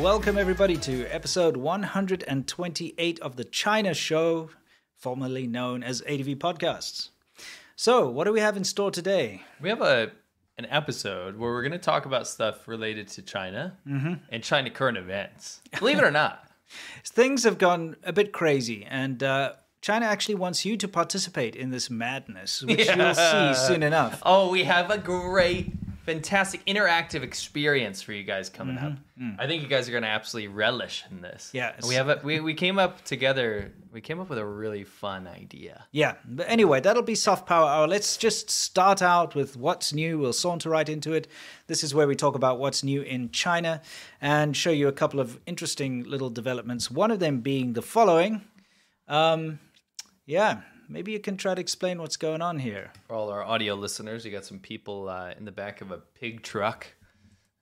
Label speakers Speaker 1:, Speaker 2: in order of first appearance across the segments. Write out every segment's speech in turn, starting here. Speaker 1: welcome everybody to episode 128 of the China Show, formerly known as ADV Podcasts. So, what do we have in store today?
Speaker 2: We have a an episode where we're going to talk about stuff related to China and China current events. Believe it or not,
Speaker 1: Things have gone a bit crazy, and uh, China actually wants you to participate in this madness, which you'll see soon enough.
Speaker 2: oh, we have a great, fantastic interactive experience for you guys coming up. I think you guys are going to absolutely relish in this.
Speaker 1: Yeah,
Speaker 2: And we have a, we we came up together. We came up with a really fun idea.
Speaker 1: Yeah, but anyway, that'll be soft power hour. Let's just start out with what's new. We'll saunter right into it. This is where we talk about what's new in China and show you a couple of interesting little developments. One of them being the following. Um, yeah, maybe you can try to explain what's going on here.
Speaker 2: For all our audio listeners, you got some people uh, in the back of a pig truck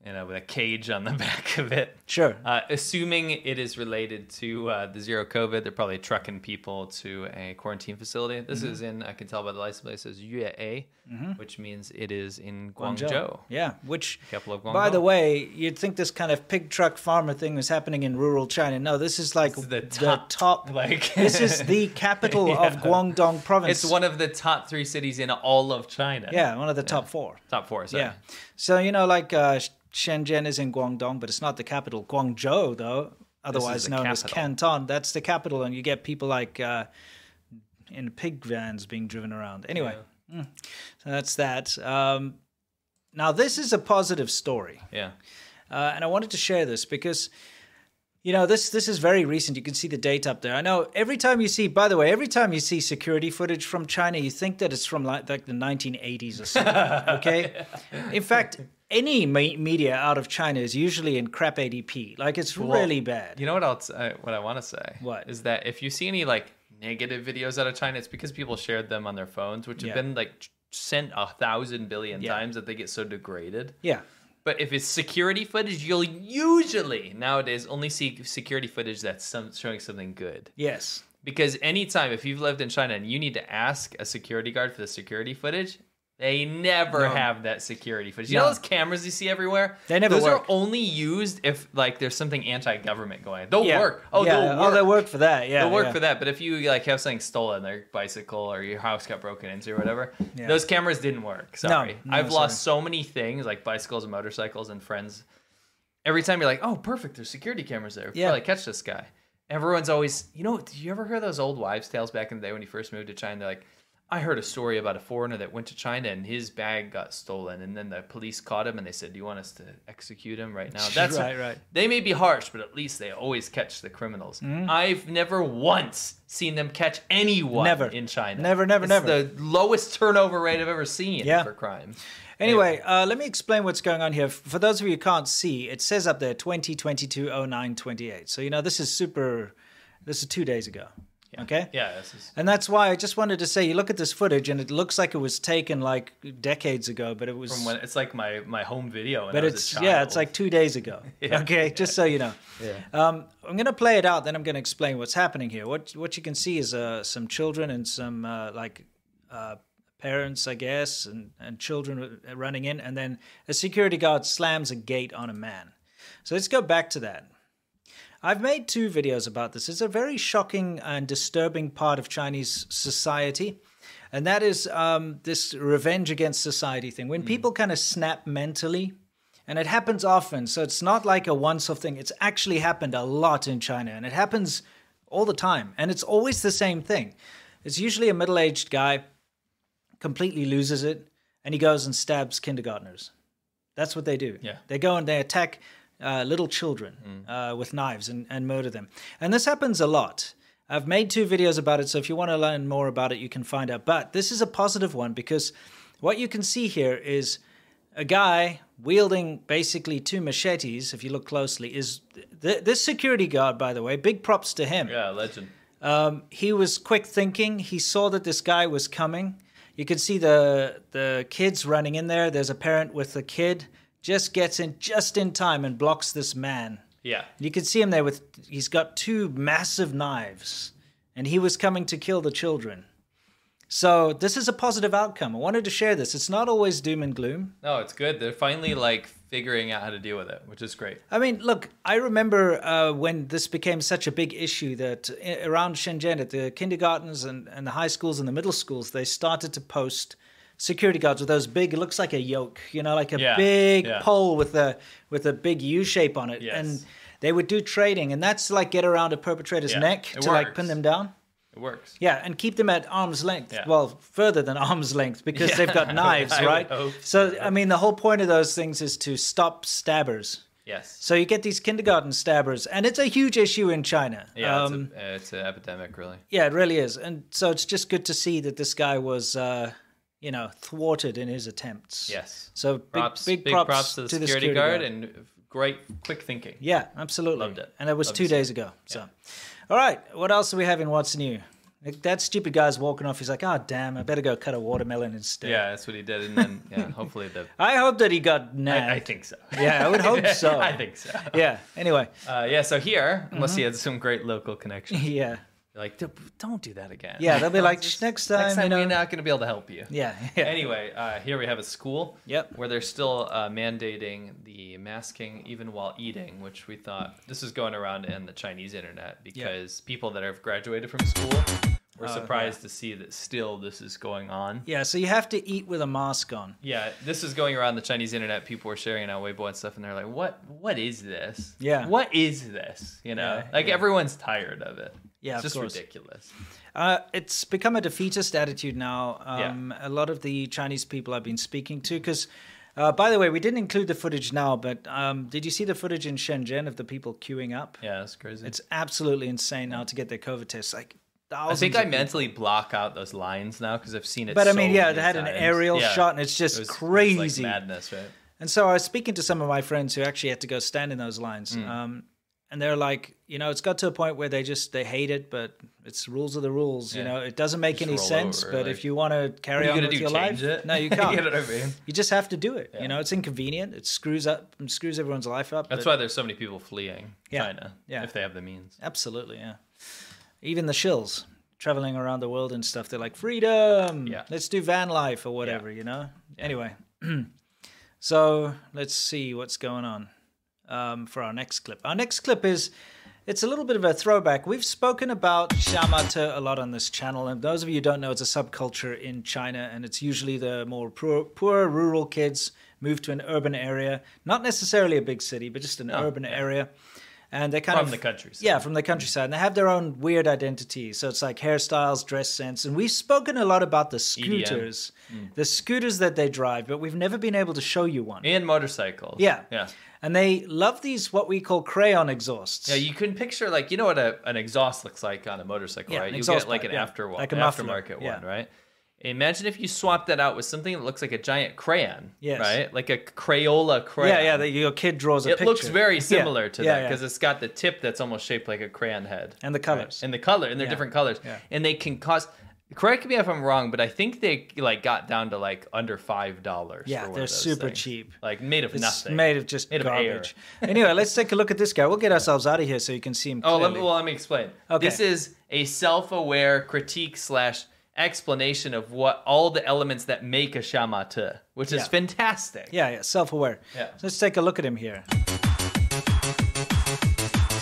Speaker 2: and uh, with a cage on the back of it.
Speaker 1: Sure.
Speaker 2: Uh, assuming it is related to uh, the zero COVID, they're probably trucking people to a quarantine facility. This
Speaker 1: Mm-hmm.
Speaker 2: is in, I can tell by the license plate, it says Yue, which means it is in Guangzhou.
Speaker 1: Yeah, which,
Speaker 2: Capital of
Speaker 1: by the
Speaker 2: Guangdong.
Speaker 1: way, you'd think this kind of pig truck farmer thing was happening in rural China. No, this is like
Speaker 2: is the top,
Speaker 1: top-
Speaker 2: like-
Speaker 1: this is the capital of Guangdong province.
Speaker 2: It's one of the top three cities in all of China.
Speaker 1: yeah, one of the top four.
Speaker 2: Top four, sorry.
Speaker 1: Yeah. So, you know, like uh, Sh- Shenzhen is in Guangdong, but it's not the capital. Guangzhou, though, otherwise
Speaker 2: the
Speaker 1: known as
Speaker 2: capital.
Speaker 1: Canton, that's the capital. And you get people like uh, in pig vans being driven around. Anyway, mm. so that's that. Um, now, this is a positive story.
Speaker 2: Yeah.
Speaker 1: Uh, and I wanted to share this because. You know this. This is very recent. You can see the date up there. I know. Every time you see, by the way, every time you see security footage from China, you think that it's from like, like the 1980s or something. Okay. In fact, any me- media out of China is usually in crap 80p. Like it's really bad.
Speaker 2: You know what else? I, what I want to say.
Speaker 1: What?
Speaker 2: is that? If you see any like negative videos out of China, it's because people shared them on their phones, which
Speaker 1: Yeah.
Speaker 2: have been like ch- sent a thousand billion
Speaker 1: Yeah.
Speaker 2: times that they get so degraded.
Speaker 1: Yeah.
Speaker 2: But if it's security footage, you'll usually nowadays only see security footage that's some, showing something good.
Speaker 1: Yes.
Speaker 2: Because anytime if you've lived in China and you need to ask a security guard for the security footage, they never have that security footage. You
Speaker 1: No.
Speaker 2: know those cameras you see everywhere?
Speaker 1: They never
Speaker 2: Those
Speaker 1: work.
Speaker 2: are only used if like there's something anti-government going. on. They'll
Speaker 1: Yeah.
Speaker 2: work. Oh,
Speaker 1: yeah.
Speaker 2: they'll work.
Speaker 1: Oh, they work for that. Yeah.
Speaker 2: They'll work
Speaker 1: yeah.
Speaker 2: for that. But if you like have something stolen, their bicycle or your house got broken into or whatever,
Speaker 1: Yeah.
Speaker 2: those cameras didn't work. Sorry,
Speaker 1: no,
Speaker 2: I've lost so many things like bicycles and motorcycles and friends. Every time you're like, oh, perfect, there's security cameras there.
Speaker 1: Yeah.
Speaker 2: Yeah, probably catch this guy. Everyone's always, you know, did you ever hear those old wives' tales back in the day when you first moved to China? They're like, I heard a story about a foreigner that went to China and his bag got stolen, and then the police caught him and they said, "Do you want us to execute him right now?" That's
Speaker 1: Right, right.
Speaker 2: they may be harsh, but at least they always catch the criminals.
Speaker 1: Mm-hmm.
Speaker 2: I've never once seen them catch anyone
Speaker 1: Never.
Speaker 2: in China.
Speaker 1: Never, never,
Speaker 2: It's
Speaker 1: never.
Speaker 2: The lowest turnover rate I've ever seen
Speaker 1: Yeah.
Speaker 2: for crime.
Speaker 1: Anyway, uh, let me explain what's going on here. For those of you who can't see, it says up there 2022-09-28. So, you know, this is super, this is two days ago. Okay?
Speaker 2: Yeah, this is
Speaker 1: And that's why I just wanted to say, you look at this footage and it looks like it was taken like decades ago, but it was...
Speaker 2: from when it's like my my home video. When
Speaker 1: but
Speaker 2: I was
Speaker 1: it's
Speaker 2: a child.
Speaker 1: yeah, it's like two days ago.
Speaker 2: Yeah.
Speaker 1: Okay, just so you know. Um, I'm gonna play it out, then I'm gonna explain what's happening here. What what you can see is uh, some children and some uh, like uh, parents, I guess, and and children r- running in, and then a security guard slams a gate on a man. So let's go back to that. I've made two videos about this. It's a very shocking and disturbing part of Chinese society. And that is um, this revenge against society thing.
Speaker 2: Hmm.
Speaker 1: When people kind of snap mentally, and it happens often. So it's not like a once off thing. It's actually happened a lot in China and it happens all the time. And it's always the same thing. It's usually a middle aged guy completely loses it and he goes and stabs kindergartners. That's what they do.
Speaker 2: Yeah. Mm.
Speaker 1: They go and they attack uh, little children uh, with knives and, and murder them. And this happens a lot. I've made two videos about it, so if you want to learn more about it, you can find out. But this is a positive one because what you can see here is a guy wielding basically two machetes, if you look closely, is th- this security guard, by the way, big props to him
Speaker 2: yeah, legend.
Speaker 1: he was quick thinking. He saw that this guy was coming. You can see the the kids running in there. There's a parent with a kid. Just gets in just in time and blocks this man.
Speaker 2: Yeah,
Speaker 1: You can see him there with he's got two massive knives and he was coming to kill the children. So this is a positive outcome. I wanted to share this. It's not always doom and gloom.
Speaker 2: no, it's good. They're finally like figuring out how to deal with it, which is great.
Speaker 1: I mean, look, I remember uh, when this became such a big issue that i- around Shenzhen at the kindergartens and, and the high schools and the middle schools, they started to post security guards with those big, it looks like a yoke, you know, like a
Speaker 2: Yeah,
Speaker 1: big
Speaker 2: yeah.
Speaker 1: pole with a with a big U shape on it.
Speaker 2: Yes.
Speaker 1: And they would do trading, and that's to, like get around a perpetrator's
Speaker 2: Yeah,
Speaker 1: neck
Speaker 2: it
Speaker 1: to like pin
Speaker 2: works.
Speaker 1: them down.
Speaker 2: It works.
Speaker 1: Yeah, and keep them at arm's length.
Speaker 2: Yeah.
Speaker 1: Well, further than arm's length because they've
Speaker 2: I
Speaker 1: got
Speaker 2: would-
Speaker 1: knives,
Speaker 2: I would
Speaker 1: right?
Speaker 2: hope
Speaker 1: So, I mean, the whole point of those things is to stop stabbers.
Speaker 2: Yes.
Speaker 1: So you get these kindergarten stabbers, and it's a huge issue in China.
Speaker 2: Yeah,
Speaker 1: Um,
Speaker 2: it's, a, uh, it's an epidemic, really.
Speaker 1: yeah, it really is. And so it's just good to see that this guy was, uh, you know, thwarted in his attempts.
Speaker 2: Yes.
Speaker 1: So big
Speaker 2: Props,
Speaker 1: big, props,
Speaker 2: to the security, guard, and great quick thinking.
Speaker 1: yeah, absolutely.
Speaker 2: Loved it.
Speaker 1: And it was
Speaker 2: Loved to
Speaker 1: two
Speaker 2: see
Speaker 1: days ago. So, all right, what else do we have in What's New? Like, that stupid guy's walking off. He's like, oh, damn, I better go cut a watermelon instead.
Speaker 2: Yeah, that's what he did, and then yeah, hopefully the.
Speaker 1: I hope that he got nabbed.
Speaker 2: I, I think so.
Speaker 1: Yeah, I would hope so. Mm-hmm.
Speaker 2: I think so.
Speaker 1: yeah, anyway.
Speaker 2: Uh, yeah, so here, unless he had some great local connection,
Speaker 1: Yeah.
Speaker 2: like "D- don't do that again.
Speaker 1: Yeah, they'll be like,
Speaker 2: Just-
Speaker 1: next time,
Speaker 2: next
Speaker 1: you
Speaker 2: time
Speaker 1: know.
Speaker 2: we're not going to be able to help you.
Speaker 1: Yeah. yeah.
Speaker 2: Anyway, uh, here we have a school
Speaker 1: Yep.
Speaker 2: where they're still uh, mandating the masking even while eating, which we thought this is going around in the Chinese internet because people that have graduated from school were surprised to see that still this is going on.
Speaker 1: yeah, so you have to eat with a mask on.
Speaker 2: Yeah, this is going around the Chinese internet. People were sharing it on Weibo and stuff, and they're like, "What? What is this?
Speaker 1: Yeah.
Speaker 2: what is this? You know,
Speaker 1: Yeah,
Speaker 2: like everyone's tired of it.
Speaker 1: Yeah,
Speaker 2: it's
Speaker 1: of
Speaker 2: just
Speaker 1: course.
Speaker 2: ridiculous.
Speaker 1: Uh, it's become a defeatist attitude now. Um, A lot of the Chinese people I've been speaking to, because, uh, by the way, we didn't include the footage now, but um, did you see the footage in Shenzhen of the people queuing up?
Speaker 2: Yeah, it's crazy.
Speaker 1: It's absolutely insane now to get their COVID tests. Like
Speaker 2: I
Speaker 1: thousands.
Speaker 2: think I
Speaker 1: of-
Speaker 2: mentally block out those lines now because I've seen it.
Speaker 1: But I
Speaker 2: so
Speaker 1: mean, yeah, it
Speaker 2: many
Speaker 1: had an
Speaker 2: times.
Speaker 1: aerial
Speaker 2: Yeah.
Speaker 1: shot, and it's just
Speaker 2: It was- it was like
Speaker 1: crazy.
Speaker 2: madness, right?
Speaker 1: And so I was speaking to some of my friends who actually had to go stand in those lines.
Speaker 2: Mm.
Speaker 1: Um, and they're like, you know, it's got to a point where they just they hate it, but it's rules are the rules. You
Speaker 2: Yeah.
Speaker 1: know, it doesn't make
Speaker 2: Just
Speaker 1: any
Speaker 2: roll
Speaker 1: sense.
Speaker 2: over,
Speaker 1: but
Speaker 2: like-
Speaker 1: if you want to carry
Speaker 2: you
Speaker 1: on
Speaker 2: gonna
Speaker 1: with
Speaker 2: do,
Speaker 1: your
Speaker 2: change
Speaker 1: life,
Speaker 2: it?
Speaker 1: no, you
Speaker 2: You
Speaker 1: can't.
Speaker 2: know what I mean?
Speaker 1: You just have to do it.
Speaker 2: Yeah.
Speaker 1: You know, it's inconvenient. It screws up and screws everyone's life up.
Speaker 2: That's
Speaker 1: but-
Speaker 2: why there's so many people fleeing
Speaker 1: Yeah.
Speaker 2: China.
Speaker 1: Yeah.
Speaker 2: if they have the means.
Speaker 1: Absolutely, yeah. Even the shills traveling around the world and stuff, they're like, freedom.
Speaker 2: Yeah.
Speaker 1: Let's do van life or whatever, you know? Anyway, so let's see what's going on um, for our next clip. Our next clip is. It's a little bit of a throwback. We've spoken about shamata a lot on this channel, and those of you who don't know, it's a subculture in China, and it's usually the more poor, poor rural kids move to an urban area, not necessarily a big city, but just an urban area, and they kind
Speaker 2: Oh, From
Speaker 1: of
Speaker 2: the countryside.
Speaker 1: yeah, from the countryside. And they have their own weird identity. So it's like hairstyles, dress sense. And we've spoken a lot about the
Speaker 2: EDM.
Speaker 1: scooters,
Speaker 2: Mm.
Speaker 1: the scooters that they drive, but we've never been able to show you one.
Speaker 2: And motorcycles.
Speaker 1: Yeah.
Speaker 2: yeah.
Speaker 1: And they love these, what we call crayon exhausts.
Speaker 2: Yeah, you can picture like you know what a, an exhaust looks like on a motorcycle,
Speaker 1: Yeah, an
Speaker 2: right? You
Speaker 1: exhaust
Speaker 2: get like
Speaker 1: pipe,
Speaker 2: an
Speaker 1: yeah.
Speaker 2: after one,
Speaker 1: Like a muffler,
Speaker 2: aftermarket
Speaker 1: yeah.
Speaker 2: one, right? Imagine if you swap that out with something that looks like a giant crayon,
Speaker 1: Yes.
Speaker 2: right? Like a Crayola crayon.
Speaker 1: yeah, yeah. That your kid draws a
Speaker 2: it
Speaker 1: picture.
Speaker 2: looks very
Speaker 1: Yeah,
Speaker 2: similar to
Speaker 1: yeah,
Speaker 2: that
Speaker 1: yeah.
Speaker 2: because it's got the tip that's almost shaped like a crayon head.
Speaker 1: And the
Speaker 2: right?
Speaker 1: colours.
Speaker 2: And the color, and they're
Speaker 1: Yeah.
Speaker 2: different colors,
Speaker 1: Yeah.
Speaker 2: and they can cost. Correct me if I'm wrong, but I think they like got down to like under five dollars.
Speaker 1: Yeah,
Speaker 2: for one of
Speaker 1: they're
Speaker 2: those
Speaker 1: super
Speaker 2: things.
Speaker 1: cheap.
Speaker 2: Like made of
Speaker 1: It's
Speaker 2: nothing.
Speaker 1: made of just
Speaker 2: Made of air.
Speaker 1: garbage. anyway, let's take a look at this guy. We'll get ourselves out of here so you can see him.
Speaker 2: Oh, let
Speaker 1: clearly.
Speaker 2: me, well, let me explain.
Speaker 1: Okay.
Speaker 2: This is a self-aware critique slash explanation of what all the elements that make a shamata, which
Speaker 1: Yeah.
Speaker 2: is fantastic.
Speaker 1: Yeah, yeah, self-aware.
Speaker 2: Yeah.
Speaker 1: So let's take a look at him here. He's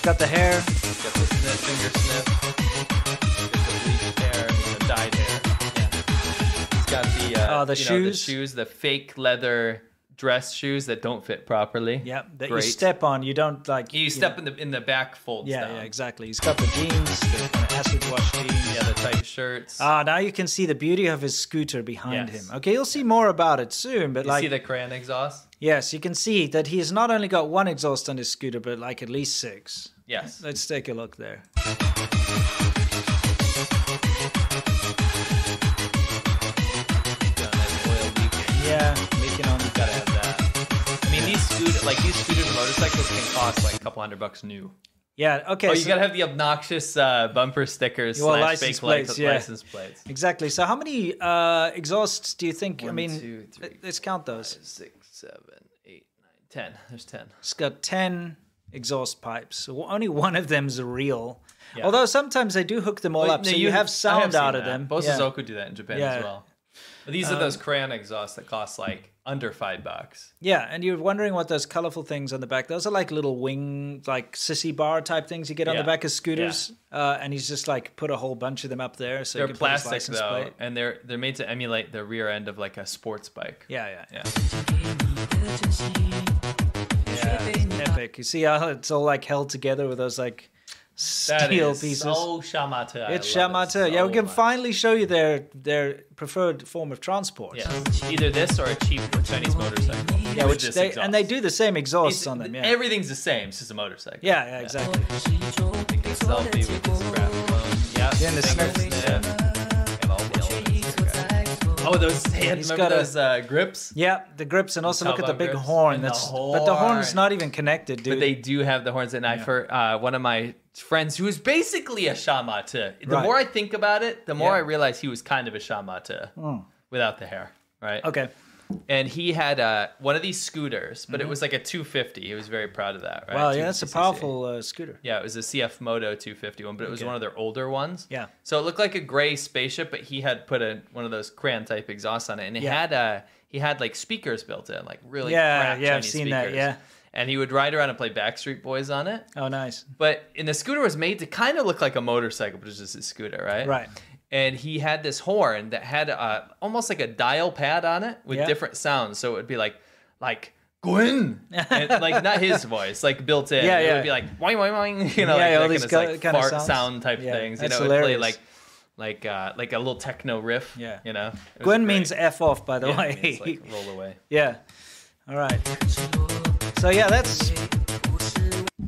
Speaker 1: got the hair.
Speaker 2: Get the sniff, finger sniff. Get the bleached hair, and the dyed hair. He's got the, uh,
Speaker 1: Oh, the
Speaker 2: you know, the
Speaker 1: shoes.
Speaker 2: shoes, the fake leather dress shoes that don't fit properly.
Speaker 1: Yeah, that
Speaker 2: Great.
Speaker 1: you step on. You don't like.
Speaker 2: You
Speaker 1: know,
Speaker 2: step in the in the back folds
Speaker 1: Yeah,
Speaker 2: down.
Speaker 1: yeah, exactly. He's got the jeans, the kind of acid wash jeans.
Speaker 2: Yeah, the tight shirts.
Speaker 1: Ah, now you can see the beauty of his scooter behind
Speaker 2: Yes.
Speaker 1: him. Okay, you'll see more about it soon, but
Speaker 2: you
Speaker 1: like,
Speaker 2: see the crayon exhaust?
Speaker 1: yes, you can see that he has not only got one exhaust on his scooter, but like at least six.
Speaker 2: Yes.
Speaker 1: Let's take a look there.
Speaker 2: Got that oil leak.
Speaker 1: Yeah, leaking on.
Speaker 2: Gotta have that. I mean, these scooter, like these scooter motorcycles can cost like a couple hundred bucks new.
Speaker 1: Yeah, okay.
Speaker 2: Oh, you
Speaker 1: so-
Speaker 2: gotta have the obnoxious uh, bumper stickers
Speaker 1: Well,
Speaker 2: slash
Speaker 1: license
Speaker 2: fake
Speaker 1: plates,
Speaker 2: license,
Speaker 1: yeah.
Speaker 2: license plates.
Speaker 1: exactly. So, how many uh, exhausts do you think? I
Speaker 2: One,
Speaker 1: mean,
Speaker 2: two, three,
Speaker 1: let- let's count those.
Speaker 2: Six, seven, eight, nine, ten. There's ten.
Speaker 1: It's got 10 exhaust pipes. So only one of them's real.
Speaker 2: Yeah.
Speaker 1: Although sometimes they do hook them all up,
Speaker 2: No,
Speaker 1: so you, have
Speaker 2: I
Speaker 1: sound
Speaker 2: seen
Speaker 1: out of
Speaker 2: that.
Speaker 1: them.
Speaker 2: Both
Speaker 1: Yeah. Um,
Speaker 2: Suzuki do that in Japan
Speaker 1: Yeah.
Speaker 2: as well. But these are those crayon exhausts that cost like under five bucks.
Speaker 1: Yeah, and you're wondering what those colorful things on the back. Those are like little wing, like sissy bar type things you get on the
Speaker 2: Yeah.
Speaker 1: back of scooters. Uh, and he's just like put a whole bunch of them up there, so
Speaker 2: They're
Speaker 1: you can put his
Speaker 2: plastic
Speaker 1: license
Speaker 2: though,
Speaker 1: plate.
Speaker 2: and they're they're made to emulate the rear end of like a sports bike.
Speaker 1: Yeah, yeah, yeah.
Speaker 2: Yeah.
Speaker 1: Epic. You see how it's all like held together with those like
Speaker 2: That
Speaker 1: steel
Speaker 2: is
Speaker 1: pieces.
Speaker 2: so Shamata. I
Speaker 1: it's
Speaker 2: love it
Speaker 1: Shamata. yeah, we
Speaker 2: so
Speaker 1: can
Speaker 2: much.
Speaker 1: finally show you their their preferred form of transport.
Speaker 2: Yeah, either this or a cheap Chinese motorcycle.
Speaker 1: Yeah,
Speaker 2: with
Speaker 1: which
Speaker 2: this
Speaker 1: they,
Speaker 2: exhaust.
Speaker 1: and they do the same exhausts
Speaker 2: It's-
Speaker 1: on them. Yeah.
Speaker 2: Everything's the same. It's just a motorcycle.
Speaker 1: yeah, yeah, exactly.
Speaker 2: Take a selfie with the scrap phone. Yeah.
Speaker 1: Yeah, and the
Speaker 2: finger
Speaker 1: snip.
Speaker 2: snip. And all the elements. Oh, those hand.
Speaker 1: He's
Speaker 2: Remember
Speaker 1: got a-
Speaker 2: those uh, grips?
Speaker 1: Yeah, the grips, and also look at the
Speaker 2: Cowbell
Speaker 1: big
Speaker 2: grips
Speaker 1: horn.
Speaker 2: and the
Speaker 1: That's but the horn's
Speaker 2: horn.
Speaker 1: not even connected, dude.
Speaker 2: But they do have the horns, and I for uh, one of my friends who was basically a shamata. The
Speaker 1: Right.
Speaker 2: more I think about it, the more
Speaker 1: Yeah. Hmm.
Speaker 2: I realize he was kind of a shamata without the hair, right?
Speaker 1: okay,
Speaker 2: And he had uh, one of these scooters, but it was like a 250. He was very proud of that, right?
Speaker 1: Mm-hmm. wow, yeah, that's a
Speaker 2: 250cc.
Speaker 1: powerful uh, scooter.
Speaker 2: Yeah, it was a CF Moto 250 one, but it was
Speaker 1: Okay.
Speaker 2: one of their older ones.
Speaker 1: Yeah.
Speaker 2: So it looked like a gray spaceship, but he had put a one of those crayon type exhausts on it, and it
Speaker 1: Yeah.
Speaker 2: had uh he had like speakers built in, like really
Speaker 1: Yeah,
Speaker 2: cracked
Speaker 1: yeah, I've
Speaker 2: Chinese
Speaker 1: seen that,
Speaker 2: speakers.
Speaker 1: yeah.
Speaker 2: And he would ride around and play Backstreet Boys on it.
Speaker 1: Oh, nice.
Speaker 2: But and the scooter was made to kind of look like a motorcycle, but it's just a scooter, right?
Speaker 1: Right.
Speaker 2: And he had this horn that had uh, almost like a dial pad on it with
Speaker 1: Yeah.
Speaker 2: different sounds. So it would be like, like Gwyn, and, like not his voice, like built in.
Speaker 1: Yeah,
Speaker 2: it
Speaker 1: yeah.
Speaker 2: would be like wing wing wing, you know,
Speaker 1: Yeah, yeah, all
Speaker 2: like,
Speaker 1: these
Speaker 2: that kind, of,
Speaker 1: ki-
Speaker 2: like,
Speaker 1: kind of
Speaker 2: fart
Speaker 1: sounds.
Speaker 2: sound type
Speaker 1: Yeah,
Speaker 2: things. You
Speaker 1: that's
Speaker 2: know, it would play
Speaker 1: hilarious.
Speaker 2: like, like, uh, like a little techno riff.
Speaker 1: Yeah.
Speaker 2: you know.
Speaker 1: Gwen means f off, by the
Speaker 2: yeah,
Speaker 1: way.
Speaker 2: it means, like roll away.
Speaker 1: yeah. All right. So yeah, that's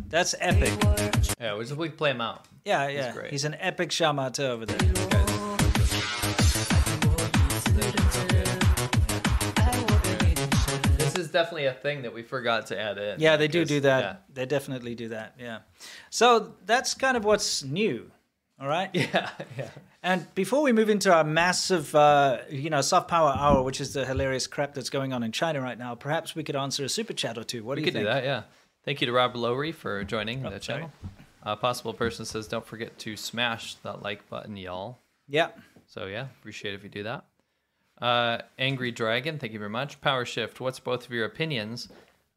Speaker 1: that's epic.
Speaker 2: Yeah, we just we play him out.
Speaker 1: Yeah, yeah.
Speaker 2: great.
Speaker 1: He's an epic shamata over there.
Speaker 2: This is definitely a thing that we forgot to add in.
Speaker 1: Yeah, they do
Speaker 2: because-
Speaker 1: do that.
Speaker 2: yeah.
Speaker 1: They definitely do that. Yeah. So that's kind of what's new. All right.
Speaker 2: Yeah, yeah.
Speaker 1: And before we move into our massive, uh, you know, soft power hour, which is the hilarious crap that's going on in China right now, perhaps we could answer a super chat or two. What do you
Speaker 2: We could
Speaker 1: think?
Speaker 2: do that, yeah. Thank you to Rob Lowry for joining the
Speaker 1: sorry.
Speaker 2: channel. A possible person says, don't forget to smash that like button, y'all.
Speaker 1: Yeah.
Speaker 2: So, yeah, appreciate if you do that. Uh, Angry Dragon, thank you very much. Power Shift, what's both of your opinions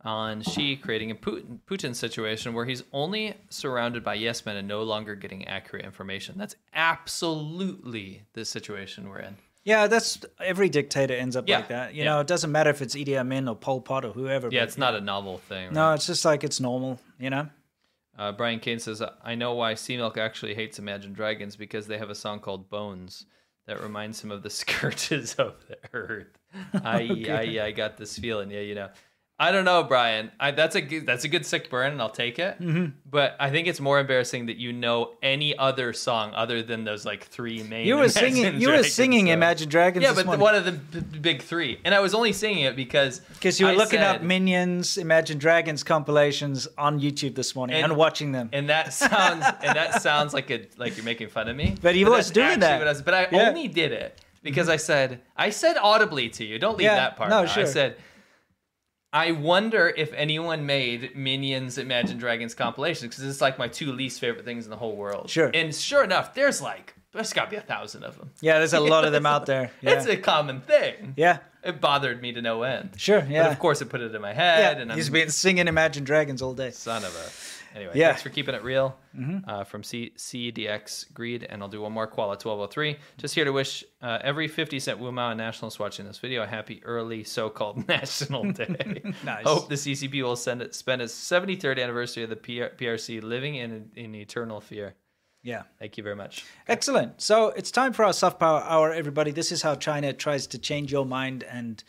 Speaker 2: on Xi creating a Putin, Putin situation where he's only surrounded by yes men and no longer getting accurate information? That's absolutely the situation we're in.
Speaker 1: Yeah, that's every dictator ends up
Speaker 2: Yeah,
Speaker 1: like that. You
Speaker 2: yeah.
Speaker 1: know, it doesn't matter if it's E Idi in or Pol Pot or whoever.
Speaker 2: Yeah,
Speaker 1: but-
Speaker 2: it's not a novel thing. right?
Speaker 1: No, it's just like it's normal. You know.
Speaker 2: Uh, Brian Kane says, I know why Sea Milk actually hates Imagine Dragons because they have a song called Bones that reminds him of the scourges of the earth. I, I, I got this feeling. Yeah, you know. I don't know, Brian. I, that's a good- that's a good sick burn, and I'll take it.
Speaker 1: Mm-hmm.
Speaker 2: But I think it's more embarrassing that you know any other song other than those like three main.
Speaker 1: You were
Speaker 2: Imagine
Speaker 1: singing. You were
Speaker 2: Dragons
Speaker 1: singing
Speaker 2: songs.
Speaker 1: Imagine Dragons.
Speaker 2: Yeah,
Speaker 1: this
Speaker 2: but the-
Speaker 1: morning.
Speaker 2: one of the b- b- big three, and I was only singing it because
Speaker 1: Because you were
Speaker 2: I
Speaker 1: looking up
Speaker 2: said-
Speaker 1: Minions, Imagine Dragons compilations on YouTube this morning and,
Speaker 2: And-
Speaker 1: watching them.
Speaker 2: and that sounds and that sounds like a like you're making fun of me.
Speaker 1: But he was
Speaker 2: that's
Speaker 1: doing
Speaker 2: actually
Speaker 1: that.
Speaker 2: what I was- but I
Speaker 1: Yeah.
Speaker 2: only did it because I said I said audibly to you. Don't leave
Speaker 1: Yeah,
Speaker 2: that part.
Speaker 1: no,
Speaker 2: out.
Speaker 1: sure.
Speaker 2: I said. I wonder if anyone made Minions Imagine Dragons compilations because it's like my two least favorite things in the whole world.
Speaker 1: Sure.
Speaker 2: And sure enough, there's like there's got to be a thousand of them.
Speaker 1: yeah, there's a lot of them out there. Yeah.
Speaker 2: It's a common thing.
Speaker 1: yeah.
Speaker 2: It bothered me to no end.
Speaker 1: Sure. Yeah.
Speaker 2: But of course, it put it in my head,
Speaker 1: yeah.
Speaker 2: and I'm
Speaker 1: He's been singing Imagine Dragons all day.
Speaker 2: Son of a. Anyway,
Speaker 1: Yeah. Mm-hmm.
Speaker 2: thanks for keeping it real uh, from C- CDX Greed. And I'll do one more Koala 1203. Just here to wish uh, every 50 Cent Wu Mao nationalist watching this video a happy early so called National Day.
Speaker 1: Nice.
Speaker 2: Hope the CCP will send it, spend its 73rd anniversary of the PR- PRC living in, in eternal fear.
Speaker 1: Yeah.
Speaker 2: Thank you very much.
Speaker 1: Excellent. So it's time for our soft power hour, everybody. This is how China tries to change your mind. And,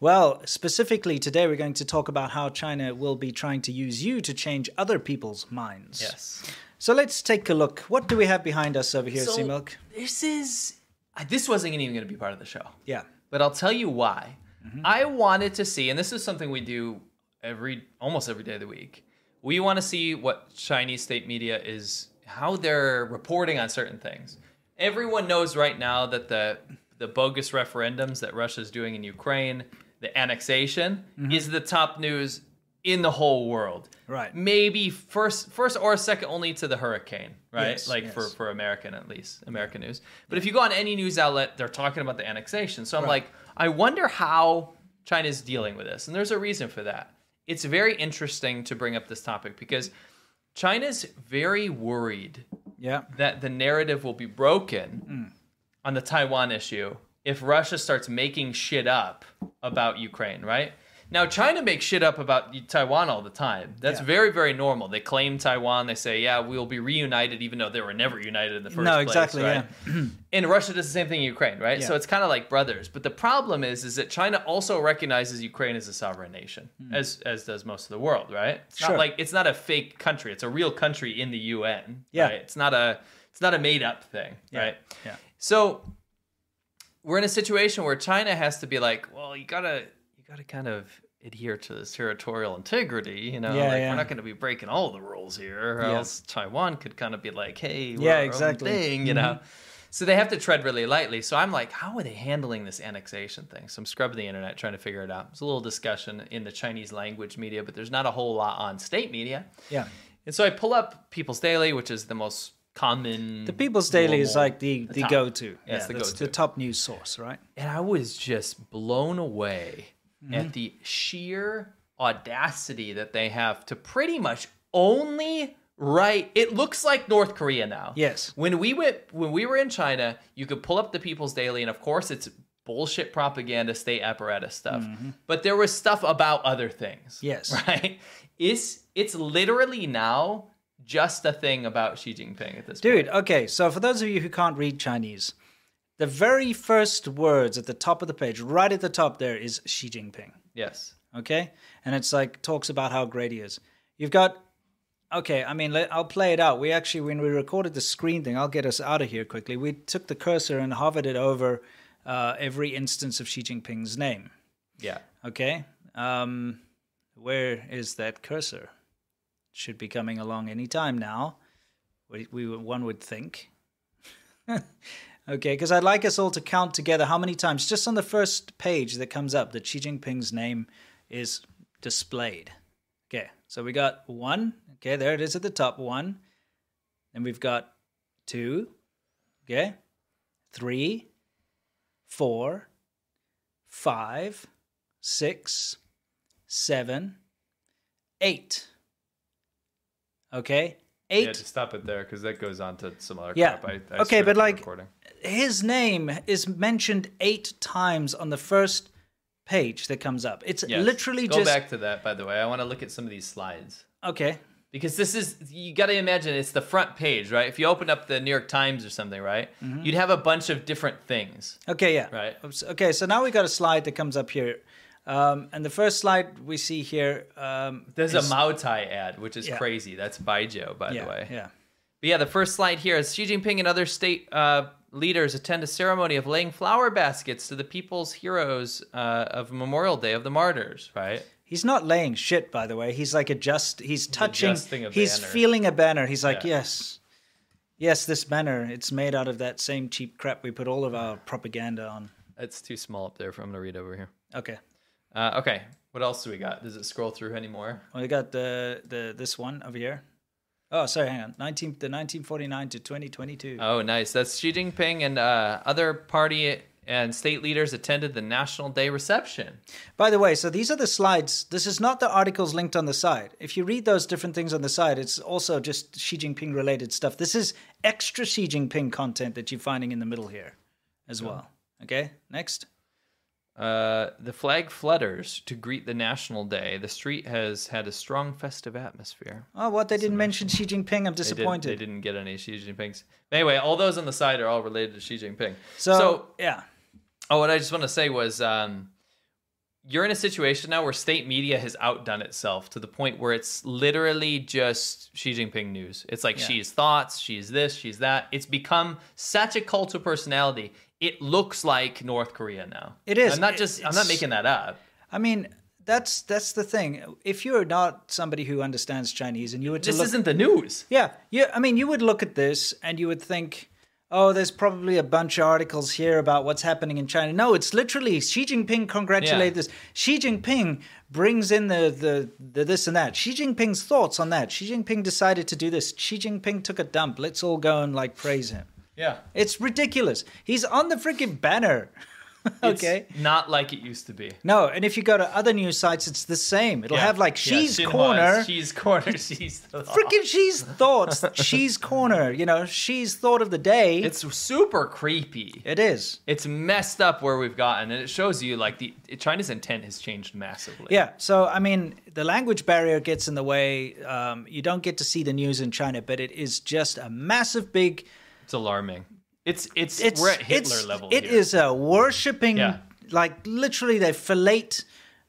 Speaker 1: well, specifically today, we're going to talk about how China will be trying to use you to change other people's minds.
Speaker 2: Yes.
Speaker 1: So let's take a look. What do we have behind us over here,
Speaker 2: So-
Speaker 1: Sea Milk?
Speaker 2: This is. I- This wasn't even going to be part of the show.
Speaker 1: Yeah.
Speaker 2: but I'll tell you why. I wanted to see, and this is something we do every almost every day of the week. We want to see what Chinese state media is how they're reporting on certain things. Everyone knows right now that the the bogus referendums that Russia's doing in Ukraine, the annexation is the top news in the whole world.
Speaker 1: Right.
Speaker 2: Maybe first first or second only to the hurricane, right?
Speaker 1: Yes,
Speaker 2: like for
Speaker 1: yes.
Speaker 2: for American at least, American news. But if you go on any news outlet, they're talking about the annexation. So I'm like, I wonder how China's dealing with this. And there's a reason for that. It's very interesting to bring up this topic because China's very worried
Speaker 1: Yeah.
Speaker 2: that the narrative will be broken
Speaker 1: Mm.
Speaker 2: on the Taiwan issue if Russia starts making shit up about Ukraine, right? Now, China makes shit up about Taiwan all the time. That's
Speaker 1: Yeah.
Speaker 2: very, very normal. They claim Taiwan. They say, yeah, we'll be reunited, even though they were never united in the first
Speaker 1: No,
Speaker 2: place.
Speaker 1: exactly,
Speaker 2: right? and Russia does the same thing in Ukraine, right? So
Speaker 1: Yeah.
Speaker 2: it's kind of like brothers. But the problem is, is that China also recognizes Ukraine as a sovereign nation, as as does most of the world, right? It's
Speaker 1: Hmm. Sure.
Speaker 2: not like it's not a fake country; it's a real country in the UN.
Speaker 1: Yeah.
Speaker 2: right? it's not a it's not a made up thing,
Speaker 1: Yeah.
Speaker 2: right?
Speaker 1: Yeah.
Speaker 2: So we're in a situation where China has to be like, well, you gotta you gotta kind of adhere to this territorial integrity, you know?
Speaker 1: Yeah,
Speaker 2: like
Speaker 1: yeah.
Speaker 2: we're not gonna be breaking all the rules here, or
Speaker 1: Yeah.
Speaker 2: else Taiwan could kind of be like, hey, we're
Speaker 1: Yeah,
Speaker 2: our own
Speaker 1: exactly. Mm-hmm.
Speaker 2: thing, you know? So they have to tread really lightly. So I'm like, how are they handling this annexation thing? So I'm scrubbing the internet trying to figure it out. There's a little discussion in the Chinese language media, but there's not a whole lot on state media.
Speaker 1: Yeah.
Speaker 2: And so I pull up People's Daily, which is the most common.
Speaker 1: The People's Daily is
Speaker 2: normal-
Speaker 1: like the, the,
Speaker 2: top.
Speaker 1: go to.
Speaker 2: Yeah, it's the
Speaker 1: that's
Speaker 2: go-to.
Speaker 1: the top news source, right?
Speaker 2: and I was just blown away
Speaker 1: Mm-hmm.
Speaker 2: at the sheer audacity that they have to pretty much only write. It looks like North Korea now.
Speaker 1: Yes.
Speaker 2: When we went, when we were in China, you could pull up the People's Daily, and of course, it's bullshit propaganda, state apparatus stuff. But there was stuff about other things.
Speaker 1: Mm-hmm. Yes.
Speaker 2: Right. Is it's literally now just a thing about Xi Jinping at this point.
Speaker 1: Dude, okay, so for those of you who can't read Chinese, the very first words at the top of the page, right at the top there, is Xi Jinping.
Speaker 2: Yes.
Speaker 1: okay and it's like talks about how great he is you've got okay i mean let, i'll play it out we actually when we recorded the screen thing i'll get us out of here quickly we took the cursor and hovered it over uh, every instance of xi jinping's name
Speaker 2: Yeah.
Speaker 1: okay um, where is that cursor should be coming along any time now we, we one would think okay because i'd like us all to count together how many times just on the first page that comes up that xi jinping's name is displayed okay so we got one okay there it is at the top one and we've got two okay three four five six seven eight okay eight
Speaker 2: Yeah, just stop it there because that goes on to some other
Speaker 1: Yeah.
Speaker 2: crap. I, I
Speaker 1: Okay,
Speaker 2: screwed
Speaker 1: but
Speaker 2: up the
Speaker 1: like-
Speaker 2: recording.
Speaker 1: his name is mentioned eight times on the first page that comes up. It's
Speaker 2: Yes.
Speaker 1: literally
Speaker 2: go
Speaker 1: just
Speaker 2: back to that. By the way, I want to look at some of these slides
Speaker 1: okay.
Speaker 2: because this is you got to imagine it's the front page, right? If you open up the New York Times or something, right,
Speaker 1: Mm-hmm.
Speaker 2: you'd have a bunch of different things.
Speaker 1: Okay, yeah.
Speaker 2: Right.
Speaker 1: Oops. Okay, so now we got a slide that comes up here. Um, and the first slide we see here um,
Speaker 2: There's
Speaker 1: is-
Speaker 2: a Maotai ad, which is
Speaker 1: Yeah.
Speaker 2: crazy. That's Baijiu, by
Speaker 1: yeah,
Speaker 2: the way.
Speaker 1: yeah.
Speaker 2: But yeah, the first slide here is Xi Jinping and other state uh, leaders attend a ceremony of laying flower baskets to the people's heroes uh, of Memorial Day of the Martyrs, right?
Speaker 1: He's not laying shit by the way. He's like adjust he's touching
Speaker 2: adjusting a
Speaker 1: he's
Speaker 2: banner.
Speaker 1: feeling a banner. He's like,
Speaker 2: Yeah.
Speaker 1: "Yes. Yes, this banner. It's made out of that same cheap crap we put all of our propaganda on."
Speaker 2: It's too small up there for I'm gonna read over here.
Speaker 1: Okay.
Speaker 2: Uh, okay, what else do we got? Does it scroll through anymore?
Speaker 1: Well, we got the the this one over here. Oh, sorry, hang on. Nineteen the nineteen forty nine to twenty twenty two.
Speaker 2: Oh, nice. That's Xi Jinping and uh, other party and state leaders attended the National Day reception.
Speaker 1: By the way, so these are the slides. This is not the articles linked on the side. If you read those different things on the side, it's also just Xi Jinping related stuff. This is extra Xi Jinping content that you're finding in the middle here, as well. Okay, next.
Speaker 2: Uh, the flag flutters to greet the National Day. The street has had a strong festive atmosphere.
Speaker 1: Oh, what they didn't mention Xi Jinping. I'm
Speaker 2: They did-
Speaker 1: disappointed.
Speaker 2: They, did, not get any Xi Jinpings. Anyway, all those on the side are all related to Xi Jinping.
Speaker 1: So,
Speaker 2: so
Speaker 1: yeah,
Speaker 2: Oh, what I just want to say was um, you're in a situation now where state media has outdone itself to the point where it's literally just Xi Jinping news. It's like she's thoughts, she's this, she's that. It's become such a cult of personality. It looks like North Korea now.
Speaker 1: It is.
Speaker 2: I'm not
Speaker 1: It-
Speaker 2: just. I'm
Speaker 1: it's-
Speaker 2: not making that up.
Speaker 1: I mean that's that's the thing. If you're not somebody who understands Chinese and you were to
Speaker 2: This
Speaker 1: look
Speaker 2: isn't the news.
Speaker 1: Yeah, yeah. I mean, you would look at this and you would think, "Oh, there's probably a bunch of articles here about what's happening in China." No, it's literally Xi Jinping congratulate
Speaker 2: Yeah.
Speaker 1: this. Xi Jinping brings in the, the the this and that. Xi Jinping's thoughts on that. Xi Jinping decided to do this. Xi Jinping took a dump. Let's all go and like praise him.
Speaker 2: Yeah.
Speaker 1: It's ridiculous. He's on the freaking banner.
Speaker 2: It's
Speaker 1: Okay.
Speaker 2: Not like it used to be.
Speaker 1: No, and if you go to other news sites, it's the same. It'll have like
Speaker 2: Yeah,
Speaker 1: she's
Speaker 2: cinemas,
Speaker 1: corner,
Speaker 2: She's corner. She's the law.
Speaker 1: freaking she's thoughts, she's corner. You know, she's thought of the day. It's,
Speaker 2: It's super creepy.
Speaker 1: it is.
Speaker 2: It's messed up where we've gotten, and it shows you like the China's intent has changed massively.
Speaker 1: Yeah. So I mean, the language barrier gets in the way. Um, you don't get to see the news in China, but it is just a massive big.
Speaker 2: it's alarming. It's it's,
Speaker 1: It's
Speaker 2: we're at Hitler
Speaker 1: it's,
Speaker 2: level.
Speaker 1: It is
Speaker 2: here.
Speaker 1: a worshipping.
Speaker 2: Yeah.
Speaker 1: Like literally, they fillet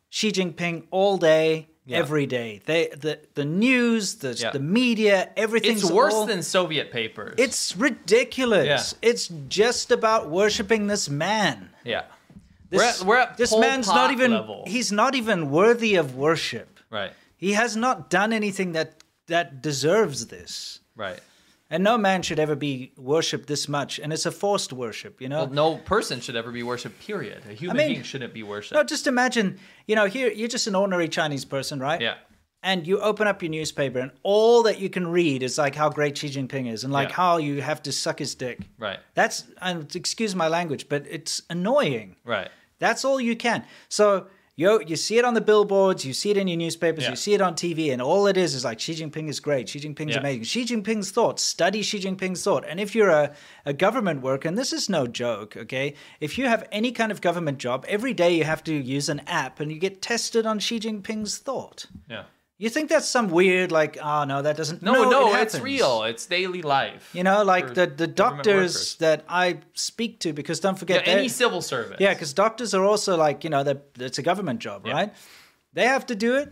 Speaker 1: Xi Jinping all day.
Speaker 2: Yeah.
Speaker 1: Every day, they the the news, the
Speaker 2: Yeah.
Speaker 1: the media, everything's
Speaker 2: It's worse
Speaker 1: all-
Speaker 2: than Soviet papers.
Speaker 1: It's ridiculous.
Speaker 2: Yeah.
Speaker 1: It's just about worshiping this man.
Speaker 2: yeah.
Speaker 1: This,
Speaker 2: we're at, we're at
Speaker 1: this
Speaker 2: Pol
Speaker 1: man's not
Speaker 2: Pot
Speaker 1: even
Speaker 2: level.
Speaker 1: he's not even worthy of worship.
Speaker 2: right,
Speaker 1: He has not done anything that that deserves this.
Speaker 2: right.
Speaker 1: And no man should ever be worshipped this much. And it's a forced worship, you know?
Speaker 2: Well, no person should ever be worshipped. Period. A human
Speaker 1: mean-
Speaker 2: being shouldn't be worshipped.
Speaker 1: no, just imagine, you know, here you're just an ordinary Chinese person, right?
Speaker 2: yeah,
Speaker 1: and you open up your newspaper and all that you can read is like how great Xi Jinping is and like
Speaker 2: Yeah.
Speaker 1: how you have to suck his dick.
Speaker 2: Right.
Speaker 1: That's and excuse my language, but it's annoying.
Speaker 2: right.
Speaker 1: That's all you can. So you you see it on the billboards, you see it in your newspapers,
Speaker 2: Yeah.
Speaker 1: you see it on TV, and all it is is like Xi Jinping is great, Xi Jinping's
Speaker 2: Yeah.
Speaker 1: amazing. Xi Jinping's thought, study Xi Jinping's thought. And if you're a, a government worker, and this is no joke, okay? If you have any kind of government job, every day you have to use an app and you get tested on Xi Jinping's thought.
Speaker 2: Yeah.
Speaker 1: You think that's some weird, like, oh no, that doesn't.
Speaker 2: No, no,
Speaker 1: it
Speaker 2: it's
Speaker 1: happens.
Speaker 2: real. It's daily life.
Speaker 1: You know, like
Speaker 2: for
Speaker 1: the, the
Speaker 2: government
Speaker 1: doctors
Speaker 2: workers.
Speaker 1: that I speak to, because don't
Speaker 2: Yeah,
Speaker 1: forget, they're-
Speaker 2: any civil service.
Speaker 1: yeah, because doctors are also like, you know, they're- it's a government job,
Speaker 2: Yeah.
Speaker 1: right? They have to do it.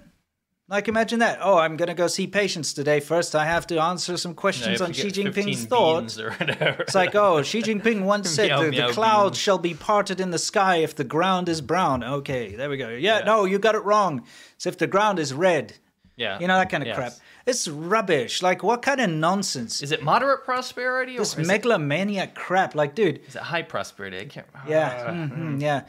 Speaker 1: Like, imagine that. Oh, I'm going to go see patients today. First, I have to answer some
Speaker 2: Yeah, you
Speaker 1: questions
Speaker 2: have
Speaker 1: on
Speaker 2: to
Speaker 1: Xi
Speaker 2: get 15
Speaker 1: Jinping's
Speaker 2: beans
Speaker 1: thoughts.
Speaker 2: or whatever.
Speaker 1: It's like, oh, Xi Jinping once said
Speaker 2: Meow,
Speaker 1: the,
Speaker 2: meow,
Speaker 1: the clouds
Speaker 2: bean.
Speaker 1: shall be parted in the sky if the ground is brown. Okay, there we go. Yeah,
Speaker 2: Yeah.
Speaker 1: no, you got it wrong. It's if the ground is red.
Speaker 2: yeah,
Speaker 1: You know, that kind of
Speaker 2: Yes.
Speaker 1: crap. It's rubbish. Like, what kind of nonsense?
Speaker 2: Is it moderate prosperity or
Speaker 1: this
Speaker 2: is, it-
Speaker 1: megalomaniac crap. Like, dude,
Speaker 2: is it high prosperity? I can't. remember.
Speaker 1: yeah,
Speaker 2: Mm-hmm.
Speaker 1: mhm, yeah.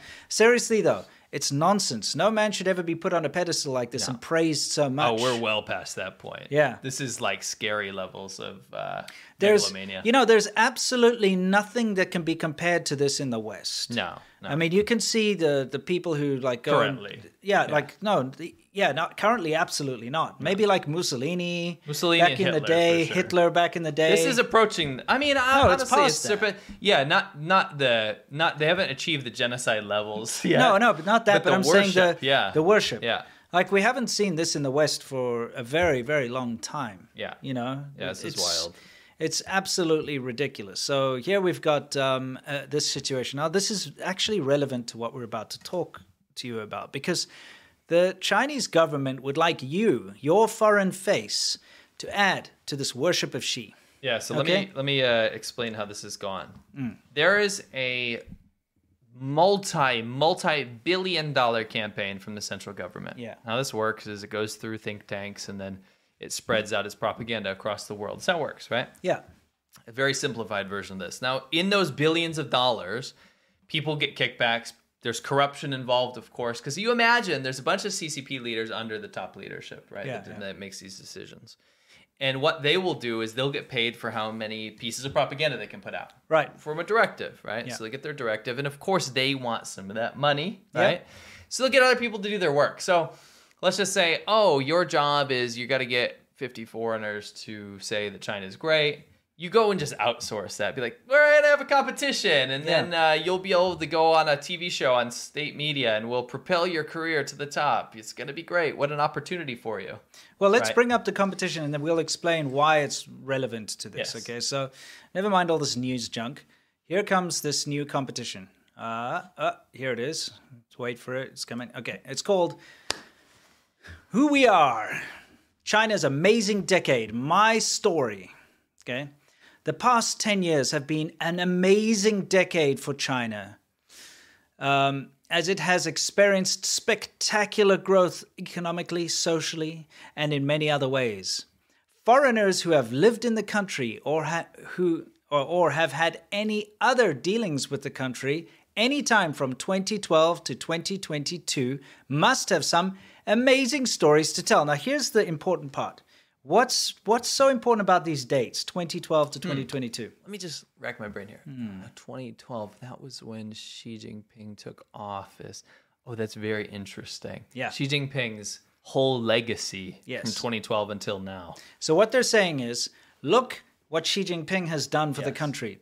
Speaker 1: Seriously, though, it's nonsense. No man should ever be put on a pedestal like this and praised so
Speaker 2: Oh,
Speaker 1: much.
Speaker 2: we're well past that point.
Speaker 1: Yeah.
Speaker 2: This is like scary levels of uh,
Speaker 1: there's,
Speaker 2: megalomania.
Speaker 1: you know, there's absolutely nothing that can be compared to this in the West.
Speaker 2: no, no.
Speaker 1: I mean, you can see the the people who like go and-
Speaker 2: Currently.
Speaker 1: yeah, like no, the, yeah, not currently, absolutely not. Maybe like Mussolini,
Speaker 2: Mussolini
Speaker 1: back
Speaker 2: and
Speaker 1: in
Speaker 2: Hitler,
Speaker 1: the
Speaker 2: for
Speaker 1: day,
Speaker 2: sure.
Speaker 1: Hitler back in the day.
Speaker 2: this is approaching. I mean, I,
Speaker 1: No, it's
Speaker 2: honestly,
Speaker 1: past
Speaker 2: it's,
Speaker 1: that.
Speaker 2: surpa- yeah, not not the not they haven't achieved the genocide levels. Yeah.
Speaker 1: No, no, but not that. But,
Speaker 2: the
Speaker 1: I'm saying
Speaker 2: worship,
Speaker 1: the
Speaker 2: yeah.
Speaker 1: the worship.
Speaker 2: Yeah.
Speaker 1: Like we haven't seen this in the West for a very, very long time.
Speaker 2: Yeah.
Speaker 1: You know.
Speaker 2: Yeah, this is wild.
Speaker 1: It's absolutely ridiculous. So here we've got um, uh, this situation. Now this is actually relevant to what we're about to talk to you about because the Chinese government would like you, your foreign face, to add to this worship of she.
Speaker 2: Yeah, so let
Speaker 1: Okay. Mm.
Speaker 2: me let me uh, explain how this has gone. There is a multi multi billion dollar campaign from the central government.
Speaker 1: Yeah.
Speaker 2: How this works is it goes through think tanks and then it spreads
Speaker 1: Mm.
Speaker 2: out as propaganda across the world. That's how it works, right?
Speaker 1: Yeah.
Speaker 2: a very simplified version of this. Now, in those billions of dollars, people get kickbacks. There's corruption involved, of course, because you imagine there's a bunch of CCP leaders under the top leadership, right?
Speaker 1: Yeah,
Speaker 2: that,
Speaker 1: yeah.
Speaker 2: that makes these decisions. And what they will do is they'll get paid for how many pieces of propaganda they can put out
Speaker 1: Right.
Speaker 2: from a directive, right?
Speaker 1: Yeah.
Speaker 2: So they get their directive, and of course they want some of that money,
Speaker 1: Yeah.
Speaker 2: right? So they'll get other people to do their work. So let's just say, oh, your job is you got to get 50 foreigners to say that China's great. You go and just outsource that. Be like, we're gonna have a competition, and
Speaker 1: Yeah.
Speaker 2: then uh, you'll be able to go on a TV show on state media, and we'll propel your career to the top. It's gonna be great. What an opportunity for you.
Speaker 1: Well, let's
Speaker 2: Right.
Speaker 1: bring up the competition and then we'll explain why it's relevant to this.
Speaker 2: Yes.
Speaker 1: Okay, so never mind all this news junk. Here comes this new competition. Uh, uh, here it is. Let's wait for it. It's coming. Okay, it's called Who We Are China's Amazing Decade My Story. Okay, the past 10 years have been an amazing decade for China um, as it has experienced spectacular growth economically, socially, and in many other ways. Foreigners who have lived in the country or ha- who or, or have had any other dealings with the country anytime from 2012 to 2022 must have some amazing stories to tell. Now, here's the important part. What's what's so important about these dates, 2012 to 2022?
Speaker 2: Let me just rack my brain here.
Speaker 1: Hmm.
Speaker 2: Uh, 2012, that was when Xi Jinping took office. Oh, that's very interesting.
Speaker 1: Yeah.
Speaker 2: Xi Jinping's whole legacy
Speaker 1: Yes.
Speaker 2: from 2012 until now.
Speaker 1: So what they're saying is, look what Xi Jinping has done for the
Speaker 2: Yes.
Speaker 1: country.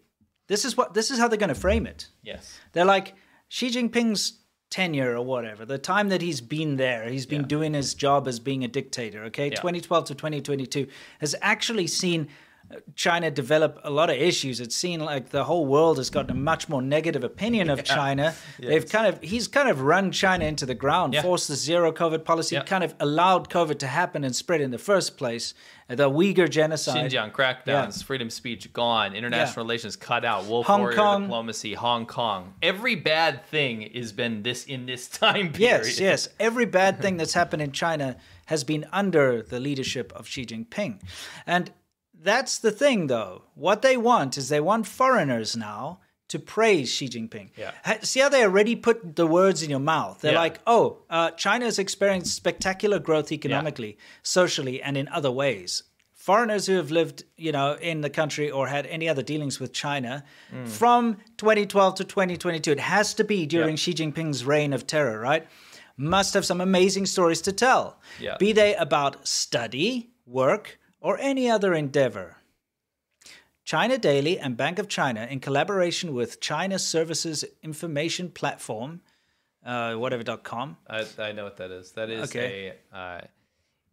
Speaker 1: This is what this is how they're going to frame it.
Speaker 2: Yes.
Speaker 1: They're like Xi Jinping's tenure or whatever, the time that he's been there, he's been
Speaker 2: Yeah.
Speaker 1: doing his job as being a dictator, okay? 2012 to 2022 has actually seen uh, China develop a lot of issues. It's seen like the whole world has gotten a much more negative opinion of China. They've kind of he's kind of run China into the ground,
Speaker 2: Yeah.
Speaker 1: forced the zero COVID policy,
Speaker 2: Yeah.
Speaker 1: kind of allowed COVID to happen and spread in the first place. The Uyghur genocide.
Speaker 2: Xinjiang crackdowns, freedom of speech gone, international relations cut out, wolf
Speaker 1: Hong
Speaker 2: warrior
Speaker 1: Kong.
Speaker 2: diplomacy, Hong Kong. Every bad thing has been this in this time period.
Speaker 1: Yes, yes. Every bad thing that's happened in China has been under the leadership of Xi Jinping. And that's the thing, though. What they want is they want foreigners now to praise Xi Jinping.
Speaker 2: Yeah.
Speaker 1: Ha- See how they already put the words in your mouth? They're
Speaker 2: Yeah.
Speaker 1: like, oh, uh, China has experienced spectacular growth economically, socially, and in other ways. Foreigners who have lived, you know, in the country or had any other dealings with China
Speaker 2: Mm.
Speaker 1: from 2012 to 2022, it has to be during
Speaker 2: Yeah.
Speaker 1: Xi Jinping's reign of terror, right? Must have some amazing stories to tell,
Speaker 2: Yeah.
Speaker 1: be they about study, work, or any other endeavor. China Daily and Bank of China, in collaboration with China Services Information Platform, uh, whatever.com.
Speaker 2: I, I know what that is. That is
Speaker 1: Okay.
Speaker 2: a, uh,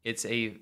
Speaker 2: it's a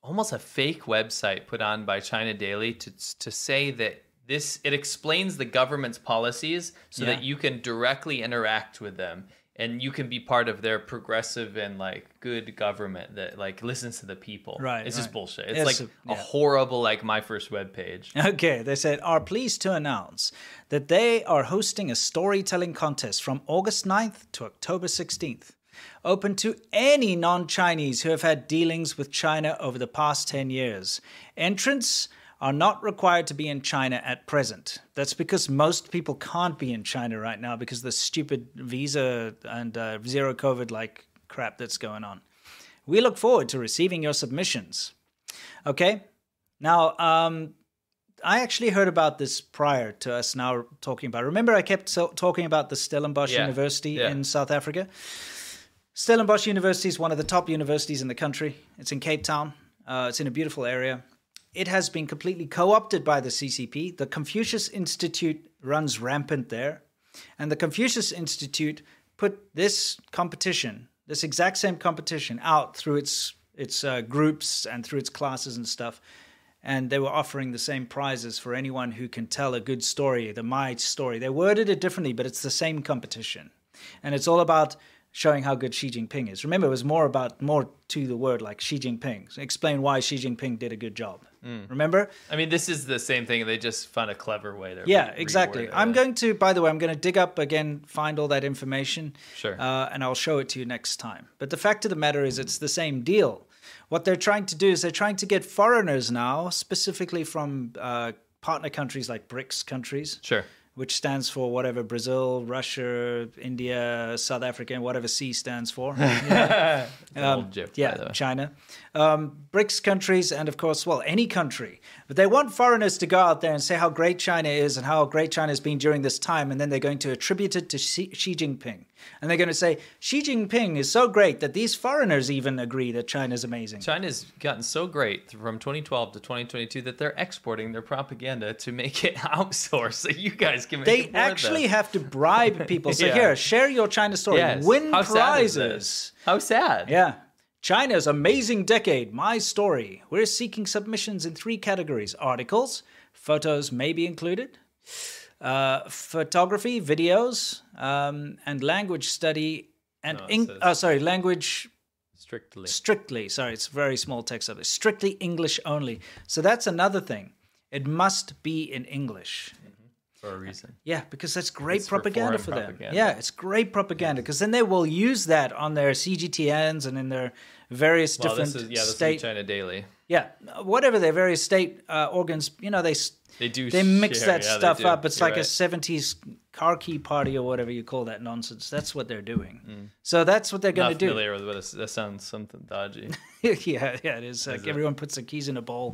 Speaker 2: almost a fake website put on by China Daily to to say that this it explains the government's policies so
Speaker 1: Yeah.
Speaker 2: that you can directly interact with them and you can be part of their progressive and like good government that like listens to the people.
Speaker 1: Right,
Speaker 2: It's
Speaker 1: right.
Speaker 2: just bullshit. It's,
Speaker 1: It's
Speaker 2: like
Speaker 1: a-
Speaker 2: a
Speaker 1: yeah.
Speaker 2: horrible like my first web page.
Speaker 1: Okay, they said, are pleased to announce that they are hosting a storytelling contest from August 9th to October 16th, open to any non Chinese who have had dealings with China over the past 10 years. Entrants are not required to be in China at present. That's because most people can't be in China right now because of the stupid visa and uh, zero COVID like crap that's going on. We look forward to receiving your submissions. Okay, now um, I actually heard about this prior to us now talking about. Remember, I kept so- talking about the Stellenbosch
Speaker 2: Yeah,
Speaker 1: University
Speaker 2: yeah.
Speaker 1: in South Africa. Stellenbosch University is one of the top universities in the country. It's in Cape Town. Uh, it's in a beautiful area. It has been completely co-opted by the CCP. The Confucius Institute runs rampant there, and the Confucius Institute put this competition, this exact same competition, out through its its uh, groups and through its classes and stuff. And they were offering the same prizes for anyone who can tell a good story, the my story. They worded it differently, but it's the same competition, and it's all about showing how good Xi Jinping is. Remember, it was more about more to the word like Xi Jinping. Explain why Xi Jinping did a good job. Remember?
Speaker 2: I mean, this is the same thing. They just found a clever way to
Speaker 1: Yeah,
Speaker 2: re-
Speaker 1: exactly.
Speaker 2: reword it.
Speaker 1: I'm going to, by the way, I'm going to dig up again, find all that information.
Speaker 2: Sure.
Speaker 1: Uh, and I'll show it to you next time. But the fact of the matter is, it's the same deal. What they're trying to do is they're trying to get foreigners now, specifically from uh, partner countries like BRICS countries.
Speaker 2: Sure.
Speaker 1: Which stands for whatever Brazil, Russia, India, South Africa, and whatever C stands for.
Speaker 2: Old joke, by the
Speaker 1: Um, Yeah,
Speaker 2: way.
Speaker 1: China. Um, BRICS countries, and of course, well, any country. But they want foreigners to go out there and say how great China is and how great China has been during this time. And then they're going to attribute it to Xi Xi Jinping. And they're going to say, Xi Jinping is so great that these foreigners even agree that China's amazing.
Speaker 2: China's gotten so great from 2012 to 2022 that they're exporting their propaganda to make it outsourced so you guys can make it
Speaker 1: They
Speaker 2: more of
Speaker 1: actually
Speaker 2: them.
Speaker 1: have to bribe people. So
Speaker 2: Yeah.
Speaker 1: here, share your China story,
Speaker 2: Yes.
Speaker 1: win
Speaker 2: How sad is
Speaker 1: prizes.
Speaker 2: this? How sad.
Speaker 1: Yeah. China's amazing decade, my story. We're seeking submissions in three categories articles, photos may be included, uh, photography, videos, um, and language study. And
Speaker 2: it
Speaker 1: Eng-
Speaker 2: says-
Speaker 1: oh, sorry, language
Speaker 2: Strictly.
Speaker 1: strictly. Sorry, it's very small text of it. Strictly English only. So that's another thing. It must be in English.
Speaker 2: For a reason.
Speaker 1: Yeah, because that's great
Speaker 2: for
Speaker 1: propaganda
Speaker 2: foreign
Speaker 1: for, them.
Speaker 2: propaganda.
Speaker 1: Yeah, it's great propaganda because then they will use that on their CGTNs and in their various
Speaker 2: Well,
Speaker 1: different
Speaker 2: this is, yeah, this
Speaker 1: state,
Speaker 2: is China Daily.
Speaker 1: yeah, whatever their various state uh, organs. You know, they s-
Speaker 2: They do
Speaker 1: they mix
Speaker 2: share,
Speaker 1: that
Speaker 2: yeah, they
Speaker 1: stuff
Speaker 2: do.
Speaker 1: up. It's
Speaker 2: You're
Speaker 1: like a
Speaker 2: right.
Speaker 1: '70s car key party or whatever you call that nonsense. That's what they're doing. So that's what they're going
Speaker 2: Mm. Not
Speaker 1: to do.
Speaker 2: familiar with what it, that sounds something dodgy.
Speaker 1: yeah, yeah, it is. Like
Speaker 2: it? Ah.
Speaker 1: everyone puts their keys in a bowl,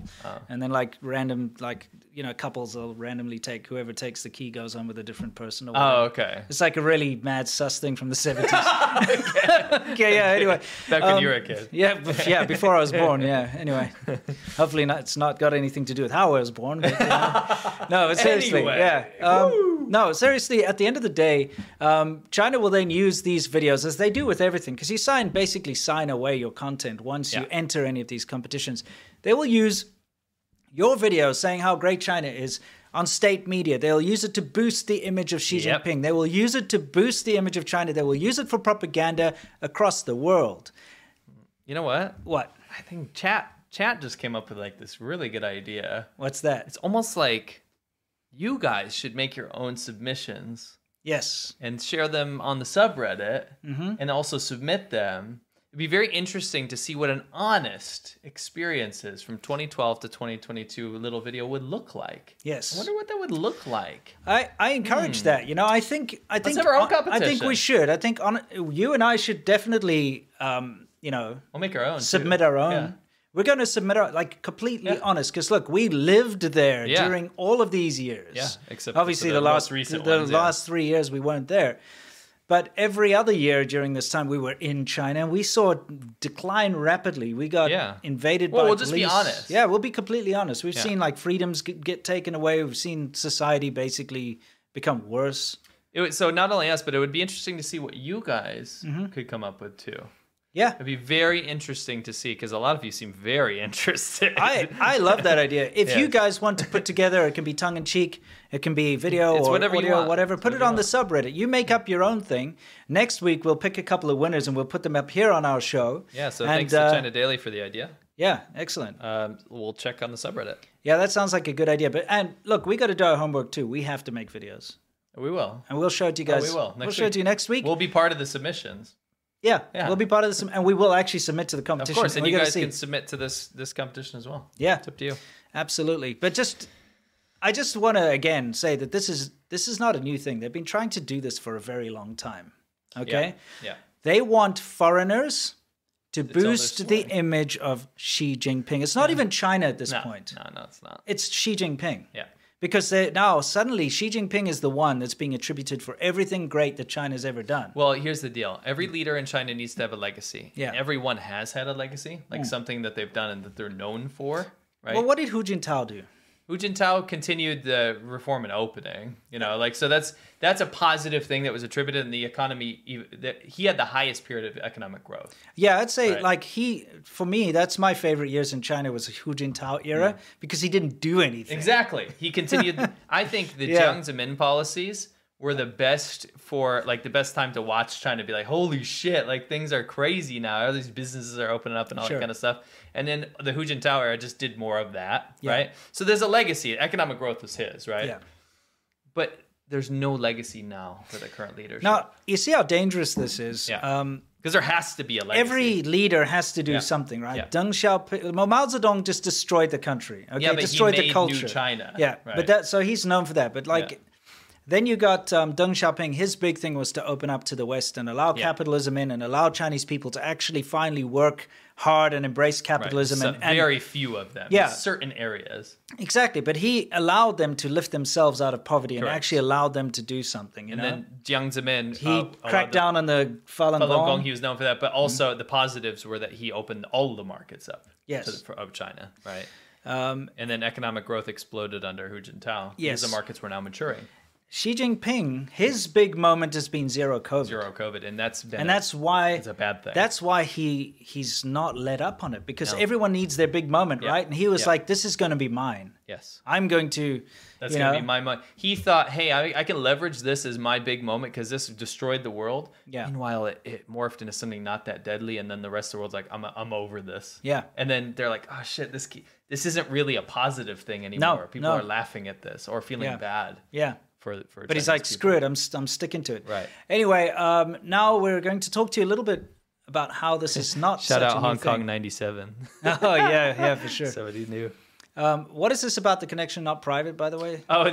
Speaker 1: and then like random, like you know, couples will randomly take whoever takes the key goes on with a different person. Or whatever.
Speaker 2: oh, okay.
Speaker 1: It's like a really mad sus thing from the seventies. okay. yeah. Anyway,
Speaker 2: Back when you were a
Speaker 1: Um,
Speaker 2: kid.
Speaker 1: yeah, bef- yeah. Before I was born. Yeah. Anyway, hopefully not, it's not got anything to do with how I was born. But, you know. No, but seriously.
Speaker 2: Anyway.
Speaker 1: Yeah. Um, no, seriously. At the end of the day, um, China will then use these videos as they do with everything because you sign basically sign away your content once you
Speaker 2: Yeah.
Speaker 1: enter any of these competitions. They will use your video saying how great China is on state media. They'll use it to boost the image of Xi
Speaker 2: Yep.
Speaker 1: Jinping. They will use it to boost the image of China. They will use it for propaganda across the world.
Speaker 2: You know what?
Speaker 1: What?
Speaker 2: I think chat chat just came up with like this really good idea.
Speaker 1: What's that?
Speaker 2: It's almost like you guys should make your own submissions
Speaker 1: yes.
Speaker 2: and share them on the subreddit
Speaker 1: Mm-hmm.
Speaker 2: and also submit them. It'd be very interesting to see what an honest experiences from 2012 to 2022 little video would look like. I
Speaker 1: Yes.
Speaker 2: wonder what that would look like.
Speaker 1: I, I encourage that. You know, I think I think
Speaker 2: Hmm. have our own
Speaker 1: I think we
Speaker 2: competition.
Speaker 1: should. I think on you and I should definitely um, you know,
Speaker 2: We'll make our own. too.
Speaker 1: submit our own.
Speaker 2: Yeah.
Speaker 1: We're going to submit our like completely honest because look, we lived there
Speaker 2: Yeah.
Speaker 1: during all of these years.
Speaker 2: Yeah, except
Speaker 1: obviously
Speaker 2: for
Speaker 1: the,
Speaker 2: the
Speaker 1: last
Speaker 2: most recent
Speaker 1: the
Speaker 2: ones, yeah.
Speaker 1: last three years we weren't there. But every other year during this time we were in China and we saw it decline rapidly. We got
Speaker 2: Yeah.
Speaker 1: invaded
Speaker 2: Well,
Speaker 1: by
Speaker 2: we'll just be
Speaker 1: police.
Speaker 2: honest.
Speaker 1: Yeah, we'll be completely honest. We've
Speaker 2: Yeah.
Speaker 1: seen like freedoms g- get taken away. We've seen society basically become worse.
Speaker 2: It would, so not only us, but it would be interesting to see what you guys
Speaker 1: Mm-hmm.
Speaker 2: could come up with too.
Speaker 1: Yeah.
Speaker 2: It'd be very interesting to see because a lot of you seem very interested.
Speaker 1: I, I love that idea. If
Speaker 2: Yeah.
Speaker 1: you guys want to put together, it can be tongue in cheek, it can be video
Speaker 2: It's
Speaker 1: or
Speaker 2: whatever you
Speaker 1: audio,
Speaker 2: want.
Speaker 1: whatever.
Speaker 2: It's
Speaker 1: Put it
Speaker 2: whatever you
Speaker 1: on the subreddit. You make up your own thing. Next week we'll pick a couple of winners and we'll put them up here on our show.
Speaker 2: yeah, so
Speaker 1: And,
Speaker 2: thanks
Speaker 1: uh,
Speaker 2: to China Daily for the idea.
Speaker 1: Yeah, excellent.
Speaker 2: Um, we'll check on the subreddit.
Speaker 1: Yeah, that sounds like a good idea. But and look, we got to do our homework too. We have to make videos,
Speaker 2: We will.
Speaker 1: and we'll show it to you
Speaker 2: Oh,
Speaker 1: guys.
Speaker 2: we will. Next
Speaker 1: we'll show it
Speaker 2: week.
Speaker 1: to you next week.
Speaker 2: We'll be part of the submissions.
Speaker 1: yeah,
Speaker 2: yeah.
Speaker 1: we'll be part of this, and we will actually submit to the
Speaker 2: Of
Speaker 1: competition.
Speaker 2: course, and
Speaker 1: we
Speaker 2: you
Speaker 1: gotta
Speaker 2: guys
Speaker 1: see.
Speaker 2: can submit to this this competition as well.
Speaker 1: Yeah.
Speaker 2: It's up to you.
Speaker 1: Absolutely. But just I just want to again say that this is this is not a new thing. They've been trying to do this for a very long time. Okay?
Speaker 2: Yeah.
Speaker 1: They want foreigners to
Speaker 2: all their
Speaker 1: boost the image of Xi Jinping. It's not even China at this
Speaker 2: No,
Speaker 1: point.
Speaker 2: no, no, it's not.
Speaker 1: It's Xi Jinping.
Speaker 2: Yeah.
Speaker 1: Because they, now suddenly Xi Jinping is the one that's being attributed for everything great that China's ever done.
Speaker 2: Well, here's the deal. Every leader in China needs to have a legacy.
Speaker 1: Yeah.
Speaker 2: Everyone has had a legacy, like something that they've done and that they're known for. Right.
Speaker 1: Well, what did Hu Jintao do?
Speaker 2: Hu Jintao continued the reform and opening. You know, like so that's that's a positive thing that was attributed in the economy. ev- That he had the highest period of economic growth.
Speaker 1: Yeah, I'd say
Speaker 2: Right.
Speaker 1: like he for me that's my favorite years in China was Hu Jintao era because he didn't do anything.
Speaker 2: Mm. Exactly. He continued. I think the
Speaker 1: Yeah.
Speaker 2: Jiang Zemin policies were the best for like the best time to watch China be like, holy shit, like things are crazy now. All these businesses are opening up and all
Speaker 1: Sure.
Speaker 2: that kind of stuff. And then the Hu Jintao era just did more of that,
Speaker 1: Yeah.
Speaker 2: right? So there's a legacy. Economic growth was his, right?
Speaker 1: Yeah.
Speaker 2: But there's no legacy now for the current leadership.
Speaker 1: Now you see how dangerous this is.
Speaker 2: Yeah.
Speaker 1: Um,
Speaker 2: Because there has to be a legacy.
Speaker 1: every leader has to do something, right?
Speaker 2: Yeah.
Speaker 1: Deng Xiaoping, well, Mao Zedong just destroyed the country. Okay,
Speaker 2: Yeah, but he
Speaker 1: destroyed
Speaker 2: made
Speaker 1: the
Speaker 2: new
Speaker 1: culture.
Speaker 2: China,
Speaker 1: Yeah, but
Speaker 2: right.
Speaker 1: that so he's known for that. But like,
Speaker 2: Yeah.
Speaker 1: then you got um, Deng Xiaoping. His big thing was to open up to the West and allow capitalism in and allow Chinese people to actually finally work hard and embrace
Speaker 2: Right.
Speaker 1: capitalism
Speaker 2: So
Speaker 1: and, and
Speaker 2: very few of them.
Speaker 1: Yeah.
Speaker 2: Certain areas.
Speaker 1: exactly. But he allowed them to lift themselves out of poverty and
Speaker 2: Correct.
Speaker 1: actually allowed them to do something. You know,
Speaker 2: Then uh, Jiang Zemin.
Speaker 1: he cracked down on the Falun,
Speaker 2: Falun Gong,
Speaker 1: Gong.
Speaker 2: he was known for that, but also the positives were that he opened all the markets up.
Speaker 1: Mm-hmm. Yes.
Speaker 2: to the- for- of China, right? Um, and then economic growth exploded under Hu Jintao.
Speaker 1: Yes.
Speaker 2: because the markets were now maturing
Speaker 1: Xi Jinping, his big moment has been zero COVID.
Speaker 2: zero COVID, and that's been
Speaker 1: And
Speaker 2: a-
Speaker 1: that's why
Speaker 2: it's a bad thing.
Speaker 1: That's why he he's not let up on it because
Speaker 2: No.
Speaker 1: everyone needs their big moment, right? And he was
Speaker 2: Yeah.
Speaker 1: like, "This is going to be mine.
Speaker 2: yes,
Speaker 1: I'm going to."
Speaker 2: that's
Speaker 1: you
Speaker 2: gonna
Speaker 1: know,
Speaker 2: be my money. He thought, hey, I, I can leverage this as my big moment because this destroyed the world.
Speaker 1: Yeah.
Speaker 2: Meanwhile, it, it morphed into something not that deadly, and then the rest of the world's like, I'm I'm over this.
Speaker 1: Yeah.
Speaker 2: And then they're like, oh shit, this ki- this isn't really a positive thing anymore. People
Speaker 1: no.
Speaker 2: are laughing at this or feeling
Speaker 1: Yeah.
Speaker 2: bad.
Speaker 1: Yeah.
Speaker 2: for for.
Speaker 1: But he's like, "Screw it. I'm st- I'm sticking to it."
Speaker 2: Right.
Speaker 1: Anyway, um, now we're going to talk to you a little bit about how this is not
Speaker 2: Shout
Speaker 1: such a
Speaker 2: out
Speaker 1: new
Speaker 2: Hong Kong
Speaker 1: thing.
Speaker 2: '97.
Speaker 1: oh yeah, yeah, for sure.
Speaker 2: Somebody knew.
Speaker 1: Um, what is this about the connection not private? By the way,
Speaker 2: Oh,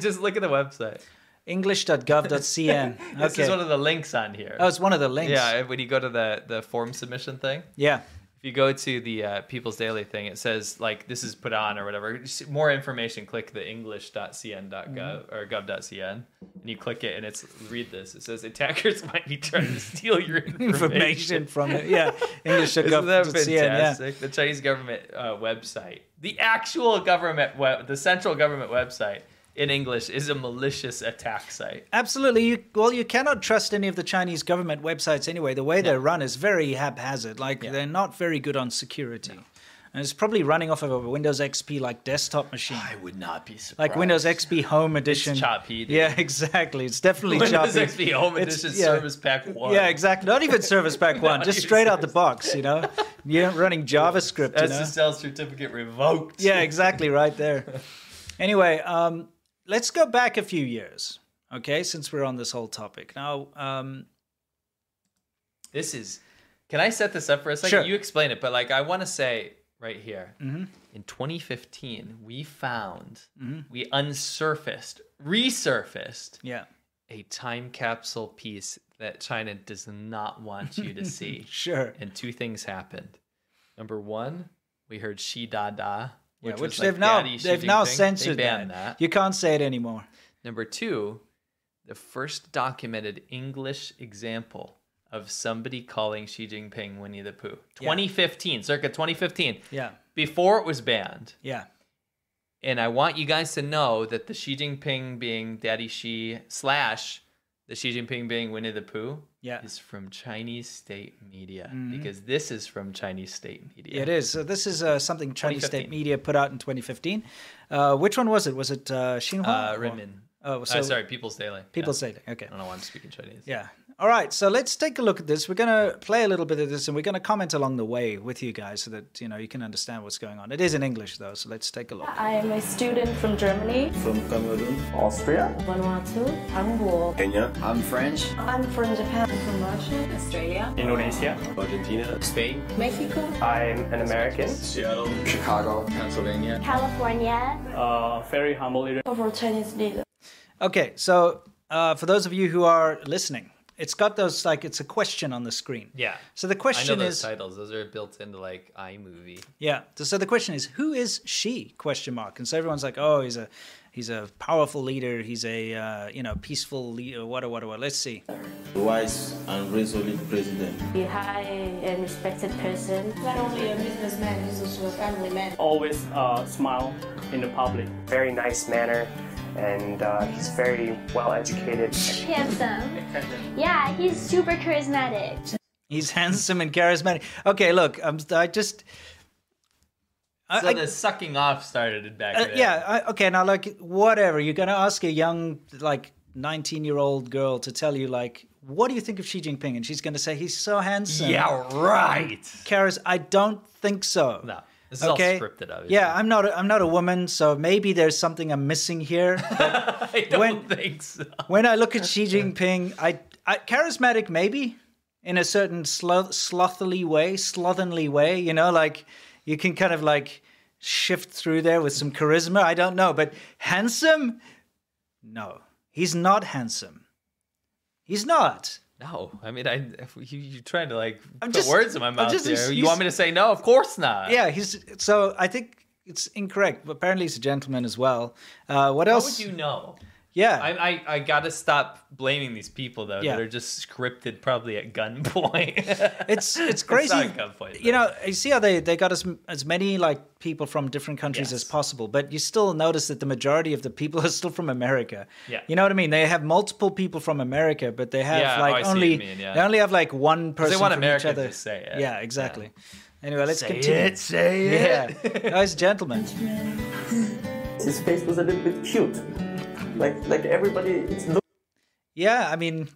Speaker 2: just look at the website.
Speaker 1: English.gov.cn. Okay.
Speaker 2: This is one of the links on here.
Speaker 1: oh, it's one of the links.
Speaker 2: yeah, when you go to the the form submission thing,
Speaker 1: Yeah.
Speaker 2: if you go to the uh, People's Daily thing, it says like this is put on or whatever. Just more information, click the English.cn.gov or gov.cn, and you click it, and it's read this. It says attackers might be trying to steal your information.
Speaker 1: Information from it. Yeah.
Speaker 2: Isn't that
Speaker 1: English.gov.cn. Yeah.
Speaker 2: fantastic? The Chinese government uh, website, the actual government web, the central government website in English is a malicious attack site.
Speaker 1: Absolutely. You, well, you cannot trust any of the Chinese government websites anyway. The way they're run is very haphazard. Like they're not very good on security. And it's probably running off of a Windows XP like desktop machine.
Speaker 2: would not be surprised.
Speaker 1: like Windows XP Home Edition.
Speaker 2: Oh, choppy, dude.
Speaker 1: Yeah, exactly. It's definitely
Speaker 2: Windows
Speaker 1: choppy.
Speaker 2: XP Home
Speaker 1: It's-
Speaker 2: Edition
Speaker 1: yeah.
Speaker 2: Service Pack One.
Speaker 1: Yeah, exactly. Not even Service Pack One. Just
Speaker 2: even
Speaker 1: straight out the box. You know, you're running JavaScript. you
Speaker 2: That's
Speaker 1: know?
Speaker 2: the sales certificate revoked.
Speaker 1: yeah, exactly, right there. Anyway, um, let's go back a few years, okay? Since we're on this whole topic now, um,
Speaker 2: This is. Can I set this up for a second?
Speaker 1: Sure. Mm-hmm.
Speaker 2: You explain it, but like I want to say right here. In 2015, we found,
Speaker 1: Mm-hmm.
Speaker 2: we unsurfaced, resurfaced
Speaker 1: yeah,
Speaker 2: a time capsule piece that China does not want you to see.
Speaker 1: sure.
Speaker 2: And two things happened. Number one, we heard She Da Da.
Speaker 1: Yeah,
Speaker 2: was
Speaker 1: which
Speaker 2: like
Speaker 1: they've now
Speaker 2: Daddy Xi
Speaker 1: they've now
Speaker 2: Jinping. They
Speaker 1: censored
Speaker 2: banned
Speaker 1: that. You can't say it anymore.
Speaker 2: Number two, the first documented English example of somebody calling Xi Jinping Winnie the Pooh. 2015, circa 2015,
Speaker 1: Yeah,
Speaker 2: before it was banned.
Speaker 1: yeah,
Speaker 2: And I want you guys to know that the Xi Jinping being Daddy Xi slash the Xi Jinping being Winnie the Pooh
Speaker 1: Yeah. Mm-hmm.
Speaker 2: is from Chinese state media because this is from Chinese state media.
Speaker 1: It is. So this is uh, something Chinese state
Speaker 2: 2015.
Speaker 1: media put out in 2015. Uh, which one was it? Was it uh, Xinhua?
Speaker 2: Uh,
Speaker 1: or-
Speaker 2: Renmin.
Speaker 1: Oh,
Speaker 2: Uh,
Speaker 1: so
Speaker 2: sorry, Uh, People's Daily.
Speaker 1: People
Speaker 2: yeah.
Speaker 1: say that. Okay.
Speaker 2: I don't know why I'm speaking Chinese.
Speaker 1: Yeah. All right. So let's take a look at this. We're going to play a little bit of this and we're going to comment along the way with you guys so that, you know, you can understand what's going on. It is in English though, so let's take a look.
Speaker 3: I am a student from Germany,
Speaker 4: from Cameroon,
Speaker 5: Austria,
Speaker 3: Vanuatu, Hamburg.
Speaker 4: Kenya,
Speaker 5: I'm French,
Speaker 3: I'm from Japan, I'm from Russia, Australia,
Speaker 6: Indonesia,
Speaker 4: Argentina,
Speaker 5: Spain,
Speaker 3: Mexico,
Speaker 6: I'm an American,
Speaker 4: Seattle,
Speaker 5: Chicago, Pennsylvania.
Speaker 7: California.
Speaker 6: uh, very humble
Speaker 3: overall Chinese leader.
Speaker 1: Okay. So uh, for those of you who are listening, it's got those like it's a question on the screen.
Speaker 2: Yeah.
Speaker 1: So the
Speaker 2: I know
Speaker 1: question
Speaker 2: those
Speaker 1: is,
Speaker 2: titles. Those are built into like iMovie.
Speaker 1: yeah. So the question is, who is she? Question mark. And so everyone's like, oh, he's a, he's a powerful leader. He's a, uh, you know, peaceful leader. What? What? What? Let's see.
Speaker 4: wise and resolute president.
Speaker 7: Be high and respected person.
Speaker 3: Not only a businessman, he's also a family man.
Speaker 6: always uh, smile in the public.
Speaker 8: very nice manner, and uh, he's very well educated.
Speaker 7: Handsome. Yeah, he's super charismatic.
Speaker 1: He's handsome and charismatic. Okay. Look, I'm, I just. I-
Speaker 2: So
Speaker 1: I-
Speaker 2: the sucking off started back
Speaker 1: Uh,
Speaker 2: then.
Speaker 1: yeah. I, okay. Now, like, whatever. You're going to ask a young, like, 19 year old girl to tell you, like, what do you think of Xi Jinping? And she's going to say, he's so handsome.
Speaker 2: Yeah, right.
Speaker 1: Karis, I don't think so.
Speaker 2: No, this is
Speaker 1: okay.
Speaker 2: all scripted, obviously.
Speaker 1: Yeah, I'm not. A, I'm not a woman, so maybe there's something I'm missing here.
Speaker 2: I don't
Speaker 1: when-
Speaker 2: think so.
Speaker 1: when I look at Xi Jinping, I, I charismatic maybe in a certain sloth, slothily way, slovenly way, you know, like you can kind of like shift through there with some charisma. I don't know, but handsome? No, he's not handsome. He's not.
Speaker 2: No, I mean, I if you, you're trying to like
Speaker 1: I'm
Speaker 2: put
Speaker 1: just-
Speaker 2: words in my
Speaker 1: I'm
Speaker 2: mouth
Speaker 1: just-
Speaker 2: here.
Speaker 1: you-
Speaker 2: You want me to say no? Of course not.
Speaker 1: Yeah, he's so I think it's incorrect. But apparently, he's a gentleman as well. Uh, what
Speaker 2: How
Speaker 1: else?
Speaker 2: would you know?
Speaker 1: yeah,
Speaker 2: I, I, I gotta stop blaming these people though
Speaker 1: Yeah.
Speaker 2: that are just scripted probably at gunpoint.
Speaker 1: it's it's crazy.
Speaker 2: not a good point,
Speaker 1: you know, you see how they they got as as many like people from different countries as
Speaker 2: Yes.
Speaker 1: possible, but you still notice that the majority of the people are still from America.
Speaker 2: Yeah.
Speaker 1: you know what I mean. They have multiple people from America, but they have
Speaker 2: Yeah, oh, I
Speaker 1: like
Speaker 2: see what you
Speaker 1: only
Speaker 2: mean, yeah.
Speaker 1: they only have like one person.
Speaker 2: want
Speaker 1: from
Speaker 2: America
Speaker 1: each other.
Speaker 2: to say it.
Speaker 1: Yeah, exactly. Anyway, let's
Speaker 2: Say
Speaker 1: continue.
Speaker 2: it, say it.
Speaker 1: Yeah, nice gentleman.
Speaker 4: His face was a little bit cute. Like like everybody it's look
Speaker 1: Yeah, I mean,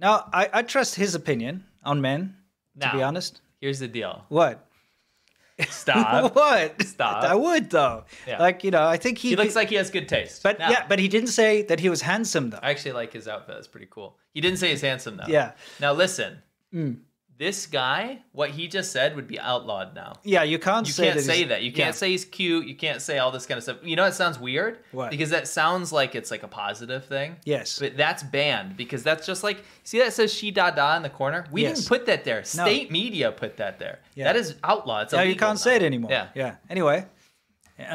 Speaker 1: now I, I trust his opinion on men.
Speaker 2: Now,
Speaker 1: To be honest,
Speaker 2: here's the deal.
Speaker 1: what?
Speaker 2: Stop.
Speaker 1: what?
Speaker 2: Uh, stop.
Speaker 1: I would though.
Speaker 2: Yeah.
Speaker 1: Like you know, I think he,
Speaker 2: he looks
Speaker 1: could-
Speaker 2: like he has good taste.
Speaker 1: But
Speaker 2: Now,
Speaker 1: yeah, but he didn't say that he was handsome though.
Speaker 2: I actually like his outfit. It's pretty cool. He didn't say he's handsome though.
Speaker 1: Yeah.
Speaker 2: Now listen, this guy, what he just said would be outlawed now.
Speaker 1: Yeah, you can't
Speaker 2: You
Speaker 1: say
Speaker 2: can't
Speaker 1: that
Speaker 2: say
Speaker 1: he's-
Speaker 2: that. You
Speaker 1: Yeah.
Speaker 2: can't say he's cute. You can't say all this kind of stuff. You know, it sounds weird
Speaker 1: What?
Speaker 2: because that sounds like it's like a positive thing.
Speaker 1: Yes.
Speaker 2: but that's banned because that's just like see that says she da da in the corner. We
Speaker 1: Yes.
Speaker 2: didn't put that there. State media put that there.
Speaker 1: Yeah.
Speaker 2: That is outlaw. It's
Speaker 1: Yeah, you
Speaker 2: illegal
Speaker 1: can't say it
Speaker 2: now.
Speaker 1: anymore.
Speaker 2: Yeah,
Speaker 1: yeah. Anyway,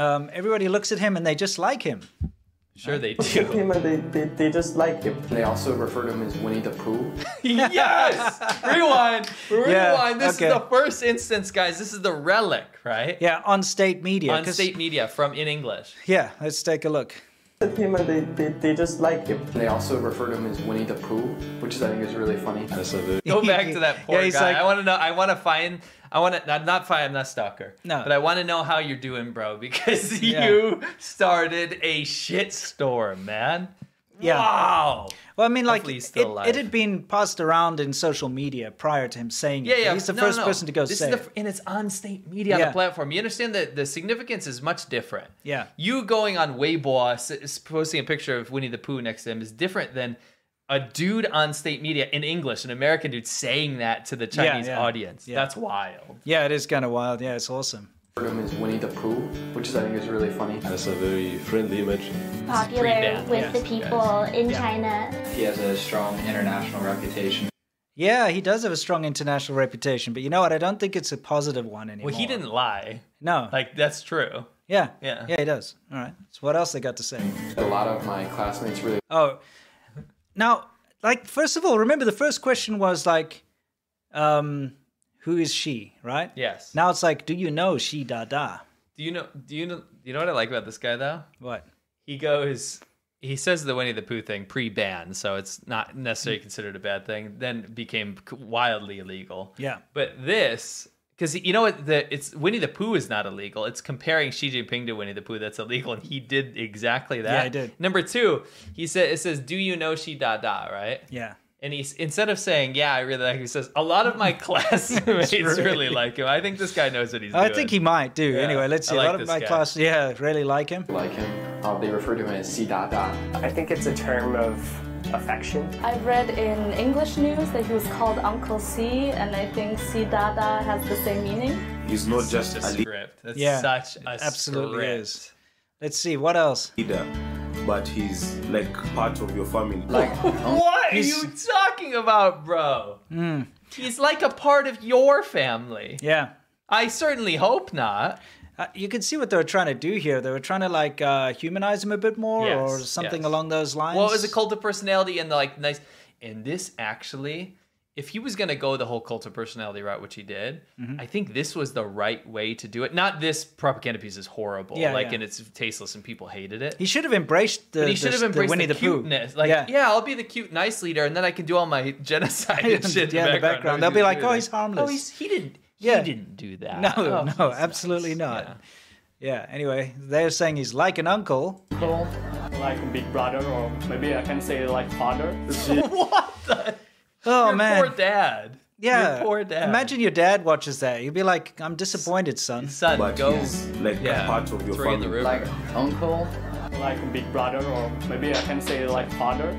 Speaker 1: um, everybody looks at him and they just like him.
Speaker 2: sure they
Speaker 4: Look at
Speaker 2: do.
Speaker 4: him and they, they, they just like him.
Speaker 5: They also refer to him as Winnie the Pooh.
Speaker 2: yes, rewind, rewind.
Speaker 1: Yeah,
Speaker 2: This
Speaker 1: okay.
Speaker 2: is the first instance, guys. This is the relic, right?
Speaker 1: Yeah, on state media.
Speaker 2: On
Speaker 1: 'cause-
Speaker 2: state media from in English.
Speaker 1: Yeah, let's take a look.
Speaker 4: Look at him and they, they, they just like him.
Speaker 5: They also refer to him as Winnie the Pooh, which is, I think is really funny.
Speaker 2: Go back to that poor
Speaker 1: Yeah, he's
Speaker 2: guy.
Speaker 1: like-
Speaker 2: I want to know. I want to find. I want to not, not find. I'm not stalker.
Speaker 1: No.
Speaker 2: but I want to know how you're doing, bro, because
Speaker 1: Yeah.
Speaker 2: you started a shit storm, man.
Speaker 1: Yeah.
Speaker 2: Wow.
Speaker 1: Well, I mean, like
Speaker 2: Hopefully he's
Speaker 1: it,
Speaker 2: still alive.
Speaker 1: it had been passed around in social media prior to him saying
Speaker 2: Yeah,
Speaker 1: it. but
Speaker 2: yeah.
Speaker 1: He's the
Speaker 2: No,
Speaker 1: first
Speaker 2: no, no.
Speaker 1: person to go
Speaker 2: this
Speaker 1: say
Speaker 2: is the,
Speaker 1: it.
Speaker 2: and it's on state media on
Speaker 1: Yeah.
Speaker 2: the platform. You understand that the significance is much different.
Speaker 1: Yeah.
Speaker 2: You going on Weibo, uh, s- s- posting a picture of Winnie the Pooh next to him is different than a dude on state media in English, an American dude saying that to the Chinese
Speaker 1: yeah.
Speaker 2: audience.
Speaker 1: Yeah.
Speaker 2: That's wild.
Speaker 1: Yeah, it is kind of wild. Yeah, it's awesome.
Speaker 5: Refer to him as Winnie the Pooh, which is, I think is really funny.
Speaker 9: That's a very friendly image.
Speaker 7: Popular
Speaker 2: bad,
Speaker 7: with
Speaker 2: yes,
Speaker 7: the people in China.
Speaker 10: He has a strong international reputation.
Speaker 1: Yeah, he does have a strong international reputation, but you know what? I don't think it's a positive one anymore.
Speaker 2: Well, he didn't lie.
Speaker 1: No.
Speaker 2: Like that's true.
Speaker 1: yeah.
Speaker 2: yeah.
Speaker 1: Yeah, he does. All right. So what else they got to say?
Speaker 5: A lot of my classmates really
Speaker 1: Oh, now, like, first of all, remember the first question was like, um, who is she, right?
Speaker 2: Yes.
Speaker 1: Now it's like, do you know she da da?
Speaker 2: do you know? Do you know? You know what I like about this guy though?
Speaker 1: What?
Speaker 2: He goes. He says the Winnie the Pooh thing pre-ban, so it's not necessarily
Speaker 1: Mm.
Speaker 2: considered a bad thing. Then became wildly illegal.
Speaker 1: Yeah.
Speaker 2: But this, because you know what? The it's Winnie the Pooh is not illegal. It's comparing Xi Jinping to Winnie the Pooh that's illegal, and he did exactly that.
Speaker 1: I did.
Speaker 2: Number two, he said it says, "Do you know she da da?" Right.
Speaker 1: Yeah.
Speaker 2: And he's instead of saying, "Yeah, I really like," him, he says, "A lot of my classmates
Speaker 1: right.
Speaker 2: really like him." I think this guy knows what he's
Speaker 1: I
Speaker 2: doing.
Speaker 1: think he might do. Anyway, let's
Speaker 2: I
Speaker 1: see.
Speaker 2: like
Speaker 1: a lot of
Speaker 2: this
Speaker 1: my
Speaker 2: guy.
Speaker 1: class, yeah, really like him.
Speaker 5: like him. Uh, they refer to him as Si Da Da.
Speaker 8: I think it's a term of affection.
Speaker 11: I've read in English news that he was called Uncle C, and I think C Dada has the same meaning.
Speaker 9: He's not just
Speaker 2: Such a
Speaker 9: a
Speaker 2: script. That's
Speaker 1: Yeah,
Speaker 2: such
Speaker 1: it
Speaker 2: a
Speaker 1: absolutely
Speaker 2: script.
Speaker 1: is. Let's see what else.
Speaker 9: leader, but he's like part of your family.
Speaker 2: What are you talking about, bro?
Speaker 1: Hmm.
Speaker 2: He's like a part of your family.
Speaker 1: Yeah,
Speaker 2: I certainly hope not.
Speaker 1: uh, you can see what they were trying to do here. They were trying to like uh, humanize him a bit more,
Speaker 2: Yes,
Speaker 1: or something
Speaker 2: yes.
Speaker 1: along those lines.
Speaker 2: Well, it was a cult of personality and the, like nice. And this actually, if he was gonna go the whole cult of personality route, which he did,
Speaker 1: Mm-hmm.
Speaker 2: I think this was the right way to do it. Not this propaganda piece is horrible,
Speaker 1: Yeah,
Speaker 2: like
Speaker 1: yeah.
Speaker 2: and it's tasteless and people hated it.
Speaker 1: He should have embraced the.
Speaker 2: but he
Speaker 1: the-
Speaker 2: should have
Speaker 1: the
Speaker 2: embraced
Speaker 1: Winnie
Speaker 2: the,
Speaker 1: the, Pooh.
Speaker 2: cuteness. Like, yeah. I'll be the cute, nice leader, and then I can do all my genocide and shit
Speaker 1: Yeah, in
Speaker 2: in
Speaker 1: the
Speaker 2: the
Speaker 1: background.
Speaker 2: background. Nobody's
Speaker 1: They'll be like,
Speaker 2: gonna do
Speaker 1: "Oh,
Speaker 2: it."
Speaker 1: he's harmless."
Speaker 2: Oh, he's, he didn't.
Speaker 1: Yeah.
Speaker 2: He didn't do that.
Speaker 1: No,
Speaker 2: Oh, he's
Speaker 1: no,
Speaker 2: nice.
Speaker 1: absolutely not.
Speaker 2: Yeah.
Speaker 1: Yeah. Anyway, they're saying he's like an uncle.
Speaker 6: Cool. Like big brother, or maybe I can say like father.
Speaker 2: what the?
Speaker 1: Oh
Speaker 2: Your
Speaker 1: man.
Speaker 2: poor dad.
Speaker 1: yeah.
Speaker 2: Your poor dad.
Speaker 1: Imagine your dad watches that. He'd be like, "I'm disappointed, son."
Speaker 2: son
Speaker 9: But
Speaker 2: go.
Speaker 9: he's like
Speaker 2: Yeah,
Speaker 9: part of your
Speaker 2: throw in the
Speaker 9: family.
Speaker 2: river.
Speaker 10: Like uncle,
Speaker 6: Like big brother, or maybe I can say like father.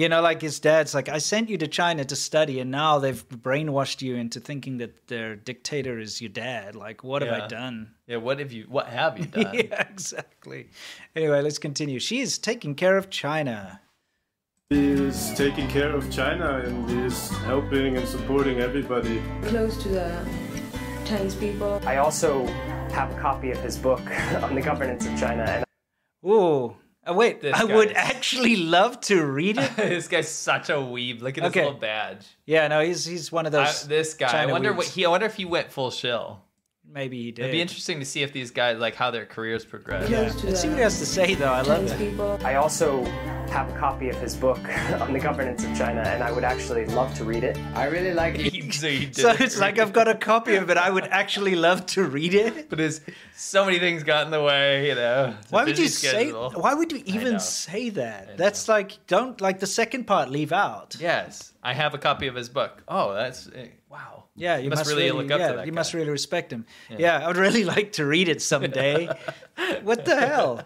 Speaker 1: You know, like his dad's like, "I sent you to China to study, and now they've brainwashed you into thinking that their dictator is your dad. Like, what have I
Speaker 2: Yeah.
Speaker 1: done?"
Speaker 2: yeah. What have you? What have you done?
Speaker 1: yeah, exactly. Anyway, let's continue. She's taking care of China.
Speaker 9: He's taking care of China and he's helping and supporting everybody.
Speaker 3: Close to the Chinese people.
Speaker 8: I also have a copy of his book on the governance of China, and
Speaker 1: Ooh. Oh, wait,
Speaker 2: This
Speaker 1: I
Speaker 2: guy
Speaker 1: would
Speaker 2: is-
Speaker 1: actually love to read it.
Speaker 2: this guy's such a weeb. Look at his
Speaker 1: Okay.
Speaker 2: little badge.
Speaker 1: Yeah, no, he's he's one of
Speaker 2: I-
Speaker 1: those.
Speaker 2: this guy.
Speaker 1: China
Speaker 2: I wonder
Speaker 1: weebs.
Speaker 2: what he. I wonder if he went full shill.
Speaker 1: Maybe he did.
Speaker 2: It'd be interesting to see if these guys like how their careers progress.
Speaker 1: Yeah.
Speaker 3: Close to
Speaker 1: Let's see what he
Speaker 3: the
Speaker 1: has to say, though. I love
Speaker 3: Chinese
Speaker 1: it.
Speaker 3: people.
Speaker 8: I also have a copy of his book on the governance of China, and I would actually love to read it.
Speaker 10: I really like it.
Speaker 2: so he did
Speaker 1: So
Speaker 2: it.
Speaker 1: it's like I've got a copy of it. I would actually love to read it.
Speaker 2: but there's so many things got in the way, you know. It's a
Speaker 1: Why would
Speaker 2: busy
Speaker 1: you
Speaker 2: schedule.
Speaker 1: say? Why would you even
Speaker 2: know.
Speaker 1: say that? That's like don't like the second part. Leave out. Yeah,
Speaker 2: Yes, I have a copy of his book. Oh, that's eh, wow.
Speaker 1: you,
Speaker 2: must, really, look up
Speaker 1: yeah,
Speaker 2: to that.
Speaker 1: You
Speaker 2: guy.
Speaker 1: must really respect him. Yeah. I would really like to read it someday. what the hell?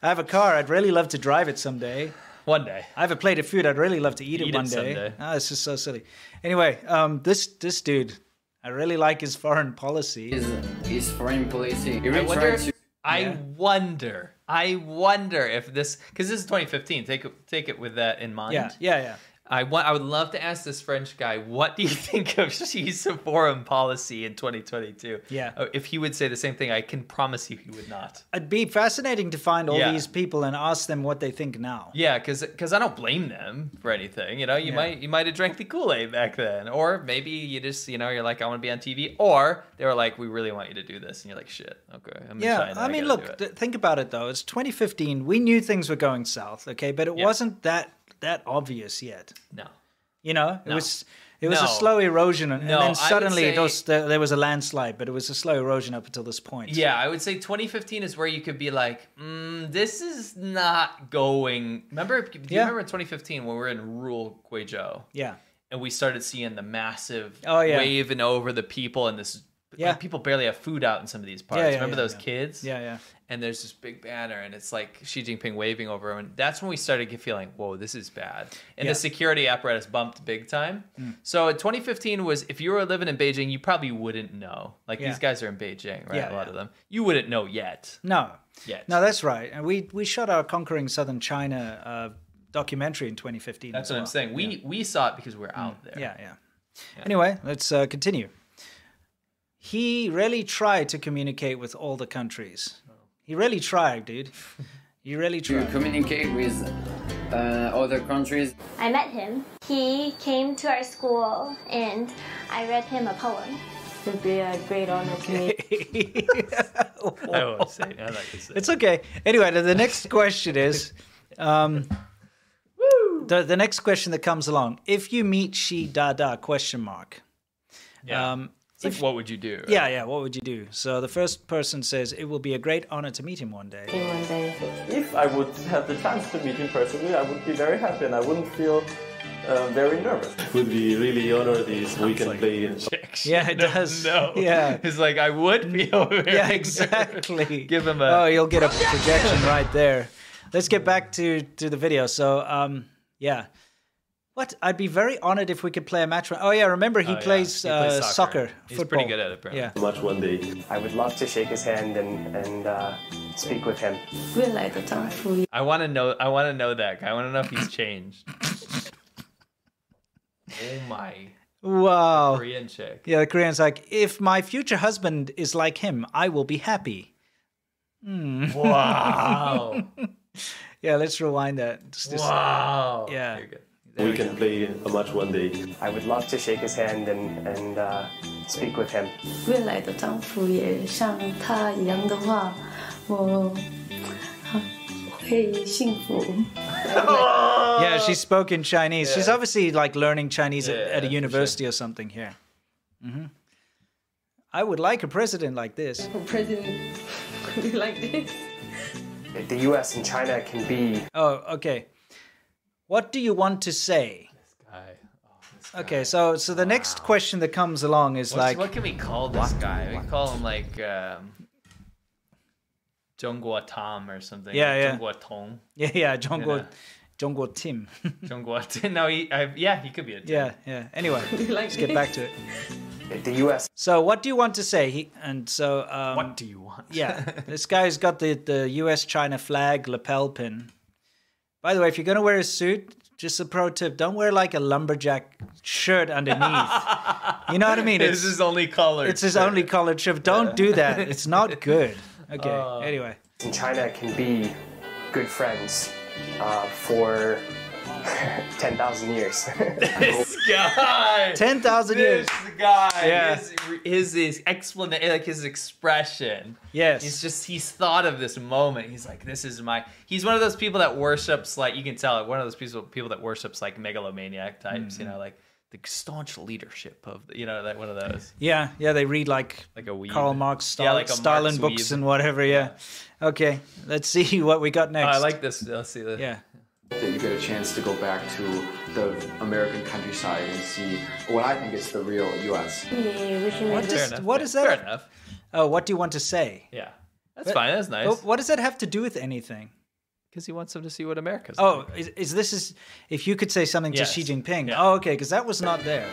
Speaker 1: I have a car. I'd really love to drive it someday.
Speaker 2: One day.
Speaker 1: I have a plate of food. I'd really love to eat,
Speaker 2: Eat
Speaker 1: it
Speaker 2: it
Speaker 1: one day.
Speaker 2: someday.
Speaker 1: Ah, it's just so silly. Anyway, um, this this dude, I really like his foreign policy.
Speaker 10: Is is foreign policy?
Speaker 2: I
Speaker 10: really
Speaker 2: wonder.
Speaker 10: trying to-
Speaker 2: I
Speaker 1: Yeah.
Speaker 2: wonder. I wonder if this because this is 2015. Take it- take it with that in mind.
Speaker 1: yeah, yeah, yeah.
Speaker 2: I want. I would love to ask this French guy. What do you think of Xi's foreign policy in 2022?
Speaker 1: Yeah.
Speaker 2: Uh, If he would say the same thing, I can promise you he would not.
Speaker 1: It'd be fascinating to find all
Speaker 2: Yeah.
Speaker 1: these people and ask them what they think now.
Speaker 2: Yeah, because I don't blame them for anything. You know, you
Speaker 1: Yeah.
Speaker 2: might you might have drank the Kool Aid back then, or maybe you just you know you're like I want to be on TV, or they were like we really want you to do this, and you're like shit. Okay, I'm in
Speaker 1: Yeah,
Speaker 2: China,
Speaker 1: I mean,
Speaker 2: gotta do
Speaker 1: look,
Speaker 2: it."
Speaker 1: th- think about it though. It's 2015. We knew things were going south, okay, but it
Speaker 2: Yeah.
Speaker 1: wasn't that that obvious yet.
Speaker 2: no.
Speaker 1: You know, it
Speaker 2: No.
Speaker 1: was it was a
Speaker 2: No.
Speaker 1: slow erosion, and, and
Speaker 2: No, I
Speaker 1: then
Speaker 2: would
Speaker 1: suddenly it
Speaker 2: say-
Speaker 1: was, there, there was a landslide, but it was a slow erosion up until this point.
Speaker 2: Yeah, I would say 2015 is where you could be like, mm, this is not going. Remember, do you
Speaker 1: Yeah.
Speaker 2: remember in 2015 when we were in rural Guizhou
Speaker 1: yeah,
Speaker 2: and we started seeing the massive
Speaker 1: Oh, yeah.
Speaker 2: waving over the people and this.
Speaker 1: Yeah.
Speaker 2: like, people barely have food out in some of these parts.
Speaker 1: yeah,
Speaker 2: remember
Speaker 1: yeah,
Speaker 2: those
Speaker 1: yeah.
Speaker 2: kids?
Speaker 1: yeah, yeah.
Speaker 2: And there's this big banner, and it's like Xi Jinping waving over, 'em, and that's when we started get feeling, whoa, this is bad. And
Speaker 1: Yeah. Mm.
Speaker 2: the security apparatus bumped big time. So in 2015 was, if you were living in Beijing, you probably wouldn't know. Like
Speaker 1: Yeah.
Speaker 2: these guys are in Beijing, right?
Speaker 1: Yeah,
Speaker 2: a lot
Speaker 1: yeah.
Speaker 2: of them. You wouldn't know yet.
Speaker 1: No,
Speaker 2: Yet.
Speaker 1: no, that's right. And we we shot our conquering southern China uh, documentary in 2015. as
Speaker 2: That's what I'm
Speaker 1: well.
Speaker 2: saying. We we saw it because we were out there.
Speaker 1: Mm. Yeah, yeah. Anyway, let's uh, continue. He really tried to communicate with all the countries. He really tried, dude. He really
Speaker 10: to
Speaker 1: tried.
Speaker 10: communicate with uh, other countries.
Speaker 7: I met him. He came to our school and I read him a poem.
Speaker 11: It'd be a great honor to me.
Speaker 2: I won't say. I like to say.
Speaker 1: It's okay. Anyway, the- the next question is um, the, the next question that comes along. If you meet Shi Dada, question mark.
Speaker 2: yeah.
Speaker 1: Um,
Speaker 2: It's like, what would you do? right?
Speaker 1: yeah, yeah, what would you do? So the first person says, It will be a great honor to meet him one day.
Speaker 11: One day.
Speaker 4: If I would have the chance to meet him personally, I would be very happy and I wouldn't feel uh, very nervous.
Speaker 9: Would be really honored if we can play in
Speaker 1: Yeah, it does.
Speaker 2: No.
Speaker 1: Yeah.
Speaker 2: It's like I would be over there.
Speaker 1: Yeah, exactly.
Speaker 2: Give him a.
Speaker 1: Oh, you'll get a projection right there. Let's get back to to the video. So, um, yeah. What? I'd be very honored if we could play a match. Oh yeah, remember he
Speaker 2: yeah.
Speaker 1: plays,
Speaker 2: He
Speaker 1: uh,
Speaker 2: plays
Speaker 1: soccer.
Speaker 2: soccer. He's
Speaker 1: football.
Speaker 2: pretty good at it, apparently.
Speaker 1: Yeah.
Speaker 9: much one day.
Speaker 8: I would love to shake his hand and, and uh, speak with him.
Speaker 2: I want to know. I want to know that guy. I want to know if he's changed. oh my
Speaker 1: Wow.
Speaker 2: Korean chick.
Speaker 1: Yeah, the Korean's like, if my future husband is like him, I will be happy.
Speaker 2: Wow.
Speaker 1: Yeah, let's rewind that. Just- just-
Speaker 2: wow.
Speaker 1: Yeah.
Speaker 2: You're good.
Speaker 9: We can play a much one day.
Speaker 8: I would love to shake his hand and, and uh, speak with him.
Speaker 11: 未来的丈夫也像他一样的话，我会幸福。
Speaker 1: Yeah, she spoke in Chinese. She's obviously like learning Chinese at,
Speaker 2: Yeah,
Speaker 1: at a
Speaker 2: for sure.
Speaker 1: university or something here. hmm I would like a president like this.
Speaker 3: President could be like this.
Speaker 8: The U.S. and China can be
Speaker 1: Oh, okay. What do you want to say?
Speaker 2: Guy. Oh, this guy.
Speaker 1: Okay, so so the next question that comes along is
Speaker 2: Ah. What's-
Speaker 1: like
Speaker 2: what can we call this guy? We call him like um, Zhongguo Tom or something.
Speaker 1: Yeah, yeah.
Speaker 2: Zhongguo Tong.
Speaker 1: yeah yeah Jongo
Speaker 2: Yeah.
Speaker 1: Jongo Tim.
Speaker 2: Zhongguo Tin. No, he. I, yeah, he could be a. Tin.
Speaker 1: yeah, yeah. Anyway, let's get back to it.
Speaker 8: the U.S.
Speaker 1: So what do you want to say? He and so um
Speaker 2: What do you want?
Speaker 1: yeah, this guy's got the the US China flag lapel pin. By the way, if you're going to wear a suit, just a pro tip, don't wear like a lumberjack shirt underneath. you know what I mean?
Speaker 2: It's
Speaker 1: It's
Speaker 2: his only color.
Speaker 1: it's his only collared shirt. Don't do that. It's not good. Okay.
Speaker 2: Oh.
Speaker 1: anyway,
Speaker 8: and China can be good friends uh, for 10,000 years.
Speaker 2: This guy.
Speaker 1: 10,000 years.
Speaker 2: This guy.
Speaker 1: Yeah.
Speaker 2: His his, his explanation, like his expression.
Speaker 1: Yes.
Speaker 2: He's just he's thought of this moment. He's like, this is my. He's one of those people that worships like you can tell. One of those people people that worships like megalomaniac types.
Speaker 1: Mm-hmm.
Speaker 2: You know, like the staunch leadership of the, you know like one of those.
Speaker 1: Yeah, yeah, they read like
Speaker 2: Like a weeb.
Speaker 1: Karl Marx style,
Speaker 2: Yeah, like a
Speaker 1: Stalin
Speaker 2: Marx
Speaker 1: books
Speaker 2: weeb.
Speaker 1: and whatever. Yeah. Okay, let's see what we got
Speaker 2: Oh,
Speaker 1: next.
Speaker 2: I like this. Let's see this.
Speaker 1: Yeah.
Speaker 5: that you get a chance to go back to the American countryside and see what I think is the real U.S.
Speaker 1: What
Speaker 2: Fair
Speaker 1: does
Speaker 2: enough.
Speaker 1: what is
Speaker 2: Fair
Speaker 1: that?
Speaker 2: enough.
Speaker 1: Oh, what do you want to say?
Speaker 2: Yeah. That's fine. That's nice.
Speaker 1: But what does that have to do with anything?
Speaker 2: because he wants them to see what America's.
Speaker 1: Oh, is, is this is if you could say something
Speaker 2: Yes.
Speaker 1: to Xi Jinping? Oh, okay, because that was not there.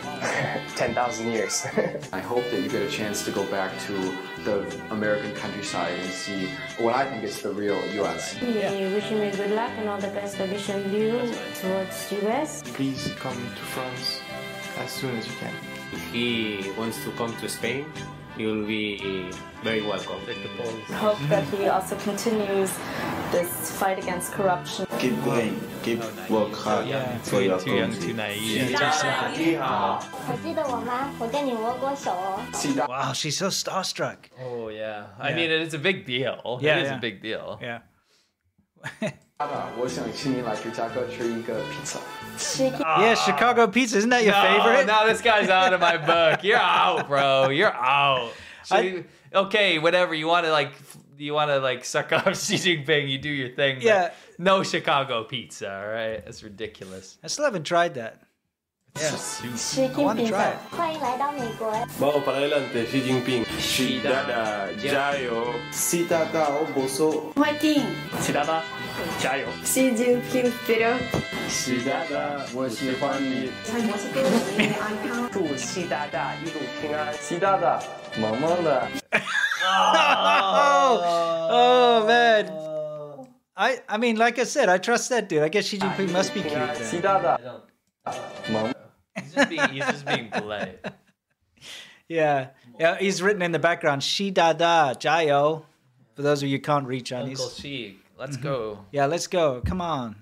Speaker 8: Ten thousand years.
Speaker 5: I hope that you get a chance to go back to the American countryside and see what I think is the real U.S.
Speaker 12: We wish him a good luck and all the best of vision view towards US.
Speaker 13: Please come to France as soon as you can.
Speaker 14: If he wants to come to Spain, he will be very welcome.
Speaker 11: Hope that he also continues this fight against corruption.
Speaker 15: Keep going, keep work hard for your
Speaker 2: too young,
Speaker 15: country.
Speaker 2: too naive.
Speaker 15: Yeah.
Speaker 5: Yeah.
Speaker 7: 还记得我吗？我跟你握过手哦。
Speaker 1: Wow, she's so starstruck.
Speaker 2: Oh yeah, I
Speaker 1: Yeah.
Speaker 2: mean it's a big deal.
Speaker 1: Yeah,
Speaker 2: it is
Speaker 1: yeah.
Speaker 2: a big deal.
Speaker 1: Yeah.
Speaker 5: 我想请你来芝加哥吃一个披萨。
Speaker 1: yeah, Chicago pizza isn't that your
Speaker 2: Ah. no,
Speaker 1: favorite?
Speaker 2: No, this guy's out of my book. You're out, bro. You're out. So you- okay, whatever you want to like. f- You want to like suck up Xi Jinping. You do your thing. but
Speaker 1: Yeah.
Speaker 2: No Chicago pizza. All right, that's ridiculous.
Speaker 1: I still haven't tried that.
Speaker 7: Xi
Speaker 1: I want to try
Speaker 7: Jinping，
Speaker 1: it.
Speaker 7: 欢迎来到美国。
Speaker 9: Vamos para adelante, Xi Jinping. Cidada, jayo. Cidada, oboso.
Speaker 12: Joaquín,
Speaker 9: Cidada, jayo.
Speaker 12: Xi Jinping вперед!
Speaker 9: Cidada, 我喜欢你。
Speaker 8: 祝习大大一路平安。习大大，萌萌的。
Speaker 1: Oh, oh man. I I mean, like I said, I trust that dude. I guess Xi Jinping must be cute.
Speaker 8: Xi
Speaker 1: Then.
Speaker 8: Dada.
Speaker 2: He's just being, he's just being polite.
Speaker 1: Yeah, yeah. He's written in the background, "Shi da da jayo." For those of you who can't read Chinese,
Speaker 2: Uncle Xi,
Speaker 1: Mm-hmm.
Speaker 2: let's go.
Speaker 1: yeah, let's go. Come on.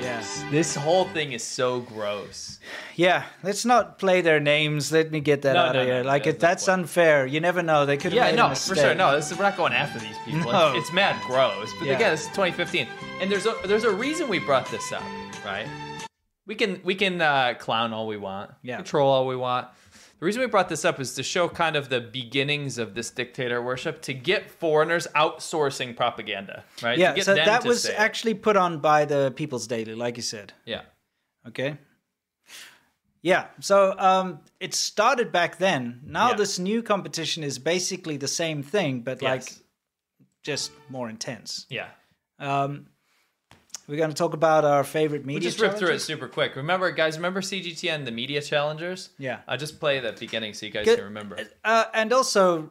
Speaker 2: Yes. This whole thing is so gross.
Speaker 1: Yeah, let's not play their names. Let me get that
Speaker 2: No,
Speaker 1: out
Speaker 2: no,
Speaker 1: of
Speaker 2: no,
Speaker 1: here.
Speaker 2: no,
Speaker 1: like,
Speaker 2: there's
Speaker 1: if that's unfair. You never know. They could have
Speaker 2: Yeah,
Speaker 1: made a
Speaker 2: no, for
Speaker 1: mistake.
Speaker 2: sure. No, this is, we're not going after these people.
Speaker 1: No.
Speaker 2: It's, it's mad gross. But
Speaker 1: Yeah.
Speaker 2: again, it's 2015, and there's a there's a reason we brought this up, right? We can we can uh, clown all we want, yeah. troll all we want. The reason we brought this up is to show kind of the beginnings of this dictator worship to get foreigners outsourcing propaganda, right?
Speaker 1: Yeah,
Speaker 2: to get
Speaker 1: so
Speaker 2: them
Speaker 1: that
Speaker 2: to
Speaker 1: was
Speaker 2: say it.
Speaker 1: actually put on by the People's Daily, like you said.
Speaker 2: yeah.
Speaker 1: Okay. Yeah. So um, it started back then. Now this new competition is basically the same thing, but like just more intense.
Speaker 2: Yeah.
Speaker 1: Um, we're going to talk about our favorite media.
Speaker 2: We just ripped through it
Speaker 1: challenges.
Speaker 2: super quick. Remember, guys, remember CGTN, the media challengers?
Speaker 1: Yeah.
Speaker 2: I just play the beginning so you guys
Speaker 1: Good.
Speaker 2: can remember.
Speaker 1: Uh, and also,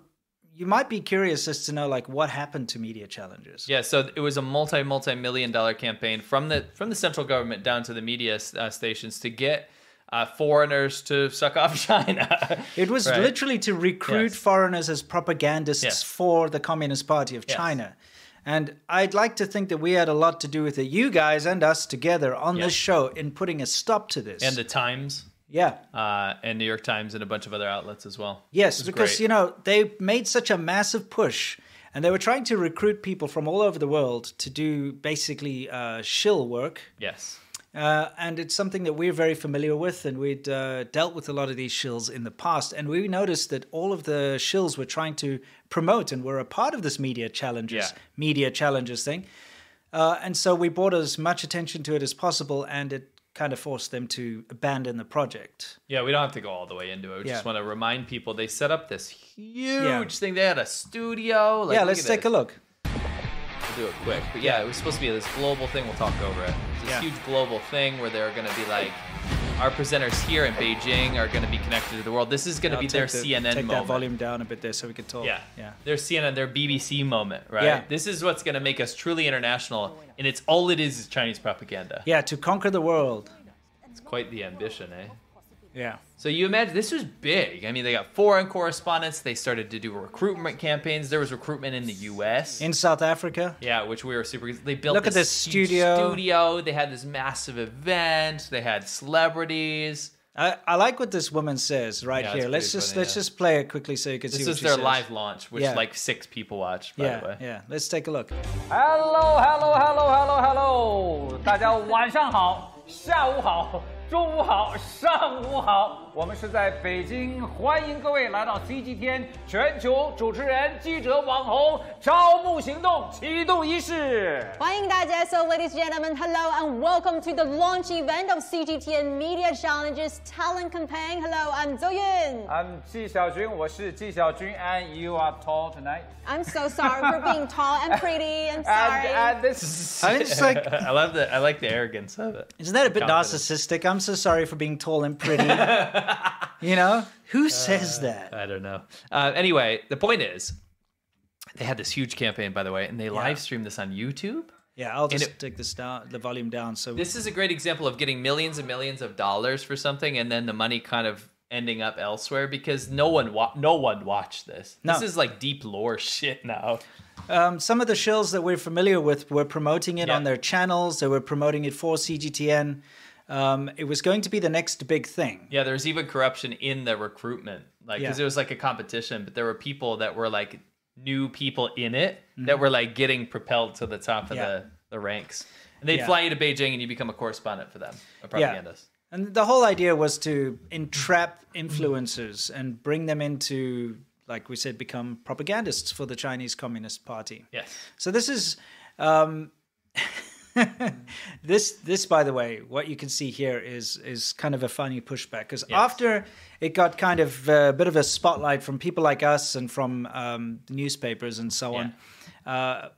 Speaker 1: you might be curious as to know like what happened to media challenges.
Speaker 2: Yeah, so it was a multi multi million dollar campaign from the from the central government down to the media uh, stations to get uh, foreigners to suck off China.
Speaker 1: It was
Speaker 2: Right.
Speaker 1: literally to recruit foreigners as propagandists
Speaker 2: Yes.
Speaker 1: for the Communist Party of China. And I'd like to think that we had a lot to do with it, you guys and us together on this show, in putting a stop to this.
Speaker 2: and the Times
Speaker 1: yeah.
Speaker 2: uh, and New York Times and a bunch of other outlets as well.
Speaker 1: Yes,
Speaker 2: It was
Speaker 1: because,
Speaker 2: great.
Speaker 1: you know, they made such a massive push and they were trying to recruit people from all over the world to do basically uh, shill work.
Speaker 2: yes,
Speaker 1: Uh, and it's something that we're very familiar with, and we'd uh, dealt with a lot of these shills in the past. And we noticed that all of the shills were trying to promote and were a part of this media challenges,
Speaker 2: Yeah.
Speaker 1: media challenges thing. Uh, and so we brought as much attention to it as possible, and it kind of forced them to abandon the project.
Speaker 2: yeah, we don't have to go all the way into it. We just
Speaker 1: Yeah.
Speaker 2: want to remind people they set up this huge
Speaker 1: Yeah.
Speaker 2: thing. They had a studio. Like,
Speaker 1: yeah,
Speaker 2: look
Speaker 1: let's
Speaker 2: at
Speaker 1: take
Speaker 2: this.
Speaker 1: a look.
Speaker 2: We'll do it quick. But yeah, it was supposed to be this global thing. We'll talk over it. It's this
Speaker 1: Yeah.
Speaker 2: huge global thing where they're going to be like, our presenters here in Beijing are going to be connected to the world. This is going to
Speaker 1: I'll
Speaker 2: be their
Speaker 1: take the-
Speaker 2: CNN
Speaker 1: Take that
Speaker 2: moment.
Speaker 1: volume down a bit there so we can talk.
Speaker 2: Yeah.
Speaker 1: yeah.
Speaker 2: Their CNN, their BBC moment, right?
Speaker 1: Yeah.
Speaker 2: This is what's going to make us truly international. And it's all it is is Chinese propaganda.
Speaker 1: Yeah, to conquer the world.
Speaker 2: It's quite the ambition, eh?
Speaker 1: Yeah.
Speaker 2: So you imagine this was big. I mean, they got foreign correspondents. They started to do recruitment campaigns. There was recruitment in the U.S.
Speaker 1: In South Africa.
Speaker 2: Yeah, which we were super. They built.
Speaker 1: Look at this
Speaker 2: huge
Speaker 1: studio.
Speaker 2: Studio. They had this massive event. They had celebrities.
Speaker 1: I, I like what this woman says right
Speaker 2: Yeah,
Speaker 1: here. Let's
Speaker 2: that's pretty
Speaker 1: just
Speaker 2: funny,
Speaker 1: let's
Speaker 2: yeah.
Speaker 1: just play it quickly so you can see
Speaker 2: This
Speaker 1: what
Speaker 2: was
Speaker 1: she
Speaker 2: their
Speaker 1: says.
Speaker 2: live launch, which
Speaker 1: Yeah.
Speaker 2: like six people watched. By
Speaker 1: yeah,
Speaker 2: the way.
Speaker 1: yeah. Let's take a look.
Speaker 16: Hello Hello Hello Hello Hello，大家晚上好，下午好，中午好，上午好，我们是在北京，欢迎各位来到 CGTN 全球主持人、记者、网红招募行动启动仪式。
Speaker 17: So, ladies and gentlemen, hello and welcome to the launch event of CGTN Media Challenges Talent Campaign. Hello, I'm Zoyun.
Speaker 16: I'm 纪晓君，我是纪晓君，and you are tall tonight.
Speaker 17: I'm so sorry for being tall and pretty. I'm sorry.
Speaker 16: And, and this,
Speaker 1: I mean, it's like-
Speaker 2: I love the I like the arrogance of it.
Speaker 1: Isn't that a bit
Speaker 2: Confidence.
Speaker 1: narcissistic? I'm so sorry for being tall and pretty. you know, who says that?
Speaker 2: I don't know. Uh, anyway, the point is, they had this huge campaign, by the way, and they live streamed this on YouTube.
Speaker 1: Yeah, I'll
Speaker 2: And
Speaker 1: just
Speaker 2: it-
Speaker 1: take the star, the volume down. So
Speaker 2: This is a great example of getting millions and millions of dollars for something, and then the money kind of ending up elsewhere because no one wa- no one watched this.
Speaker 1: No.
Speaker 2: This is like deep lore shit now.
Speaker 1: um, some of the shills that we're familiar with were promoting it
Speaker 2: Yeah.
Speaker 1: on their channels. They were promoting it for CGTN. Um, it was going to be the next big thing.
Speaker 2: Yeah, there's even corruption in the recruitment, like because
Speaker 1: Yeah.
Speaker 2: it was like a competition, but there were people that were like new people in it that were like getting propelled to the top
Speaker 1: Mm-hmm.
Speaker 2: of
Speaker 1: Yeah.
Speaker 2: the, the ranks. And they'd
Speaker 1: Yeah.
Speaker 2: fly you to Beijing and you become a correspondent for them, a propagandist.
Speaker 1: And the whole idea was to entrap influencers and bring them into, like we said, become propagandists for the Chinese Communist Party.
Speaker 2: Yes.
Speaker 1: So this is, um, this this by the way, what you can see here is is kind of a funny pushback because after it got kind of uh, a bit of a spotlight from people like us and from um, newspapers and so on, uh,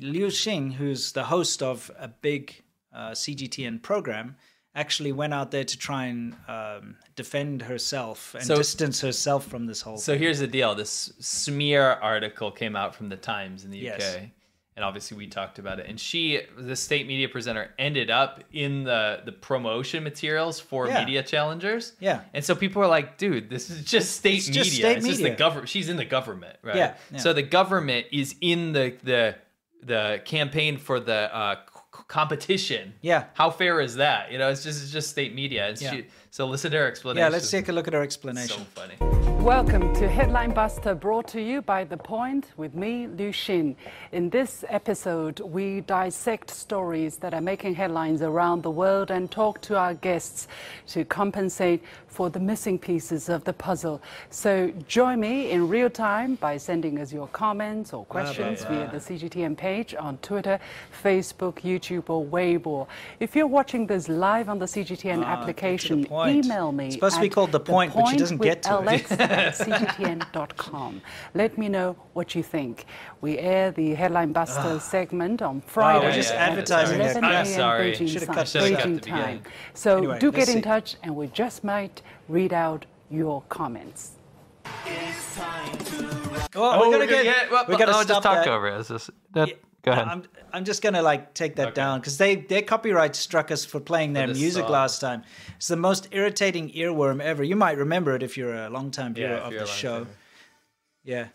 Speaker 1: Liu Xing, who's the host of a big uh, CGTN program. Actually, went out there to try and um, defend herself and
Speaker 2: So-
Speaker 1: distance herself from this whole.
Speaker 2: So
Speaker 1: thing.
Speaker 2: here's the deal: this smear article came out from the Times in the
Speaker 1: Yes.
Speaker 2: UK, and obviously we talked about it. And she, the state media presenter, ended up in the the promotion materials for
Speaker 1: Yeah.
Speaker 2: media challengers.
Speaker 1: Yeah.
Speaker 2: And so people are like, "Dude, this is just state
Speaker 1: It's
Speaker 2: media.
Speaker 1: just state
Speaker 2: it's just
Speaker 1: media.
Speaker 2: the government. She's in the government, right?
Speaker 1: Yeah, yeah.
Speaker 2: So the government is in the the the campaign for the uh, c- c- competition.
Speaker 1: Yeah.
Speaker 2: How fair is that? You know, it's just it's just state media. It's
Speaker 1: Yeah.
Speaker 2: she, so listen to her explanation.
Speaker 1: yeah, let's take a look at her explanation.
Speaker 2: So funny.
Speaker 18: Welcome to Headline Buster, brought to you by The Point with me, Lu Xin. In this episode, we dissect stories that are making headlines around the world and talk to our guests to compensate for the missing pieces of the puzzle. So join me in real time by sending us your comments or
Speaker 19: Blah, blah,
Speaker 2: uh,
Speaker 18: questions
Speaker 19: blah.
Speaker 18: via the CGTN page on Twitter, Facebook, YouTube, or Weibo. If you're watching this live on the CGTN
Speaker 1: Ah, get to the
Speaker 18: application,
Speaker 1: point.
Speaker 18: email me.
Speaker 1: It's supposed to be
Speaker 18: at
Speaker 1: called The Point, but she doesn't
Speaker 18: with
Speaker 1: get to it.
Speaker 18: Alex at cgtn.com. Let me know what you think. We air the Headline Buster segment on Friday.
Speaker 1: Ah. we're just
Speaker 18: at
Speaker 1: advertising that
Speaker 18: 11
Speaker 1: crap.
Speaker 18: a.m.
Speaker 1: Sorry.
Speaker 18: Beijing
Speaker 1: Should've
Speaker 18: time-
Speaker 1: cut that out.
Speaker 18: Beijing
Speaker 1: Should've cut the
Speaker 18: time.
Speaker 1: beginning.
Speaker 18: So
Speaker 1: Anyway,
Speaker 18: do get
Speaker 1: let's
Speaker 18: in
Speaker 1: see.
Speaker 18: touch, and we just might read out your comments.
Speaker 1: Well,
Speaker 2: Oh,
Speaker 1: we're
Speaker 2: we're
Speaker 1: gonna
Speaker 2: gonna
Speaker 1: get.
Speaker 2: get- well,
Speaker 1: we're gonna
Speaker 2: no,
Speaker 1: stop
Speaker 2: just talk
Speaker 1: that.
Speaker 2: over it. It's just- that-
Speaker 1: Yeah,
Speaker 2: go ahead.
Speaker 1: I'm, I'm just gonna like take that down because they their copyright struck us for playing their
Speaker 2: this
Speaker 1: music
Speaker 2: song.
Speaker 1: last time. It's the most irritating earworm ever. You might remember it if you're a longtime viewer
Speaker 2: if
Speaker 1: of
Speaker 2: you're a
Speaker 1: the
Speaker 2: long
Speaker 1: show.
Speaker 2: time.
Speaker 1: Yeah.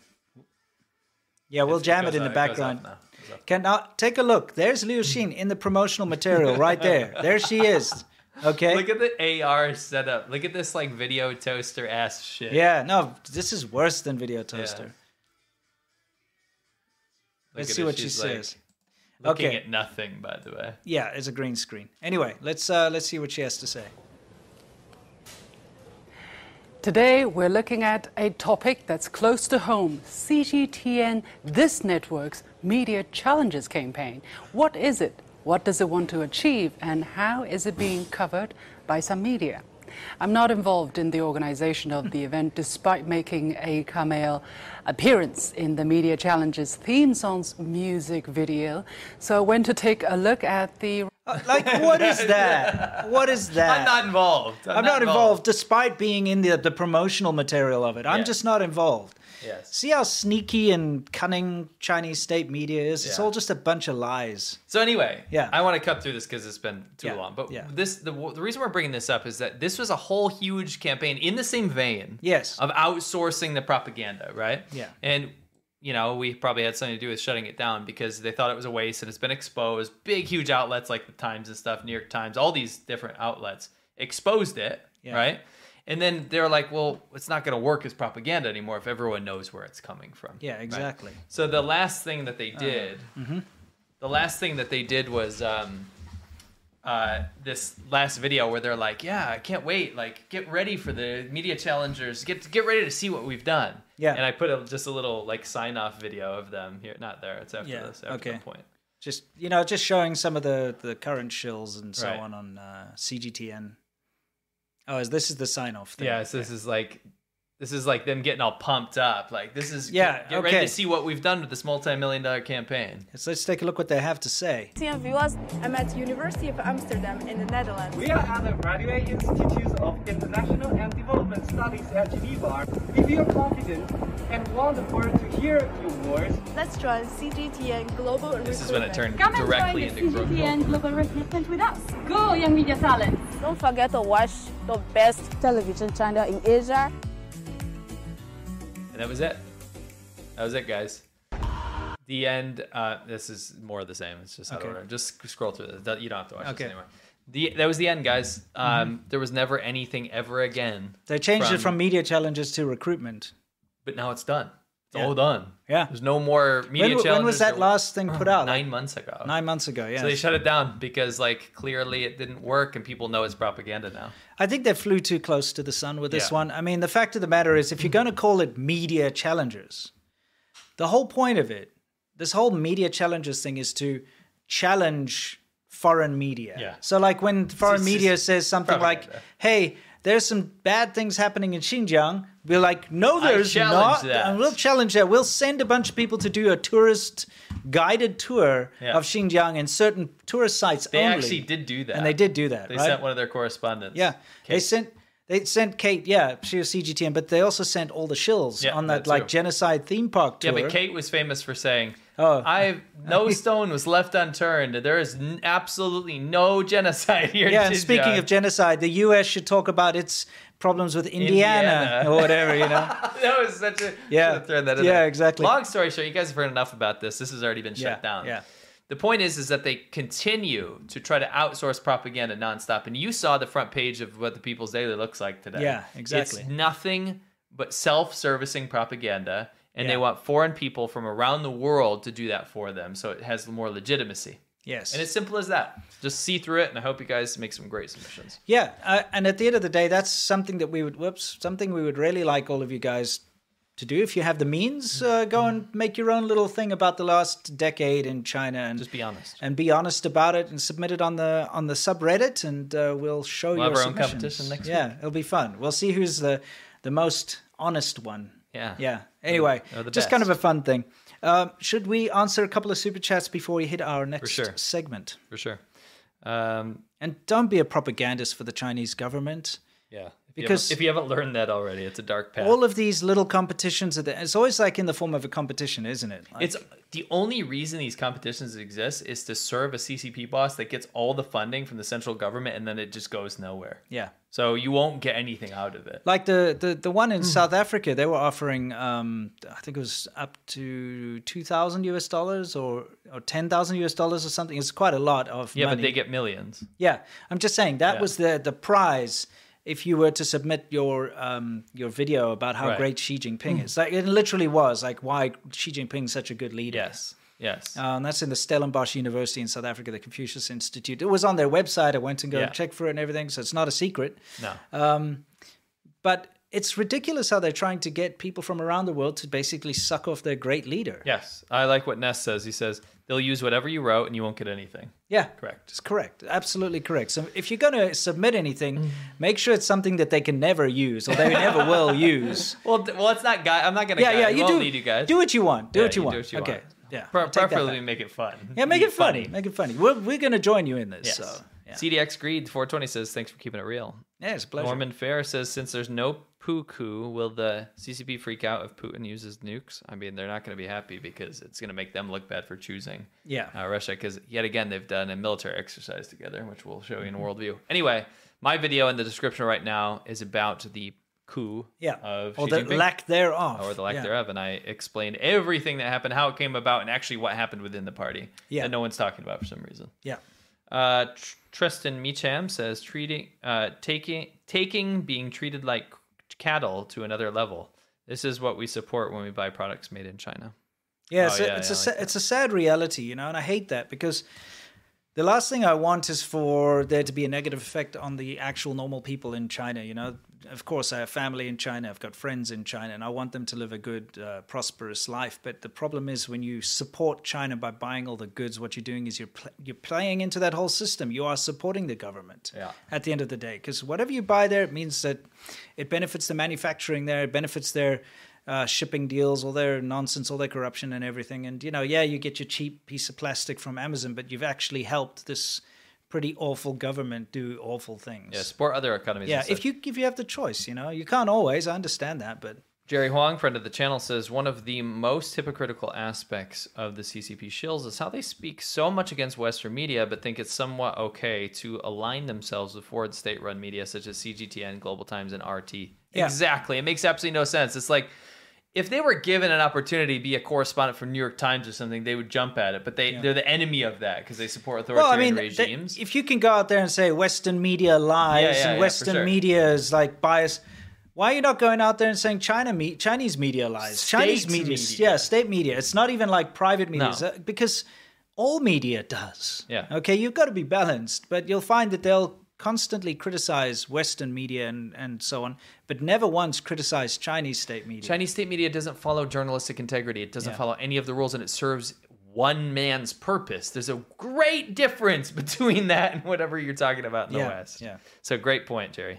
Speaker 1: Yeah, we'll jam it,
Speaker 2: goes
Speaker 1: in the
Speaker 2: on- it goes
Speaker 1: background.
Speaker 2: off now.
Speaker 1: Can now take a look. There's Liu Xin in the promotional material right there. There she is. Okay.
Speaker 2: Look at the AR setup. Look at this like video toaster ass shit.
Speaker 1: Yeah, no, this is worse than Video Toaster.
Speaker 2: Look
Speaker 1: Let's
Speaker 2: at
Speaker 1: see
Speaker 2: her.
Speaker 1: what she
Speaker 2: She's, like,
Speaker 1: says.
Speaker 2: Looking
Speaker 1: Okay.
Speaker 2: at nothing, by the way.
Speaker 1: Yeah, it's a green screen. Anyway, let's uh, let's see what she has to say.
Speaker 18: Today, we're looking at a topic that's close to home CGTN, this network's Media Challenges campaign. What is it? What does it want to achieve? And how is it being covered by some media? I'm not involved in the organization of the event despite making a cameo appearance in the Media Challenges theme song's music video. So I went to take a look at the.
Speaker 1: Like, what is that? What is that?
Speaker 2: I'm not involved.
Speaker 1: I'm, not involved, despite being in the, the promotional material of it. I'm
Speaker 2: Yeah.
Speaker 1: just not involved.
Speaker 2: Yes.
Speaker 1: See how sneaky and cunning Chinese state media is? It's
Speaker 2: Yeah.
Speaker 1: all just a bunch of lies.
Speaker 2: So anyway,
Speaker 1: Yeah.
Speaker 2: I want to cut through this because it's been too
Speaker 1: Yeah,
Speaker 2: long. But
Speaker 1: yeah.
Speaker 2: this the, the reason we're bringing this up is that this was a whole huge campaign in the same vein.
Speaker 1: Yes.
Speaker 2: Of outsourcing the propaganda, right?
Speaker 1: Yeah.
Speaker 2: And you know we probably had something to do with shutting it down because they thought it was a waste and it's been exposed. Big huge outlets like the Times and stuff, New York Times, all these different outlets exposed it,
Speaker 1: Yeah.
Speaker 2: right? And then they're like, well, it's not going to work as propaganda anymore if everyone knows where it's coming from.
Speaker 1: Yeah,
Speaker 2: right?
Speaker 1: exactly.
Speaker 2: So the
Speaker 1: Uh,
Speaker 2: last thing that they did
Speaker 1: Mhm.
Speaker 2: the last thing that they did was um, uh, this last video where they're like, "Yeah, I can't wait! Like, get ready for the media challengers. Get get ready to see what we've done."
Speaker 1: Yeah.
Speaker 2: And I put a, just a little like sign off video of them here. Not there. It's after
Speaker 1: Yeah,
Speaker 2: this. After
Speaker 1: okay.
Speaker 2: the point.
Speaker 1: Just you know, just showing some of the the current shills and so
Speaker 2: Right.
Speaker 1: on on uh, CGTN. Oh, is this is the sign off thing?
Speaker 2: Yeah. So this is like. This is like them getting all pumped up. Like this is
Speaker 1: Yeah,
Speaker 2: Get, get ready
Speaker 1: okay.
Speaker 2: to see what we've done with this multi-million dollar campaign.
Speaker 1: So let's take a look what they have to say.
Speaker 19: TM viewers, I'm at University of Amsterdam in the Netherlands.
Speaker 20: We are at the Radway Institute of International and Development Studies at Geneva. We feel confident and want the world to hear your voice.
Speaker 19: Let's join CGTN Global
Speaker 2: This is when it turned
Speaker 19: Come and
Speaker 2: directly
Speaker 19: join the
Speaker 2: into growth.
Speaker 19: CGTN Global Recruitment with us. Go, young media talent. Don't forget to watch the best television channel in Asia.
Speaker 2: And that was it. That was it, guys. The end. Uh, this is more of the same. It's just out
Speaker 1: Okay.
Speaker 2: of order. Just sc- scroll through this. You don't have to watch
Speaker 1: Okay. Mm-hmm.
Speaker 2: this anymore. The that was the end, guys. Um, There was never anything ever again.
Speaker 1: They changed it from media challenges to recruitment.
Speaker 2: But now it's done. It's
Speaker 1: Yeah.
Speaker 2: all done.
Speaker 1: Yeah.
Speaker 2: There's no more media
Speaker 1: when,
Speaker 2: challenges.
Speaker 1: when was that
Speaker 2: or-
Speaker 1: last thing put out?
Speaker 2: Nine months ago.
Speaker 1: Nine months ago. Yeah.
Speaker 2: So they shut it down because, like, clearly it didn't work, and people know it's propaganda now.
Speaker 1: I think they flew too close to the sun with this
Speaker 2: Yeah.
Speaker 1: one. I mean, the fact of the matter is, if you're going to call it media challenges, the whole point of it, this whole media challenges thing, is to challenge foreign media.
Speaker 2: Yeah.
Speaker 1: So, like when foreign
Speaker 2: it's
Speaker 1: media
Speaker 2: just
Speaker 1: says something like,
Speaker 2: propaganda.
Speaker 1: "Hey, there's some bad things happening in Xinjiang," we're like, "No, there's
Speaker 2: challenge
Speaker 1: not,"
Speaker 2: that.
Speaker 1: and we'll challenge that. We'll send a bunch of people to do a tourist guided tour
Speaker 2: Yeah.
Speaker 1: of Xinjiang and certain tourist sites
Speaker 2: They
Speaker 1: only.
Speaker 2: actually did do that,
Speaker 1: and they did do that.
Speaker 2: They
Speaker 1: right?
Speaker 2: sent one of their correspondents.
Speaker 1: Yeah, they sent they sent Kate. Yeah, she was CGTN, but they also sent all the shills
Speaker 2: Yeah,
Speaker 1: on
Speaker 2: that
Speaker 1: that, like
Speaker 2: too.
Speaker 1: genocide theme park
Speaker 2: Yeah,
Speaker 1: tour.
Speaker 2: but Kate was famous for saying,
Speaker 1: Oh.
Speaker 2: I no stone was left unturned. There is n- absolutely no genocide here." in
Speaker 1: yeah, and speaking
Speaker 2: Xinjiang."
Speaker 1: of genocide, the U.S. should talk about its problems with Indiana,
Speaker 2: Indiana.
Speaker 1: or whatever. You know,
Speaker 2: that was such a
Speaker 1: Yeah.
Speaker 2: should've thrown that in
Speaker 1: Yeah,
Speaker 2: there.
Speaker 1: exactly.
Speaker 2: Long story short, you guys have heard enough about this. This has already been shut
Speaker 1: Yeah,
Speaker 2: down.
Speaker 1: yeah.
Speaker 2: The point is, is that they continue to try to outsource propaganda nonstop, and you saw the front page of what the People's Daily looks like today.
Speaker 1: Yeah, exactly.
Speaker 2: It's nothing but self-servicing propaganda, and they
Speaker 1: Yeah.
Speaker 2: want foreign people from around the world to do that for them, so it has more legitimacy.
Speaker 1: Yes.
Speaker 2: and it's simple as that. Just see through it, and I hope you guys make some great submissions.
Speaker 1: yeah. Uh, and at the end of the day, that's something that we would whoops something we would really like all of you guys to do if you have the means. Uh, go
Speaker 2: Mm-hmm.
Speaker 1: and make your own little thing about the last decade in China and
Speaker 2: Just be honest.
Speaker 1: and be honest about it and submit it on the on the subreddit and uh, we'll show
Speaker 2: We'll
Speaker 1: your
Speaker 2: have our own
Speaker 1: submissions.
Speaker 2: competition next
Speaker 1: yeah it'll be fun we'll see who's the the most honest one
Speaker 2: Yeah.
Speaker 1: yeah anyway
Speaker 2: Or the
Speaker 1: just kind of a
Speaker 2: best.
Speaker 1: fun thing um, should we answer a couple of super chats before we hit our next
Speaker 2: sure.
Speaker 1: segment
Speaker 2: For sure. Um,
Speaker 1: and don't be a propagandist for the chinese government
Speaker 2: Yeah. If
Speaker 1: Because-
Speaker 2: you haven't- if you haven't learned that already, it's a dark path.
Speaker 1: all of these little competitions are there. it's always like in the form of a competition isn't it Like-
Speaker 2: it's the only reason these competitions exist is to serve a CCP boss that gets all the funding from the central government and then it just goes nowhere.
Speaker 1: yeah
Speaker 2: So you won't get anything out of it.
Speaker 1: Like the the, the one in
Speaker 2: Hmm.
Speaker 1: South Africa, they were offering um, I think it was up to two thousand US dollars or or ten thousand US dollars or something. It's quite a lot of
Speaker 2: Yeah,
Speaker 1: money.
Speaker 2: but they get millions.
Speaker 1: yeah, I'm just saying that
Speaker 2: Yeah.
Speaker 1: was the the prize if you were to submit your um, your video about how
Speaker 2: Right. Hmm.
Speaker 1: great Xi Jinping is. Like it literally was like why Xi Jinping's such a good leader.
Speaker 2: Yes. Yes.
Speaker 1: Uh, and that's in the Stellenbosch University in South Africa, the Confucius Institute. It was on their website. I went and go
Speaker 2: Yeah.
Speaker 1: check for it and everything, so it's not a secret.
Speaker 2: No.
Speaker 1: Um, but it's ridiculous how they're trying to get people from around the world to basically suck off their great leader.
Speaker 2: Yes. I like what Ness says. He says they'll use whatever you wrote and you won't get anything.
Speaker 1: Yeah.
Speaker 2: Correct.
Speaker 1: It's correct. Absolutely correct. So if you're going to submit anything,
Speaker 2: Mm-hmm.
Speaker 1: make sure it's something that they can never use or they never will use.
Speaker 2: Well, th- well, it's not guy. I'm not gonna.
Speaker 1: Yeah,
Speaker 2: guide-
Speaker 1: yeah,
Speaker 2: I
Speaker 1: you
Speaker 2: uh, won't
Speaker 1: do-
Speaker 2: lead you guys.
Speaker 1: Do what you want. Do
Speaker 2: Yeah,
Speaker 1: what you, want.
Speaker 2: do what you
Speaker 1: okay.
Speaker 2: want.
Speaker 1: Yeah.
Speaker 2: Pre-
Speaker 1: I'll take that
Speaker 2: preferably
Speaker 1: back.
Speaker 2: make it fun.
Speaker 1: Yeah, make
Speaker 2: Be
Speaker 1: it funny. Make it funny. We're, we're going to join you in this.
Speaker 2: Yes.
Speaker 1: So,
Speaker 2: CDX Greed 420 says, thanks for keeping it real.
Speaker 1: yeah, it's a pleasure.
Speaker 2: Norman Fair says, since there's no Puku, will the CCP freak out if Putin uses nukes? I mean, they're not going to be happy because it's going to make them look bad for choosing
Speaker 1: Yeah.
Speaker 2: uh, Russia because, yet again, they've done a military exercise together, which we'll show you in Worldview. Anyway, my video in the description right now is about the coup
Speaker 1: Yeah.
Speaker 2: of
Speaker 1: or
Speaker 2: Xi
Speaker 1: the
Speaker 2: Jinping.
Speaker 1: lack thereof.
Speaker 2: or the lack
Speaker 1: Yeah.
Speaker 2: thereof, and I explained everything that happened, how it came about, and actually what happened within the party
Speaker 1: Yeah.
Speaker 2: that no one's talking about for some reason.
Speaker 1: Yeah.
Speaker 2: Uh, Tr- Tristan Meacham says treating, uh, taking, taking, being treated like cattle to another level. This is what we support when we buy products made in China.
Speaker 1: Yeah,
Speaker 2: Oh,
Speaker 1: it's a,
Speaker 2: yeah,
Speaker 1: it's,
Speaker 2: yeah,
Speaker 1: a
Speaker 2: I
Speaker 1: sa-
Speaker 2: like
Speaker 1: it's a sad reality, you know, and I hate that because The last thing I want is for there to be a negative effect on the actual normal people in China. You know, of course, I have family in China, I've got friends in China, and I want them to live a good, uh, prosperous life. But the problem is when you support China by buying all the goods, what you're doing is you're pl- you're playing into that whole system. You are supporting the government
Speaker 2: Yeah.
Speaker 1: at the end of the day, because whatever you buy there, it means that it benefits the manufacturing there, it benefits their uh, shipping deals, all their nonsense, all their corruption and everything. And you know, yeah, you get your cheap piece of plastic from Amazon, but you've actually helped this pretty awful government do awful things.
Speaker 2: Yeah, support other economies.
Speaker 1: Yeah,
Speaker 2: and
Speaker 1: if
Speaker 2: such.
Speaker 1: you if you have the choice, you know, you can't always. I understand that, but
Speaker 2: Jerry Huang, friend of the channel, says one of the most hypocritical aspects of the CCP shills is how they speak so much against Western media, but think it's somewhat okay to align themselves with foreign state run media such as CGTN, Global Times, and RT.
Speaker 16: Yeah.
Speaker 2: Exactly. It makes absolutely no sense. It's like if they were given an opportunity to be a correspondent for New York Times or something, they would jump at it, but they,
Speaker 1: Yeah.
Speaker 2: they're the enemy of that because they support
Speaker 1: well, I
Speaker 2: authoritarian
Speaker 1: mean,
Speaker 2: regimes.
Speaker 1: that- if you can go out there and say Western media lies
Speaker 2: Yeah, yeah, yeah,
Speaker 1: and
Speaker 2: for
Speaker 1: Western
Speaker 2: sure.
Speaker 1: media is like biased, why are you not going out there and saying China me- Chinese media lies? Chinese
Speaker 2: State
Speaker 1: media,
Speaker 2: media.
Speaker 1: yeah, state media. It's not even like private media
Speaker 2: No.
Speaker 1: uh, because all media does.
Speaker 2: Yeah.
Speaker 1: Okay, you've got to be balanced, but you'll find that they'll constantly criticize Western media and, and so on, but never once criticize Chinese state media.
Speaker 2: Chinese state media doesn't follow journalistic integrity. It doesn't
Speaker 1: Yeah.
Speaker 2: follow any of the rules, and it serves one man's purpose. There's a great difference between that and whatever you're talking about in the
Speaker 1: Yeah,
Speaker 2: West.
Speaker 1: yeah. Mm-hmm.
Speaker 2: So great point, Jerry.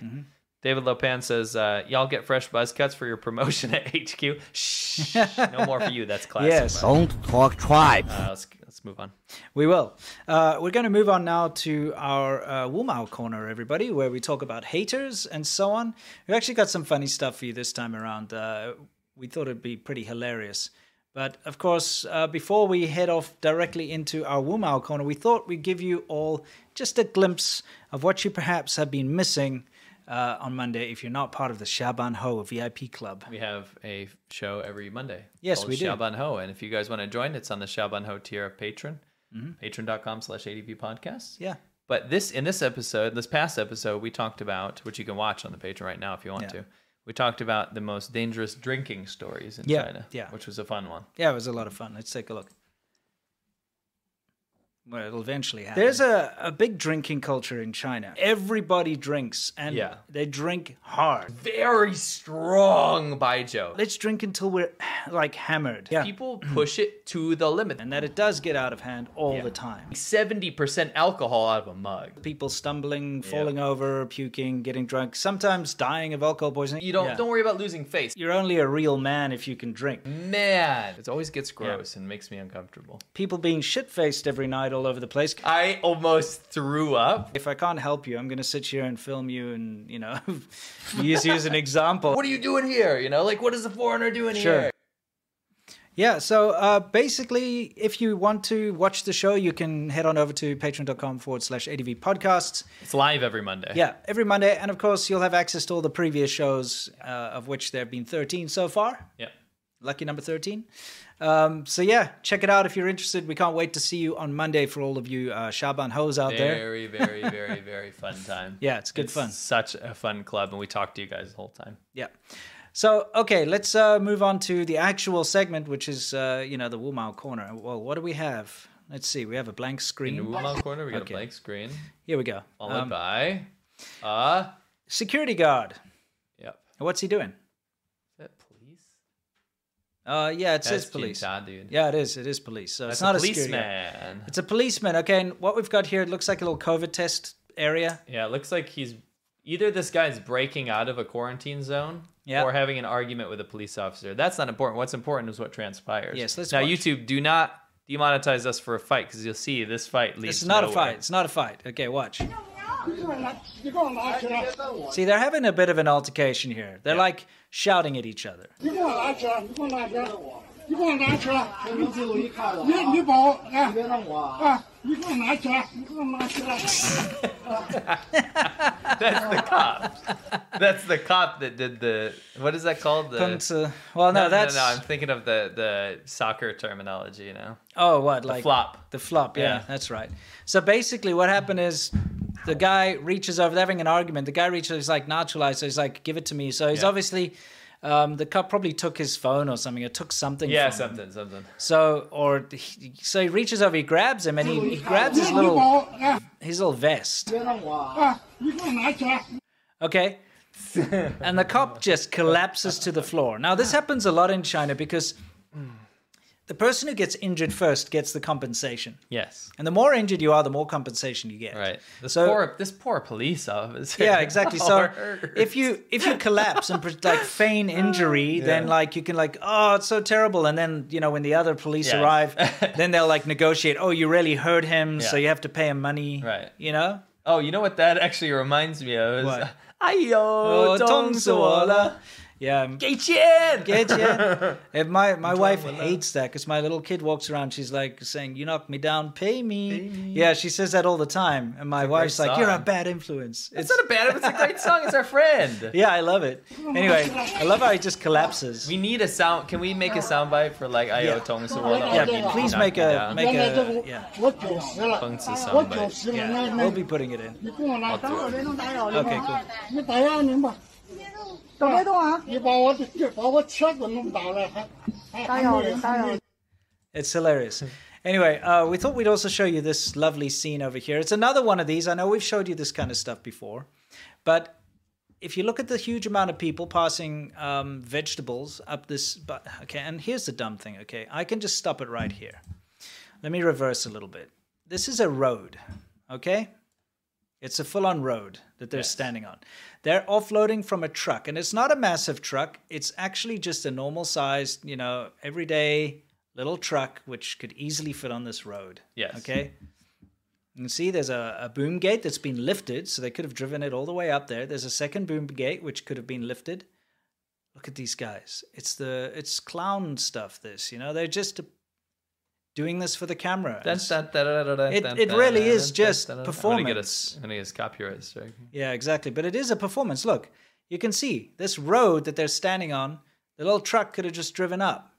Speaker 2: David Lopan says, uh, "Y'all get fresh buzz cuts for your promotion at HQ. Shh, no more for you. That's classic.
Speaker 1: Yes.
Speaker 2: bud.
Speaker 1: Don't talk tribe.
Speaker 2: Uh, let's let's move on.
Speaker 1: We will. Uh, we're going to move on now to our uh, Wumao corner, everybody, where we talk about haters and so on. We've actually got some funny stuff for you this time around. Uh, we thought it'd be pretty hilarious. But of course, uh, before we head off directly into our Wumao corner, we thought we'd give you all just a glimpse of what you perhaps have been missing uh, on Monday if you're not part of the Shaban Ho VIP Club.
Speaker 2: We have a show every Monday.
Speaker 1: Yes,
Speaker 2: called
Speaker 1: we do.
Speaker 2: Shaban Ho, and if you guys want to join, it's on the Shaban Ho tier of Patron,
Speaker 1: Mm-hmm.
Speaker 2: patron.com/slash ADP podcast.
Speaker 1: Yeah.
Speaker 2: But this in this episode, this past episode, we talked about which you can watch on the Patreon right now if you want
Speaker 1: Yeah.
Speaker 2: to. We talked about the most dangerous drinking stories in
Speaker 1: Yeah,
Speaker 2: China,
Speaker 1: yeah.
Speaker 2: which was a fun one.
Speaker 1: Yeah, it was a lot of fun. Let's take a look. Well, it'll eventually
Speaker 2: happen.
Speaker 1: There's a, a big drinking culture in China. Everybody drinks and
Speaker 2: Yeah.
Speaker 1: they drink hard.
Speaker 2: Very strong baijiu.
Speaker 1: Let's drink until we're like hammered. Yeah.
Speaker 2: People push it to the limit.
Speaker 1: And that it does get out of hand all the time.
Speaker 2: 70% alcohol out of a mug.
Speaker 1: People stumbling, falling over, puking, getting drunk, sometimes dying of alcohol poisoning.
Speaker 2: You don't
Speaker 1: Yeah.
Speaker 2: don't worry about losing face.
Speaker 1: You're only a real man if you can drink.
Speaker 2: Man, it always gets gross and makes me uncomfortable.
Speaker 1: People being shit faced every night all over the place.
Speaker 2: I almost threw up.
Speaker 1: If I can't help you, I'm going to sit here and film you and, you know, use you as an example.
Speaker 2: What are you doing here? You know, like what is the foreigner doing
Speaker 1: Sure.
Speaker 2: here?
Speaker 1: Yeah, so uh, basically, if you want to watch the show, you can head on over to patreon.com forward slash ADV podcasts.
Speaker 2: It's live every Monday.
Speaker 1: Yeah, every Monday. And of course, you'll have access to all the previous shows, uh, of which there have been 13 so far.
Speaker 2: Yeah.
Speaker 1: Lucky number 13. Um, so, yeah, check it out if you're interested. We can't wait to see you on Monday for all of you uh, Shaban hoes out there.
Speaker 2: Very, very, very, very fun time.
Speaker 1: Yeah, it's good fun.
Speaker 2: Such a fun club, and we talk to you guys the whole time.
Speaker 1: Yeah. So okay, let's uh, move on to the actual segment, which is uh, you know the Wumao corner. Well, what do we have? Let's see. We have a blank screen.
Speaker 2: In the Wumao corner, we got a blank screen.
Speaker 1: Here we go.
Speaker 2: Followed
Speaker 1: Um,
Speaker 2: by uh
Speaker 1: security guard.
Speaker 2: Yep.
Speaker 1: What's he doing?
Speaker 2: that police?
Speaker 1: Uh, yeah, it says
Speaker 2: That's
Speaker 1: police.
Speaker 2: Jinta, dude.
Speaker 1: Yeah, it is. It is police. So
Speaker 2: That's
Speaker 1: it's not
Speaker 2: a
Speaker 1: a security guard.
Speaker 2: policeman.
Speaker 1: It's a policeman. Okay, and what we've got here it looks like a little COVID test area.
Speaker 2: Yeah, it looks like he's either this guy's breaking out of a quarantine zone
Speaker 1: Yeah.
Speaker 2: or having an argument with a police officer. That's not important. What's important is what transpires.
Speaker 1: Yes, let's
Speaker 2: Now
Speaker 1: watch.
Speaker 2: YouTube, do not demonetize us for a fight because you'll see this fight leads
Speaker 1: It's not a
Speaker 2: nowhere.
Speaker 1: fight. It's not a fight. Okay, watch.
Speaker 20: 你给我拿，你给我拿起来！
Speaker 1: See, they're having a bit of an altercation here. They're like shouting at each other.
Speaker 20: 你给我拿起来！你给我拿起来！你给我拿起来！视频记录一看我。你你把我哎，别弄我啊！你给我拿起来！你给我拿起来！
Speaker 2: That's the cop. That's the cop that did the what is that called? The
Speaker 1: Punks, uh, well, no, that's-
Speaker 2: no, I'm thinking of the the soccer terminology. You know,
Speaker 1: Oh, what?
Speaker 2: The
Speaker 1: like
Speaker 2: flop.
Speaker 1: The flop. Yeah,
Speaker 2: Yeah.
Speaker 1: that's right. So basically, what happened is the guy reaches over. They're having an argument. The guy reaches over, he's like naturalized. So he's like, "Give it to me." So he's
Speaker 2: Yeah.
Speaker 1: obviously Um, the cop probably took his phone or something. Or took something.
Speaker 2: Yeah,
Speaker 1: from him.
Speaker 2: something, something.
Speaker 1: So or he, so he reaches over, he grabs him, and he, he grabs his little his little vest. Okay. and the cop just collapses to the floor. Now, this happens a lot in China because
Speaker 2: Mm.
Speaker 1: the person who gets injured first gets the compensation.
Speaker 2: Yes.
Speaker 1: And the more injured you are, the more compensation you get.
Speaker 2: Right. This
Speaker 1: So-
Speaker 2: poor this poor police officer.
Speaker 1: Yeah, exactly. So
Speaker 2: Hurt.
Speaker 1: if you if you collapse and pre- like feign injury, then
Speaker 2: Yeah.
Speaker 1: like you can like oh it's so terrible, and then you know when the other police
Speaker 2: Yeah.
Speaker 1: arrive, then they'll like negotiate. Oh, you really hurt him, so
Speaker 2: Yeah.
Speaker 1: you have to pay him money.
Speaker 2: Right.
Speaker 1: You know.
Speaker 2: Oh, you know what that actually reminds me of? Is, uh,
Speaker 1: What?
Speaker 2: Ayo,
Speaker 1: Oh,
Speaker 2: Tong Suola.
Speaker 1: Yeah. um,
Speaker 2: Geichen.
Speaker 1: Geichen. And my, my wife hates that because my little kid walks around. She's like saying, "You knocked me down, pay me." Yeah, she says that all the time. And my wife's like, "You're a
Speaker 2: song.
Speaker 1: bad influence."
Speaker 2: It's not a bad. It's a great song. It's our friend.
Speaker 1: Yeah, I love it. Anyway, I love how he just collapses.
Speaker 2: We need a sound. Can we make a sound bite for like Ayo
Speaker 1: Yeah.
Speaker 2: Tong Suola?
Speaker 1: Yeah, please make a- make a- yeah.
Speaker 2: Bunks is sound bite.
Speaker 1: Yeah, we'll be putting it in.
Speaker 21: OK，
Speaker 1: cool.
Speaker 21: 你打扰您吧。怎么动啊？你把我这把我车给弄倒了，还还还没人没人
Speaker 1: It's hilarious. Anyway, uh, we thought we'd also show you this lovely scene over here. It's another one of these. I know we've showed you this kind of stuff before, but if you look at the huge amount of people passing um, vegetables up this, but okay, and here's the dumb thing. Okay, I can just stop it right here. Let me reverse a little bit. This is a road. Okay, it's a full-on road that they're standing on. They're offloading from a truck, and it's not a massive truck. It's actually just a normal-sized, you know, everyday little truck which could easily fit on this road.
Speaker 2: Yes.
Speaker 1: Okay. You can see there's a, a boom gate that's been lifted, so they could have driven it all the way up there. There's a second boom gate which could have been lifted. Look at these guys. It's the it's clown stuff. This, you know, they're just doing this for the camera.
Speaker 2: Dun, dun, dun, dun, dun, dun,
Speaker 1: It-
Speaker 2: dun,
Speaker 1: it
Speaker 2: dun,
Speaker 1: really
Speaker 2: dun,
Speaker 1: is
Speaker 2: dun,
Speaker 1: just
Speaker 2: dun, dun, dun. I'm gonna get
Speaker 1: performance.
Speaker 2: us- I'm gonna get us copyright strike.
Speaker 1: Yeah, exactly. But it is a performance. Look, you can see this road that they're standing on, the little truck could have just driven up.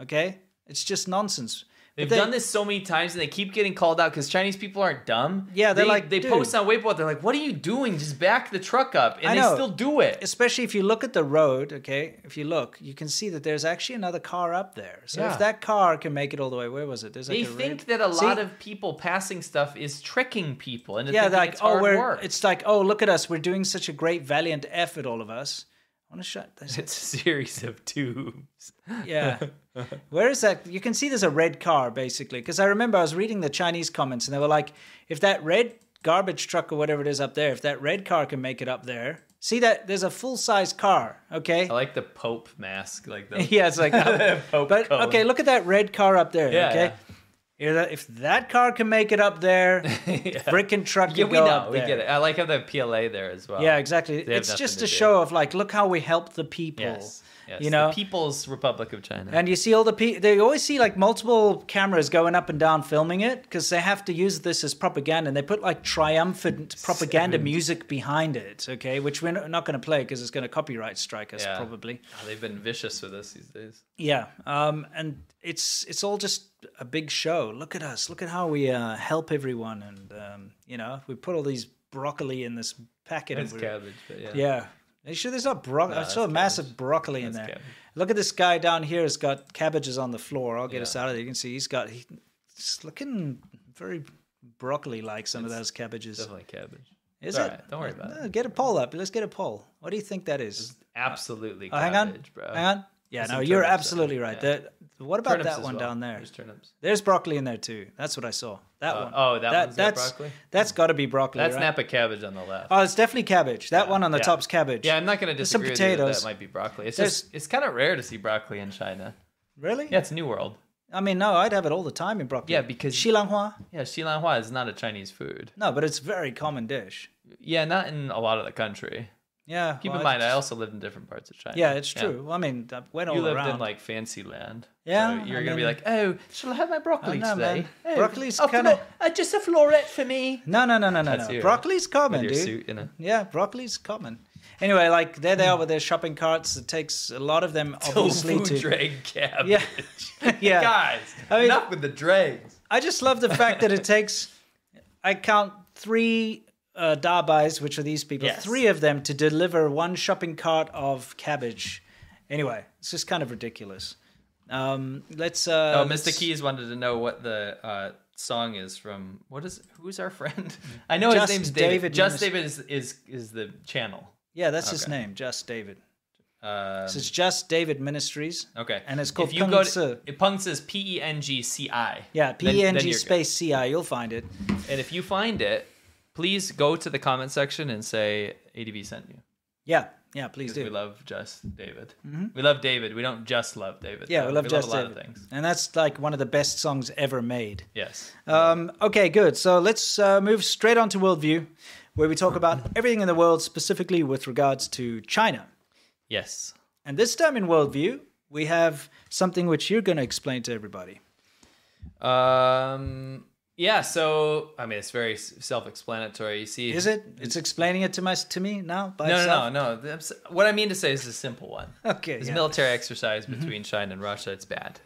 Speaker 1: Okay? It's just nonsense. But
Speaker 2: They've
Speaker 1: they-
Speaker 2: done this so many times and they keep getting called out because Chinese people aren't dumb.
Speaker 1: Yeah, they're
Speaker 2: they,
Speaker 1: like,
Speaker 2: they
Speaker 1: "Dude."
Speaker 2: post on Weibo. They're like, "What are you doing? Just back the truck up," and
Speaker 1: I
Speaker 2: they
Speaker 1: know.
Speaker 2: still do it.
Speaker 1: Especially if you look at the road, okay? If you look, you can see that there's actually another car up there. So
Speaker 2: Yeah.
Speaker 1: if that car can make it all the way, where was it? There's like
Speaker 2: They
Speaker 1: a
Speaker 2: think
Speaker 1: red-
Speaker 2: that a
Speaker 1: See?
Speaker 2: lot of people passing stuff is tricking people, and
Speaker 1: yeah,
Speaker 2: yeah,
Speaker 1: they're
Speaker 2: like
Speaker 1: like
Speaker 2: it's
Speaker 1: oh,
Speaker 2: hard
Speaker 1: we're
Speaker 2: work.
Speaker 1: it's like oh, look at us, we're doing such a great valiant effort, all of us. I want to shut. There's
Speaker 2: It's a series of tubes.
Speaker 1: Yeah. Where is that? You can see there's a red car basically. Because I remember I was reading the Chinese comments and they were like, if that red garbage truck or whatever it is up there, if that red car can make it up there, see that there's a full size car. Okay.
Speaker 2: I like the Pope mask, like the
Speaker 1: yeah, it's like,
Speaker 2: Pope
Speaker 1: but
Speaker 2: cone.
Speaker 1: okay, look at that red car up there.
Speaker 2: Yeah,
Speaker 1: okay. If that- If that car can make it up there, frickin' truck
Speaker 2: Yeah,
Speaker 1: can
Speaker 2: we
Speaker 1: go
Speaker 2: know,
Speaker 1: up
Speaker 2: we
Speaker 1: there.
Speaker 2: get it. I like how the PLA there as well.
Speaker 1: Yeah, exactly.
Speaker 2: Oh, They have
Speaker 1: It's
Speaker 2: nothing
Speaker 1: just
Speaker 2: to
Speaker 1: a
Speaker 2: do.
Speaker 1: show of like, look how we help the people.
Speaker 2: Yes, yes.
Speaker 1: You know,
Speaker 2: the People's Republic of China.
Speaker 1: And you see all the people, they always see like multiple cameras going up and down filming it because they have to use this as propaganda and they put like triumphant propaganda music behind it, okay, which we're not going to play because it's going to copyright strike us
Speaker 2: Yeah.
Speaker 1: probably.
Speaker 2: Oh, they've been vicious with us these days.
Speaker 1: Yeah. Um, and it's it's all just a big show. Look at us. Look at how we uh, help everyone. And, um, you know, we put all these broccoli in this packet.
Speaker 2: It's
Speaker 1: and we're-
Speaker 2: cabbage, but yeah.
Speaker 1: yeah. Are you sure there's not broccoli?
Speaker 2: No,
Speaker 1: I saw a
Speaker 2: that's
Speaker 1: massive broccoli in there.
Speaker 2: That's cabbage.
Speaker 1: Look at this guy down here. He's got cabbages on the floor. I'll get us out of there. You can see he's got, he- it's looking very broccoli like, some of those cabbages.
Speaker 2: Definitely cabbage.
Speaker 1: Is
Speaker 2: It's all
Speaker 1: it?
Speaker 2: right, don't worry about it.
Speaker 1: No, Get a poll up. Let's get a poll. What do you think that is?
Speaker 2: Absolutely
Speaker 1: Oh,
Speaker 2: cabbage,
Speaker 1: hang on.
Speaker 2: bro.
Speaker 1: Hang on. Yeah,
Speaker 2: There's
Speaker 1: no,
Speaker 2: some
Speaker 1: you're
Speaker 2: turnips in
Speaker 1: absolutely
Speaker 2: there,
Speaker 1: right.
Speaker 2: yeah.
Speaker 1: That, what about
Speaker 2: Turnips
Speaker 1: that
Speaker 2: as
Speaker 1: one
Speaker 2: well.
Speaker 1: down there?
Speaker 2: There's turnips.
Speaker 1: There's broccoli in there too. That's what I saw. That
Speaker 2: Uh,
Speaker 1: one.
Speaker 2: oh, that one's got
Speaker 1: that's,
Speaker 2: broccoli?
Speaker 1: That's got to be broccoli.
Speaker 2: That's
Speaker 1: right?
Speaker 2: Napa cabbage on the left.
Speaker 1: Oh, it's definitely cabbage. That one on the
Speaker 2: Yeah.
Speaker 1: top's cabbage.
Speaker 2: Yeah, I'm not going to
Speaker 1: There's some
Speaker 2: disagree with you that
Speaker 1: potatoes.
Speaker 2: that might be broccoli. It's
Speaker 1: There's-
Speaker 2: just it's kind of rare to see broccoli in China.
Speaker 1: Really?
Speaker 2: Yeah, it's New World.
Speaker 1: I mean, no, I'd have it all the time in broccoli.
Speaker 2: Yeah, because
Speaker 1: Shilanghua.
Speaker 2: Yeah, Shilanhua is not a Chinese food.
Speaker 1: No, but it's a very common dish.
Speaker 2: Yeah, not in a lot of the country.
Speaker 1: Yeah.
Speaker 2: Keep
Speaker 1: well,
Speaker 2: in mind, I also lived in different parts of China.
Speaker 1: Yeah, it's true. Well, I mean, I went all
Speaker 2: you lived
Speaker 1: around.
Speaker 2: in like fancy land.
Speaker 1: Yeah,
Speaker 2: so you're
Speaker 1: I
Speaker 2: gonna be
Speaker 1: mean-
Speaker 2: like, oh, shall I have my broccoli
Speaker 1: I know, man.
Speaker 2: today? Oh,
Speaker 1: Broccoli's
Speaker 2: a
Speaker 1: kinda-
Speaker 2: flo- uh, just a floret for me.
Speaker 1: No, no, no, no, no,
Speaker 2: That's
Speaker 1: no.
Speaker 2: you, right?
Speaker 1: Broccoli's common,
Speaker 2: With
Speaker 1: dude.
Speaker 2: your suit, you know.
Speaker 1: Yeah, broccoli's common. Anyway, like there they are with their shopping carts. It takes a lot of them obviously
Speaker 2: Tofu
Speaker 1: to
Speaker 2: drag cabbage.
Speaker 1: Yeah, yeah.
Speaker 2: guys,
Speaker 1: I mean-
Speaker 2: enough with the dregs.
Speaker 1: I just love the fact that it takes. I count three uh, Dabais, which are these people, three of them to deliver one shopping cart of cabbage. Anyway, it's just kind of ridiculous. Um, let's. Uh,
Speaker 2: oh, Mr. Keys wanted to know what the uh, song is from. What is? Who's our friend? I know
Speaker 1: Just
Speaker 2: his name's David.
Speaker 1: David Nunes.
Speaker 2: Just David is is is the channel.
Speaker 1: Yeah, that's his
Speaker 2: Okay.
Speaker 1: name, Just David.
Speaker 2: Um,
Speaker 1: so it's Just David Ministries.
Speaker 2: okay,
Speaker 1: and it's called
Speaker 2: If you
Speaker 1: Pung
Speaker 2: go
Speaker 1: Tzu.
Speaker 2: to it, Pung says P E N G C I.
Speaker 1: Yeah,
Speaker 2: Then-
Speaker 1: P E N
Speaker 2: then
Speaker 1: G
Speaker 2: you're good.
Speaker 1: space C I. You'll find it.
Speaker 2: And if you find it, please go to the comment section and say ADB sent you.
Speaker 1: Yeah, yeah, please
Speaker 2: 'Cause
Speaker 1: do.
Speaker 2: We love just David.
Speaker 1: Mhm.
Speaker 2: We love David. We don't just uh, love David.
Speaker 1: Yeah,
Speaker 2: though.
Speaker 1: we love Just
Speaker 2: a lot
Speaker 1: David.
Speaker 2: of things.
Speaker 1: And that's like one of the best songs ever made.
Speaker 2: Yes.
Speaker 1: Um, okay, good. So let's uh, move straight on to worldview, where we talk about everything in the world, specifically with regards to China.
Speaker 2: Yes.
Speaker 1: And this time in worldview, we have something which you're going to explain to everybody.
Speaker 2: Um. Yeah. So I mean, it's very s- self-explanatory. You see,
Speaker 1: Is it? It's explaining it to my to me now. By
Speaker 2: no,
Speaker 1: itself?
Speaker 2: no, no, no. That's- What I mean to say is a simple one.
Speaker 1: Okay,
Speaker 2: It's
Speaker 1: yeah.
Speaker 2: a military exercise
Speaker 1: Mhm.
Speaker 2: between China and Russia. It's bad.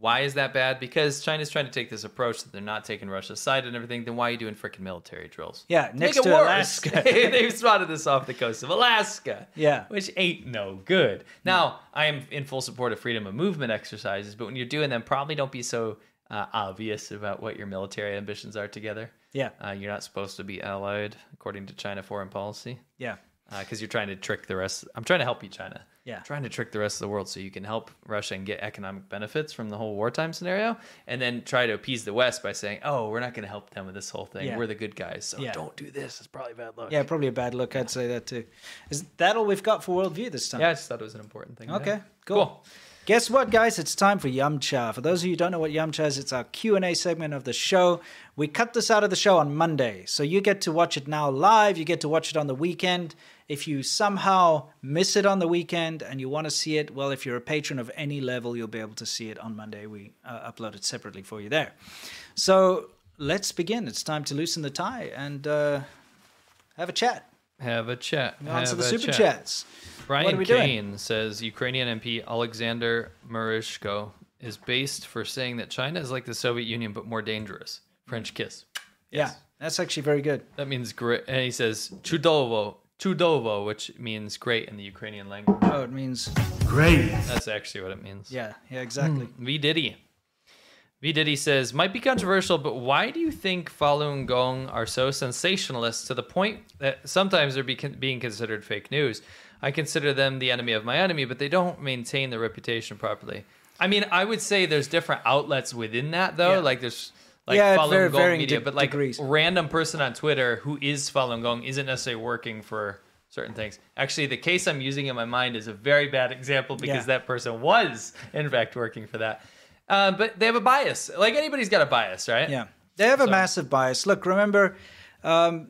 Speaker 2: Why is that bad? Because China's trying to take this approach that they're not taking Russia's side and everything. Then why are you doing freaking military drills?
Speaker 1: Yeah,
Speaker 2: Make
Speaker 1: next
Speaker 2: it
Speaker 1: to
Speaker 2: worse.
Speaker 1: Alaska.
Speaker 2: They've spotted this off the coast of Alaska.
Speaker 1: Yeah. Mm.
Speaker 2: Which ain't no good. Now, I am in full support of freedom of movement exercises, but when you're doing them, probably don't be so uh, obvious about what your military ambitions are together.
Speaker 1: Yeah.
Speaker 2: Uh, you're not supposed to be allied, according to China foreign policy.
Speaker 1: Yeah.
Speaker 2: Because Uh, you're trying to trick the rest. I'm trying to help you, China.
Speaker 1: Yeah.
Speaker 2: Trying to trick the rest of the world so you can help Russia and get economic benefits from the whole wartime scenario, and then try to appease the West by saying, "Oh, we're not going to help them with this whole thing.
Speaker 1: Yeah.
Speaker 2: We're the good guys, so
Speaker 1: Yeah.
Speaker 2: don't do this. It's probably bad luck."
Speaker 1: Yeah, probably a bad look. I'd say that too. Is that all we've got for worldview this time?
Speaker 2: Yeah, I just thought it was an important thing. to
Speaker 1: Okay,
Speaker 2: know.
Speaker 1: cool. Guess what, guys? It's time for Yamcha. For those of you who don't know what Yamcha is, it's our Q and A segment of the show. We cut this out of the show on Monday, so you get to watch it now live. You get to watch it on the weekend. If you somehow miss it on the weekend and you want to see it, well, if you're a patron of any level, you'll be able to see it on Monday. We uh, upload it separately for you there. So let's begin. It's time to loosen the tie and uh, have a chat.
Speaker 2: Have a chat.
Speaker 1: Now on to
Speaker 2: Have
Speaker 1: the
Speaker 2: a
Speaker 1: super
Speaker 2: chat.
Speaker 1: chats.
Speaker 2: Brian
Speaker 1: What are we doing?
Speaker 2: Kane says Ukrainian MP Alexander Marishko is based for saying that China is like the Soviet Union but more dangerous. French kiss.
Speaker 1: Yeah, that's actually very good.
Speaker 2: That means great. And he says Chudovo, Chudovo, which means great in the Ukrainian language.
Speaker 1: Oh, it means
Speaker 2: Great. That's actually what it means.
Speaker 1: Yeah, yeah, exactly.
Speaker 2: V Diddy. V Diddy says might be controversial, but why do you think Falun Gong are so sensationalist to the point that sometimes they're be being considered fake news? I consider them the enemy of my enemy, but they don't maintain their reputation properly. I mean, I would say there's different outlets within that though.
Speaker 1: Yeah.
Speaker 2: Like there's like
Speaker 1: Yeah,
Speaker 2: Falun
Speaker 1: very
Speaker 2: Gong
Speaker 1: varying
Speaker 2: media,
Speaker 1: de-
Speaker 2: but like
Speaker 1: degrees.
Speaker 2: random person on Twitter who is Falun Gong isn't necessarily working for certain things. Actually, the case I'm using in my mind is a very bad example because
Speaker 1: Yeah.
Speaker 2: that person was, in fact, working for that. Uh, but they have a bias. Like anybody's got a bias, right?
Speaker 1: Yeah. They have a massive bias. Look, remember um,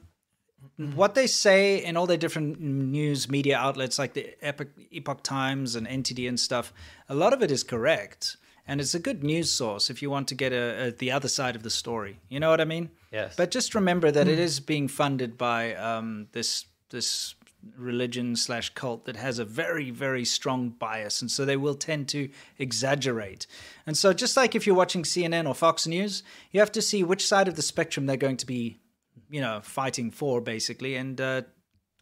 Speaker 1: what they say in all their different news media outlets like the Epoch, Epoch Times and NTD and stuff, a lot of it is correct. And it's a good news source if you want to get a, a, the other side of the story. You know what I mean?
Speaker 2: Yes.
Speaker 1: But just remember that
Speaker 2: Hmm.
Speaker 1: it is being funded by um, this this religion slash cult that has a very very strong bias, and so they will tend to exaggerate. And so, just like if you're watching CNN or Fox News, you have to see which side of the spectrum they're going to be, you know, fighting for, basically, and uh,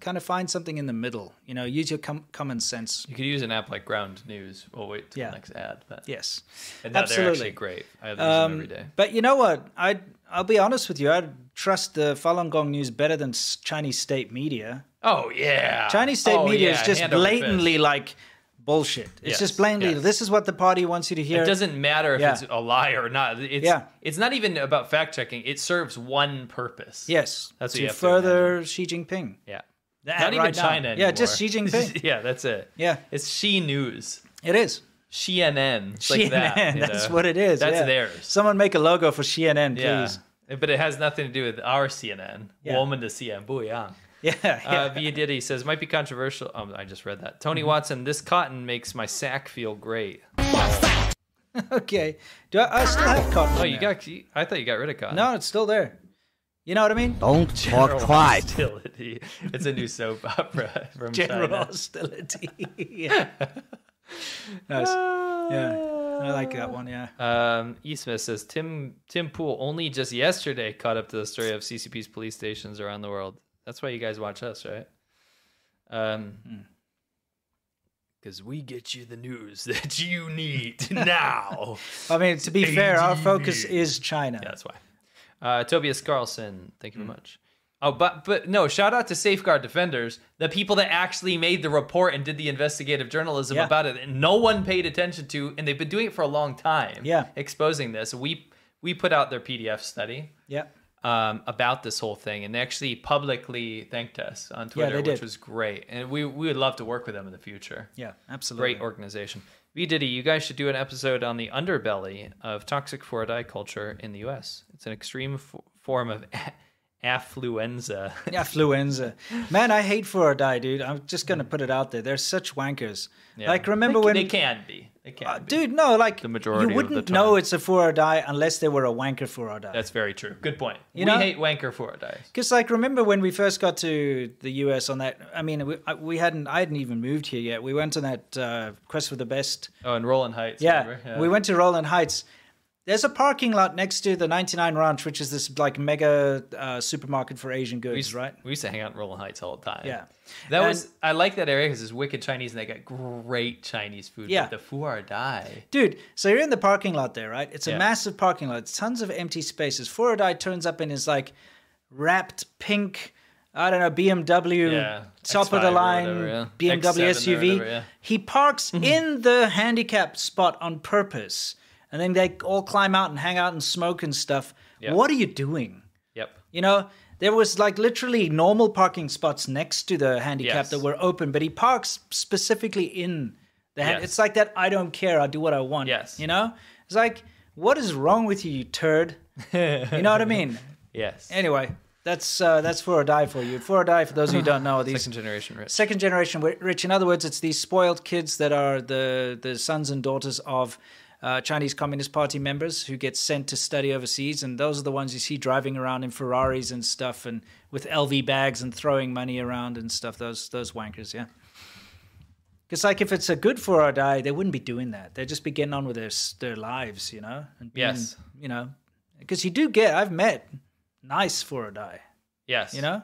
Speaker 1: kind of find something in the middle. You know, use your com- common sense.
Speaker 2: You could use an app like Ground News. We'll wait till
Speaker 1: Yeah.
Speaker 2: the next ad. But
Speaker 1: Yes.
Speaker 2: And now they're
Speaker 1: Absolutely.
Speaker 2: actually great. I use
Speaker 1: Um,
Speaker 2: them every day.
Speaker 1: But you know what? I I'll be honest with you. I trust the Falun Gong news better than s- Chinese state media.
Speaker 2: Oh yeah.
Speaker 1: Chinese state
Speaker 2: Oh,
Speaker 1: media
Speaker 2: yeah,
Speaker 1: is just
Speaker 2: hand over fist.
Speaker 1: blatantly like bullshit. It's
Speaker 2: Yes,
Speaker 1: just blatantly this is what the party wants you to hear.
Speaker 2: It doesn't matter if
Speaker 1: Yeah.
Speaker 2: it's a lie or not. It's
Speaker 1: Yeah.
Speaker 2: it's not even about fact checking. It serves one purpose.
Speaker 1: Yes,
Speaker 2: That's what
Speaker 1: to
Speaker 2: you have to
Speaker 1: further Xi Jinping.
Speaker 2: Yeah.
Speaker 1: That
Speaker 2: Not even
Speaker 1: right now.
Speaker 2: China
Speaker 1: Yeah, just Xi
Speaker 2: anymore.
Speaker 1: Jinping.
Speaker 2: yeah, that's it.
Speaker 1: Yeah.
Speaker 2: It's Xi News.
Speaker 1: It is.
Speaker 2: CNN. It's
Speaker 1: CNN,
Speaker 2: like that. you
Speaker 1: that's
Speaker 2: know?
Speaker 1: what it is.
Speaker 2: That's
Speaker 1: yeah.
Speaker 2: theirs.
Speaker 1: Someone make a logo for CNN,
Speaker 2: Yeah.
Speaker 1: please.
Speaker 2: But it has nothing to do with our CNN.
Speaker 1: Yeah.
Speaker 2: Woman to CNN. Booyah.
Speaker 1: Yeah.
Speaker 2: Uh, Via Diddy says, might be controversial. Um, I just read that.
Speaker 1: Mm-hmm.
Speaker 2: Tony Watson, this cotton makes my sack feel great.
Speaker 1: okay. Do I, I still have cotton?
Speaker 2: Oh,
Speaker 1: in
Speaker 2: you
Speaker 1: there.
Speaker 2: got. You, I thought you got rid of cotton.
Speaker 1: No, it's still there. You know what I mean? Don't
Speaker 2: General Hostility. It's a new soap opera from
Speaker 1: General
Speaker 2: China.
Speaker 1: hostility. yeah. Nice. Yeah. I like that one. Yeah.
Speaker 2: Um, E. Smith says Tim Tim Pool only just yesterday caught up to the story of CCP's police stations around the world. That's why you guys watch us, right? Um, because we get you the news that you need now.
Speaker 1: I mean, to be fair, our focus is China.
Speaker 2: Yeah, that's why. Uh, Tobias Carlson, thank you very
Speaker 1: Hmm.
Speaker 2: much. Oh, but but no, shout out to Safeguard Defenders, the people that actually made the report and did the investigative journalism
Speaker 1: Yeah.
Speaker 2: about it, and no one paid attention to, and they've been doing it for a long time.
Speaker 1: Yeah.
Speaker 2: exposing this. We we put out their PDF study
Speaker 1: Yeah.
Speaker 2: um, about this whole thing, and they actually publicly thanked us on Twitter,
Speaker 1: they
Speaker 2: which
Speaker 1: did.
Speaker 2: was great. And we we would love to work with them in the future.
Speaker 1: Yeah, absolutely.
Speaker 2: Great organization. V Diddy, you guys should do an episode on the underbelly of toxic fluoride culture in the U.S. It's an extreme f- form of affluenza.
Speaker 1: Affluenza. Man, I hate for or die, dude. I'm just gonna put it out there. They're such wankers.
Speaker 2: Yeah.
Speaker 1: Like remember
Speaker 2: They-
Speaker 1: when Uh,
Speaker 2: they can be, they can be.
Speaker 1: dude? No, like
Speaker 2: The majority of
Speaker 1: you
Speaker 2: the
Speaker 1: wouldn't know it's a for or die unless they were a wanker for or die.
Speaker 2: That's very true. Good point.
Speaker 1: You
Speaker 2: we
Speaker 1: know?
Speaker 2: hate wanker fluoride.
Speaker 1: Because like remember when we first got to the US on that? I mean, we, I- we hadn't, I hadn't even moved here yet. We went on that uh, quest for the best.
Speaker 2: Oh, and Roland Heights.
Speaker 1: Yeah,
Speaker 2: remember?
Speaker 1: we went to Roland Heights. There's a parking lot next to the 99 Ranch, which is this like mega uh, supermarket for Asian goods,
Speaker 2: We used,
Speaker 1: right?
Speaker 2: we used to hang out in Roland Heights all the time.
Speaker 1: Yeah.
Speaker 2: that
Speaker 1: And-
Speaker 2: was I like that area because it's wicked Chinese and they got great Chinese food.
Speaker 1: Yeah.
Speaker 2: but the foo or die.
Speaker 1: Dude, so you're in the parking lot there, right? It's a
Speaker 2: Yeah.
Speaker 1: massive parking lot. It's tons of empty spaces. Forodai turns up and is like wrapped pink, I don't know, BMW,
Speaker 2: Yeah,
Speaker 1: top of
Speaker 2: X5
Speaker 1: the
Speaker 2: or
Speaker 1: line,
Speaker 2: whatever, yeah.
Speaker 1: BMW
Speaker 2: X7 or
Speaker 1: SUV.
Speaker 2: whatever, yeah. Mm-hmm.
Speaker 1: He parks in the handicap spot on purpose. And then they all climb out and hang out and smoke and stuff. What are you doing?
Speaker 2: Yep.
Speaker 1: You know, there was like literally normal parking spots next to the handicap
Speaker 2: Yes.
Speaker 1: that were open, but he parks specifically in the hand.
Speaker 2: Yes.
Speaker 1: It's like that I don't care, I do what I want. Yes. You know? It's like, what is wrong with you, you turd? you know what I mean?
Speaker 2: Yes.
Speaker 1: Anyway, that's uh, that's for or die for you. For or die for those of you who don't know these
Speaker 2: Second generation rich.
Speaker 1: second generation wi- rich. In other words, it's these spoiled kids that are the the sons and daughters of uh, Chinese Communist Party members who get sent to study overseas, and those are the ones you see driving around in Ferraris and stuff, and with LV bags and throwing money around and stuff. Those those wankers, yeah. Because like if it's a good for or die, they wouldn't be doing that. They'd just be getting on with their s- their lives, you know. And
Speaker 2: Yes.
Speaker 1: you know, because you do get. I've met nice for or die.
Speaker 2: Yes.
Speaker 1: You know.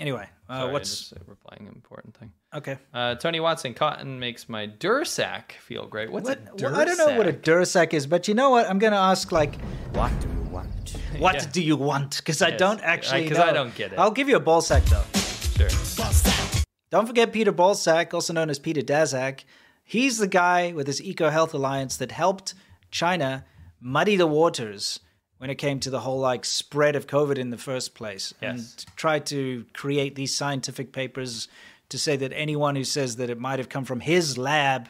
Speaker 1: Anyway, uh,
Speaker 2: Sorry, I
Speaker 1: what's
Speaker 2: just, uh, replying an important thing?
Speaker 1: Okay.
Speaker 2: Uh, Tony Watson, cotton makes my Dursac feel great. What's a
Speaker 1: What-
Speaker 2: Dursac?
Speaker 1: well, I don't know what a Dursac is, but you know what? I'm going to ask like,
Speaker 2: What do you want?
Speaker 1: what do you want? Because I
Speaker 2: Yes.
Speaker 1: don't actually
Speaker 2: Because I
Speaker 1: know.
Speaker 2: don't get it.
Speaker 1: I'll give you a ball sack though.
Speaker 2: Sure.
Speaker 1: Don't forget Peter Balsack, also known as Peter Daszak. He's the guy with his Eco Health Alliance that helped China muddy the waters when it came to the whole like spread of COVID in the first place, and tried to create these scientific papers to say that anyone who says that it might have come from his lab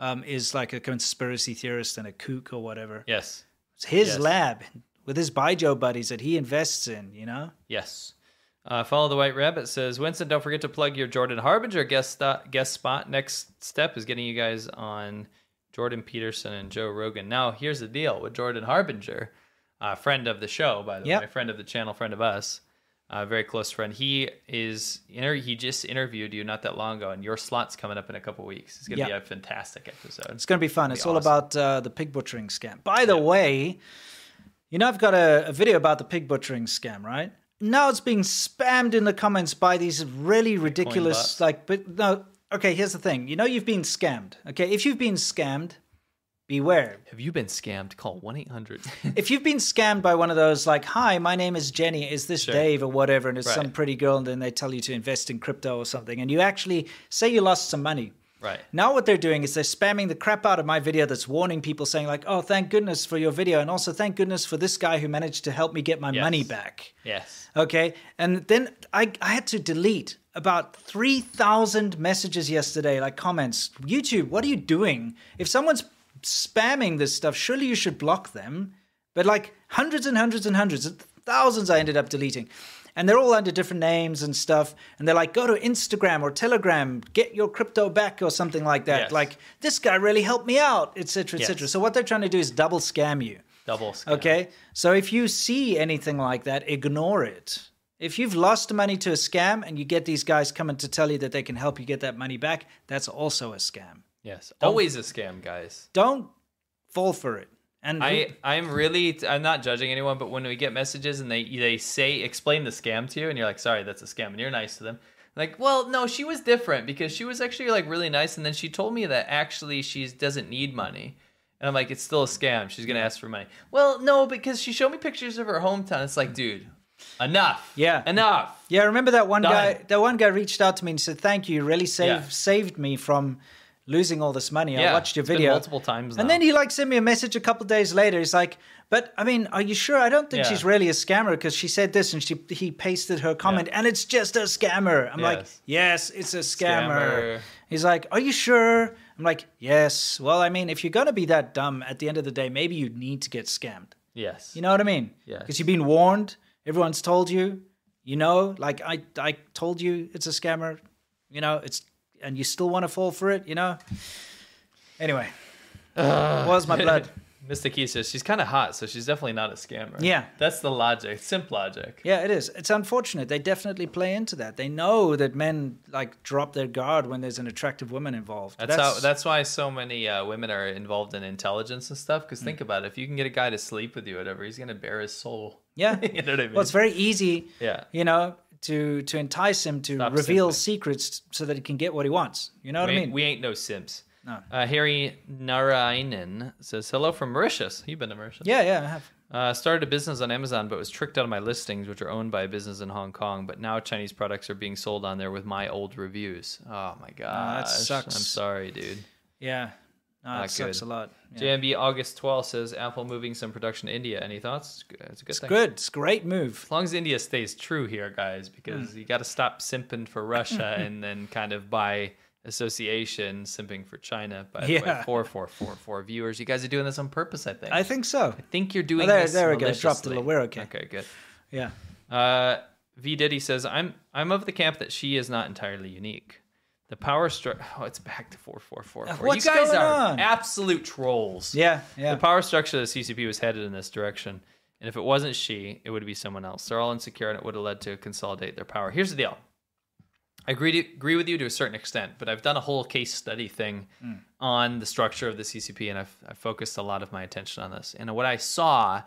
Speaker 1: um, is like a conspiracy theorist and a kook or whatever.
Speaker 2: Yes.
Speaker 1: It's his
Speaker 2: Yes.
Speaker 1: lab with his Baijiu buddies that he invests in. You know.
Speaker 2: Yes. Uh, Follow the White Rabbit says, Winston, don't forget to plug your Jordan Harbinger guest sto- guest spot. Next step is getting you guys on Jordan Peterson and Joe Rogan. Now, here's the deal with Jordan Harbinger, uh, friend of the show, by the
Speaker 1: Yep.
Speaker 2: way, friend of the channel, friend of us, uh, very close friend. He is inter- he just interviewed you not that long ago, and your slot's coming up in a couple weeks. It's gonna
Speaker 1: Yeah.
Speaker 2: be a fantastic episode.
Speaker 1: It's going to be fun. It's all about uh, the pig butchering scam. By the way, you know, I've got a, a video about the pig butchering scam, right? Now it's being spammed in the comments by these really ridiculous,
Speaker 2: bots.
Speaker 1: like, but no. Okay, here's the thing. You know, you've been scammed. Okay, if you've been scammed, beware.
Speaker 2: Have you been scammed? Call one eight hundred.
Speaker 1: if you've been scammed by one of those, like, hi, my name is Jenny, is this Dave or whatever, and it's
Speaker 2: Right.
Speaker 1: some pretty girl, and then they tell you to invest in crypto or something, and you actually say you lost some money.
Speaker 2: Right.
Speaker 1: Now what they're doing is they're spamming the crap out of my video that's warning people saying like, "Oh, thank goodness for your video and also thank goodness for this guy who managed to help me get my money back."
Speaker 2: Yes.
Speaker 1: Okay? And then I I had to delete about 3,000 messages yesterday like comments. YouTube, what are you doing? If someone's spamming this stuff, surely you should block them. But like hundreds and hundreds and hundreds, thousands I ended up deleting. And they're all under different names and stuff. And they're like, go to Instagram or Telegram, get your crypto back or something like that.
Speaker 2: Yes.
Speaker 1: Like, this guy really helped me out, et cetera, et
Speaker 2: Yes.
Speaker 1: cetera. So, what they're trying to do is double scam you.
Speaker 2: Double scam.
Speaker 1: Okay. So if you see anything like that, ignore it. If you've lost money to a scam and you get these guys coming to tell you that they can help you get that money back, that's also a scam.
Speaker 2: Yes,
Speaker 1: Don't-
Speaker 2: always a scam, guys.
Speaker 1: Don't fall for it. And
Speaker 2: I I'm really I'm not judging anyone, but when we get messages and they they say explain the scam to you, and you're like, sorry, that's a scam, and you're nice to them. Like, well, no, she was different because she was actually like really nice, and then she told me that actually she doesn't need money. And I'm like, it's still a scam. She's gonna ask for money. Well, no, because she showed me pictures of her hometown. It's like, dude, enough.
Speaker 1: Yeah.
Speaker 2: Enough.
Speaker 1: Yeah, remember that one
Speaker 2: Done.
Speaker 1: guy that one guy reached out to me and said, Thank you, you really saved
Speaker 2: Yeah.
Speaker 1: saved me from losing all this money. I
Speaker 2: Yeah,
Speaker 1: watched your
Speaker 2: it's been
Speaker 1: video.
Speaker 2: multiple times
Speaker 1: And
Speaker 2: now.
Speaker 1: then he like sent me a message a couple days later. He's like, But I mean, are you sure? I don't think
Speaker 2: Yeah.
Speaker 1: she's really a scammer because she said this and she he pasted her comment and it's just a scammer. I'm like,
Speaker 2: Yes.
Speaker 1: Yes, it's a scammer.
Speaker 2: Scammer.
Speaker 1: He's like, Are you sure? I'm like, Yes. Well, I mean, if you're gonna be that dumb at the end of the day, maybe you need to get scammed.
Speaker 2: Yes.
Speaker 1: You know what I mean?
Speaker 2: Yeah.
Speaker 1: Because you've been warned. Everyone's told you. You know, like I, I told you it's a scammer. You know, it's and you still want to fall for it. You know. Anyway, was my blood.
Speaker 2: Mr. Key says she's kind of hot, so she's definitely not a scammer.
Speaker 1: Yeah.
Speaker 2: That's the logic. Simp logic.
Speaker 1: Yeah, it is. It's unfortunate. They definitely play into that. They know that men like drop their guard when there's an attractive woman involved.
Speaker 2: That's, how. That's why so many uh, women are involved in intelligence and stuff.
Speaker 1: Mm.
Speaker 2: Because think about it, if you can get a guy to sleep with you, whatever, he's gonna bare his soul.
Speaker 1: Yeah.
Speaker 2: you know what I mean.
Speaker 1: Well, it's very easy.
Speaker 2: Yeah.
Speaker 1: You know, to to entice him to reveal secrets so that he can get what he wants. You know what
Speaker 2: we,
Speaker 1: I
Speaker 2: ain't-
Speaker 1: mean?
Speaker 2: We ain't no simps.
Speaker 1: No.
Speaker 2: Uh, Harry Narayanan says hello from Mauritius. You've been to Mauritius.
Speaker 1: yeah, yeah, I have.
Speaker 2: Uh, started a business on Amazon, but was tricked out of my listings, which are owned by a business in Hong Kong. But now Chinese products are being sold on there with my old reviews. Oh my
Speaker 1: Ah,
Speaker 2: god,
Speaker 1: sucks.
Speaker 2: I'm sorry, dude.
Speaker 1: Yeah. No, it
Speaker 2: Not
Speaker 1: sucks
Speaker 2: good.
Speaker 1: a lot. Yeah.
Speaker 2: JMB August 12 says Apple moving some production to India. Any thoughts? It's good- It's a good thing.
Speaker 1: good. It's a great move.
Speaker 2: As long as India stays true here, guys, because
Speaker 1: Mm.
Speaker 2: you got to stop simping for Russia and then kind of by association simping for China. By the way,
Speaker 1: Yeah.
Speaker 2: four four four four viewers, you guys are doing this on purpose. I think.
Speaker 1: I think so. I
Speaker 2: think you're doing
Speaker 1: there,
Speaker 2: this
Speaker 1: There we go. Dropped
Speaker 2: maliciously.
Speaker 1: it. We're okay.
Speaker 2: Okay, good.
Speaker 1: Yeah.
Speaker 2: Uh, v Diddy says, "I'm I'm of the camp that she is not entirely unique. The power structure. Oh, it's back to four four four
Speaker 1: Uh,
Speaker 2: four.
Speaker 1: what's
Speaker 2: you guys
Speaker 1: going
Speaker 2: are
Speaker 1: on?
Speaker 2: absolute trolls.
Speaker 1: Yeah, yeah.
Speaker 2: The power structure of the CCP was headed in this direction, and if it wasn't she, it would be someone else. They're all insecure, and it would have led to consolidate their power. Here's the deal. I agree to, agree with you to a certain extent, but I've done a whole case study thing
Speaker 1: Mm.
Speaker 2: on the structure of the CCP, and I've, I've focused a lot of my attention on this. And what I saw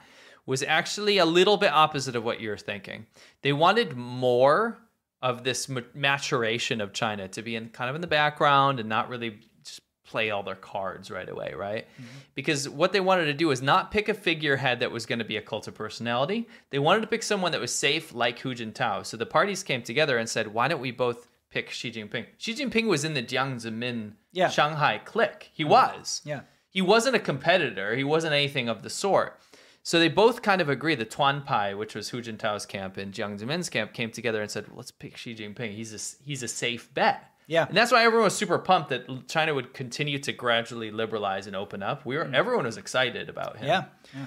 Speaker 2: was actually a little bit opposite of what you're thinking. They wanted more of this ma- maturation of China to be in kind of in the background and not really just play all their cards right away, right?
Speaker 1: Mm-hmm.
Speaker 2: Because what they wanted to do is not pick a figurehead that was going to be a cult of personality. They wanted to pick someone that was safe, like Hu Jintao. So the parties came together and said, why don't we both pick Xi Jinping? Xi Jinping was in the Jiang Zemin
Speaker 1: Yeah. Mm-hmm.
Speaker 2: Shanghai clique. He was.
Speaker 1: Yeah.
Speaker 2: He wasn't a competitor. He wasn't anything of the sort. So they both kind of agree. The Tuan Pai, which was Hu Jintao's camp and Jiang Zemin's camp, came together and said, "Let's pick Xi Jinping. He's a he's a safe bet."
Speaker 1: Yeah.
Speaker 2: and that's why everyone was super pumped that China would continue to gradually liberalize and open up. We were everyone was excited about him.
Speaker 1: Yeah. yeah.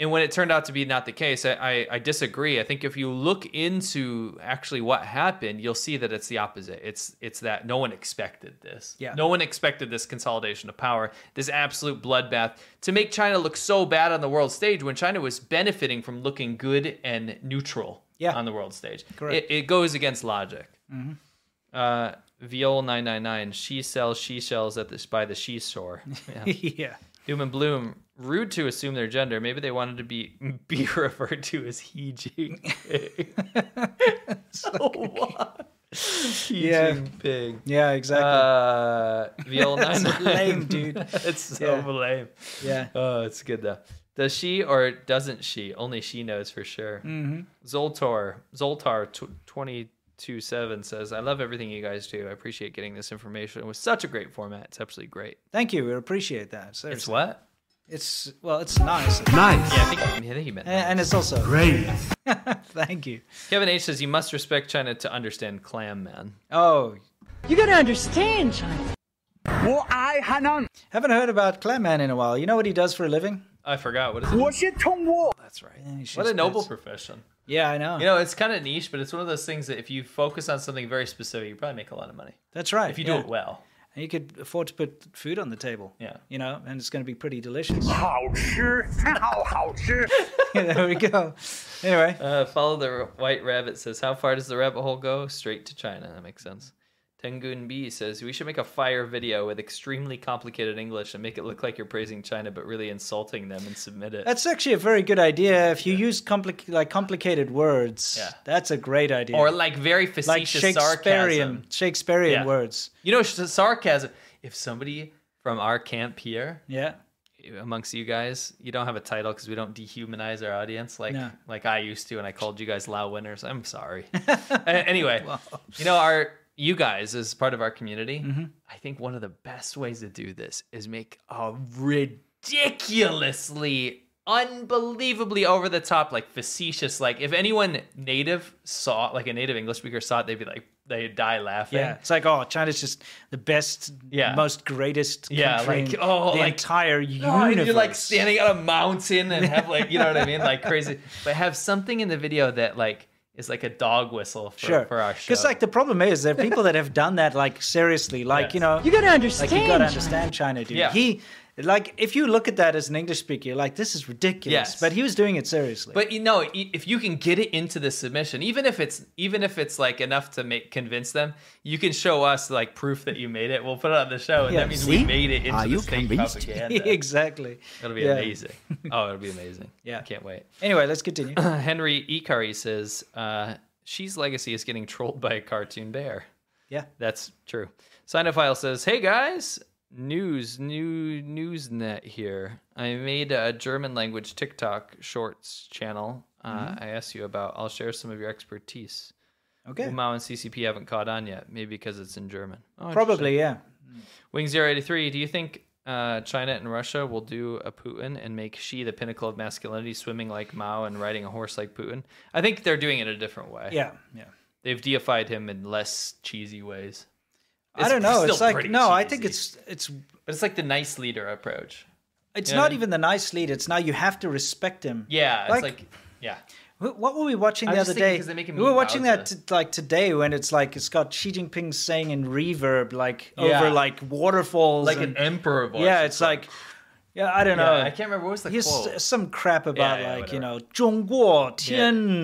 Speaker 2: And when it turned out to be not the case, I, I, I disagree. I think if you look into actually what happened, you'll see that it's the opposite. It's it's that no one expected this.
Speaker 1: Yeah.
Speaker 2: No one expected this consolidation of power, this absolute bloodbath to make China look so bad on the world stage when China was benefiting from looking good and neutral
Speaker 1: Yeah.
Speaker 2: on the world stage.
Speaker 1: Correct.
Speaker 2: It, it goes against logic.
Speaker 1: Mhm.
Speaker 2: Uh, Viol nine nine nine. She sells she shells at this by the she store.
Speaker 1: Yeah.
Speaker 2: Doom and Bloom, rude to assume their gender. Maybe they wanted to be be referred to as he Jinping. so what? He
Speaker 1: Yeah.
Speaker 2: Jinping.
Speaker 1: Yeah, exactly.
Speaker 2: Uh, VL nine
Speaker 1: That's lame, dude.
Speaker 2: it's so
Speaker 1: Yeah.
Speaker 2: lame.
Speaker 1: Yeah.
Speaker 2: Oh, it's good though. Does she or doesn't she? Only she knows for sure.
Speaker 1: Mhm.
Speaker 2: Zoltar Zoltar twenty two seven says, "I love everything you guys do. I appreciate getting this information. It was such a great format. It's absolutely great.
Speaker 1: Thank you. We appreciate that. Seriously.
Speaker 2: It's what."
Speaker 1: It's well, it's nice.
Speaker 2: Yeah, I think, I think he meant
Speaker 1: And, and it's also
Speaker 2: Great.
Speaker 1: Thank you.
Speaker 2: Kevin H says you must respect China to understand clam man.
Speaker 1: Oh,
Speaker 6: You gotta understand, China.
Speaker 1: well, I haven't heard about Clam Man in a while. You know what he does for a living?
Speaker 2: I forgot what is it.
Speaker 1: That's
Speaker 2: right.
Speaker 1: she's-
Speaker 2: What a noble
Speaker 1: that's-
Speaker 2: profession.
Speaker 1: Yeah, I know.
Speaker 2: You know, it's kind of niche, but it's one of those things that if you focus on something very specific, you probably make a lot of money.
Speaker 1: That's right.
Speaker 2: If you
Speaker 1: yeah.
Speaker 2: do it well.
Speaker 1: And you could afford to put food on the table.
Speaker 2: Yeah.
Speaker 1: You know, and it's going to be pretty delicious.
Speaker 2: there
Speaker 1: we go. Anyway.
Speaker 2: Uh, follow the white rabbit says, How far does the rabbit hole go? Straight to China. That makes sense. Tengun B says we should make a fire video with extremely complicated English and make it look like you're praising China but really insulting them and submit it.
Speaker 1: That's actually a very good idea. If you use complic- like complicated words, that's a great idea.
Speaker 2: Or like very facetious
Speaker 1: Shakespearean,
Speaker 2: sarcasm.
Speaker 1: Shakespearean
Speaker 2: Yeah.
Speaker 1: words.
Speaker 2: You know, s- sarcasm. If somebody from our camp here,
Speaker 1: Yeah.
Speaker 2: amongst you guys, you don't have a title because we don't dehumanize our audience like
Speaker 1: No.
Speaker 2: like I used to, and I called you guys loud winners. I'm sorry. A- anyway, you know our you guys as part of our community.
Speaker 1: Mm-hmm.
Speaker 2: I think one of the best ways to do this is make a ridiculously unbelievably over the top like facetious like if anyone native saw like a native english speaker saw it they'd be like they'd die laughing
Speaker 1: Yeah, it's like oh, China's just the best,
Speaker 2: Yeah.
Speaker 1: most greatest.
Speaker 2: Yeah,
Speaker 1: country
Speaker 2: like,
Speaker 1: in
Speaker 2: oh,
Speaker 1: the
Speaker 2: like-
Speaker 1: entire
Speaker 2: Oh,
Speaker 1: universe.
Speaker 2: and you're like standing on a mountain and have like you know what I mean, like crazy. But have something in the video that like is like a dog whistle for,
Speaker 1: sure
Speaker 2: for our show.
Speaker 1: Because like the problem is there are people that have done that like seriously, like you know,
Speaker 6: You gotta
Speaker 1: Like you
Speaker 6: understand
Speaker 1: gotta understand China, dude.
Speaker 2: Yeah.
Speaker 1: He like if you look at that as an English speaker, you're like this is ridiculous.
Speaker 2: Yes.
Speaker 1: But he was doing it seriously.
Speaker 2: But you know, i- if you can get it into the submission, even if it's even if it's like enough to make convince them, you can show us like proof that you made it. We'll put it on the show, and
Speaker 1: Yeah,
Speaker 2: that means
Speaker 1: see?
Speaker 2: we made it into
Speaker 1: Are
Speaker 2: the
Speaker 1: you
Speaker 2: state
Speaker 1: convinced?
Speaker 2: propaganda.
Speaker 1: Exactly.
Speaker 2: It'll be
Speaker 1: Yeah.
Speaker 2: amazing. Oh, it'll be amazing.
Speaker 1: Yeah.
Speaker 2: can't wait. Uh,
Speaker 1: Anyway, let's continue.
Speaker 2: Henry Ikari says, uh, "She's legacy is getting trolled by a cartoon bear."
Speaker 1: Yeah.
Speaker 2: that's true. Sinophile says, "Hey guys, news, new newsnet here. I made a German language TikTok Shorts channel. Uh,
Speaker 1: Mhm.
Speaker 2: I asked you about. I'll share some of your expertise.
Speaker 1: Okay.
Speaker 2: Umau and CCP haven't caught on yet. Maybe because it's in German. Oh,
Speaker 1: Probably,
Speaker 2: interesting.
Speaker 1: yeah.
Speaker 2: Wing 083, do you think uh, China and Russia will do a Putin and make she the pinnacle of masculinity, swimming like Mao and riding a horse like Putin? I think they're doing it a different way.
Speaker 1: Yeah, yeah.
Speaker 2: They've deified him in less cheesy ways.
Speaker 1: I don't know.
Speaker 2: still
Speaker 1: It's like
Speaker 2: pretty
Speaker 1: no, I
Speaker 2: cheesy,
Speaker 1: think it's it's
Speaker 2: but it's like the nice leader approach.
Speaker 1: it's
Speaker 2: You know what
Speaker 1: not
Speaker 2: I mean?
Speaker 1: even the nice lead. It's now you have to respect him.
Speaker 2: Yeah, it's like, yeah.
Speaker 1: Wh- What were we watching
Speaker 2: I
Speaker 1: the
Speaker 2: was
Speaker 1: other
Speaker 2: just thinking
Speaker 1: day?
Speaker 2: 'cause they make him
Speaker 1: We were
Speaker 2: meet
Speaker 1: watching
Speaker 2: Mao
Speaker 1: that t- like today when it's like it's got Xi Jinping saying in reverb like
Speaker 2: Yeah.
Speaker 1: over like waterfalls,
Speaker 2: Like
Speaker 1: and-
Speaker 2: an emperor voice.
Speaker 1: Yeah, it's like yeah, I don't
Speaker 2: Yeah,
Speaker 1: know.
Speaker 2: I can't remember what was the
Speaker 1: He's
Speaker 2: quote.
Speaker 1: s- some crap about
Speaker 2: yeah,
Speaker 1: like you know Zhongguo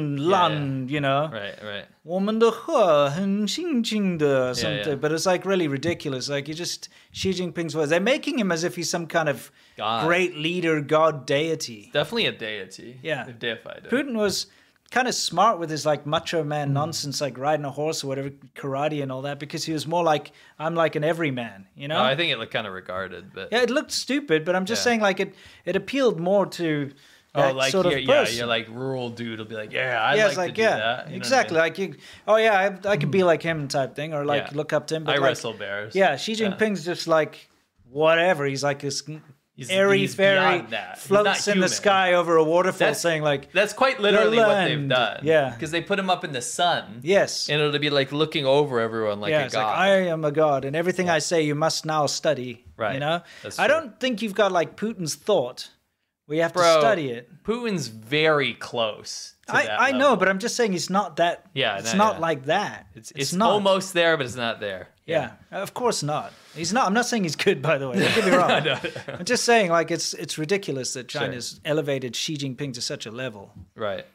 Speaker 1: Tianlan, you know.
Speaker 2: Right, right.
Speaker 1: 我们的话很清静的
Speaker 2: Yeah,
Speaker 1: something,
Speaker 2: yeah.
Speaker 1: but it's like really ridiculous. Like you just Xi Jinping's words. They're making him as if he's some kind of
Speaker 2: God.
Speaker 1: great leader, god deity.
Speaker 2: Definitely a deity.
Speaker 1: Yeah.
Speaker 2: They've deified him.
Speaker 1: Putin was kind of smart with his like macho
Speaker 2: Mm.
Speaker 1: man nonsense, like riding a horse or whatever, karate and all that, because he was more like I'm like an everyman, you know.
Speaker 2: No, Oh, I think it looked kind of regarded, but
Speaker 1: yeah, it looked stupid, but I'm just
Speaker 2: Yeah.
Speaker 1: saying like it it appealed more to
Speaker 2: oh,
Speaker 1: that
Speaker 2: like
Speaker 1: sort
Speaker 2: you're,
Speaker 1: of
Speaker 2: yeah,
Speaker 1: person.
Speaker 2: you're like rural dude will be like, yeah, I
Speaker 1: yeah,
Speaker 2: like,
Speaker 1: it's
Speaker 2: to
Speaker 1: like
Speaker 2: do
Speaker 1: yeah,
Speaker 2: that. You know what I
Speaker 1: exactly.
Speaker 2: mean?
Speaker 1: Like you, oh yeah, I, I could be like him type thing, or like
Speaker 2: Yeah.
Speaker 1: look up to him. But
Speaker 2: I
Speaker 1: like,
Speaker 2: wrestle bears.
Speaker 1: Yeah, Xi
Speaker 2: Yeah.
Speaker 1: Jinping's just like whatever. He's like this
Speaker 2: He's-
Speaker 1: airy
Speaker 2: he's
Speaker 1: fairy
Speaker 2: beyond that. He's
Speaker 1: floats
Speaker 2: not
Speaker 1: in the
Speaker 2: human.
Speaker 1: sky over a waterfall,
Speaker 2: That's-
Speaker 1: saying like
Speaker 2: That's quite literally what they've
Speaker 1: land.
Speaker 2: done.
Speaker 1: Yeah.
Speaker 2: Because they put him up in the sun.
Speaker 1: Yes.
Speaker 2: And it'll be like looking over everyone like
Speaker 1: yeah,
Speaker 2: a
Speaker 1: it's
Speaker 2: god.
Speaker 1: like I am a god, and everything I say you must now study.
Speaker 2: Right.
Speaker 1: You know,
Speaker 2: That's
Speaker 1: I
Speaker 2: true.
Speaker 1: don't think you've got like Putin's thought. where you have
Speaker 2: Bro,
Speaker 1: to study it.
Speaker 2: Putin's very close. To that
Speaker 1: I, I
Speaker 2: level.
Speaker 1: know, but I'm just saying it's not that.
Speaker 2: Yeah,
Speaker 1: it's
Speaker 2: no,
Speaker 1: not
Speaker 2: yeah.
Speaker 1: like that.
Speaker 2: It's,
Speaker 1: it's
Speaker 2: it's,
Speaker 1: not.
Speaker 2: almost there, but it's not there.
Speaker 1: Yeah. of course not. He's not. I'm not saying he's good, by the way. Don't get me wrong. I'm just saying, like, it's it's ridiculous that
Speaker 2: Sure.
Speaker 1: China's elevated Xi Jinping to such a level.
Speaker 2: Right.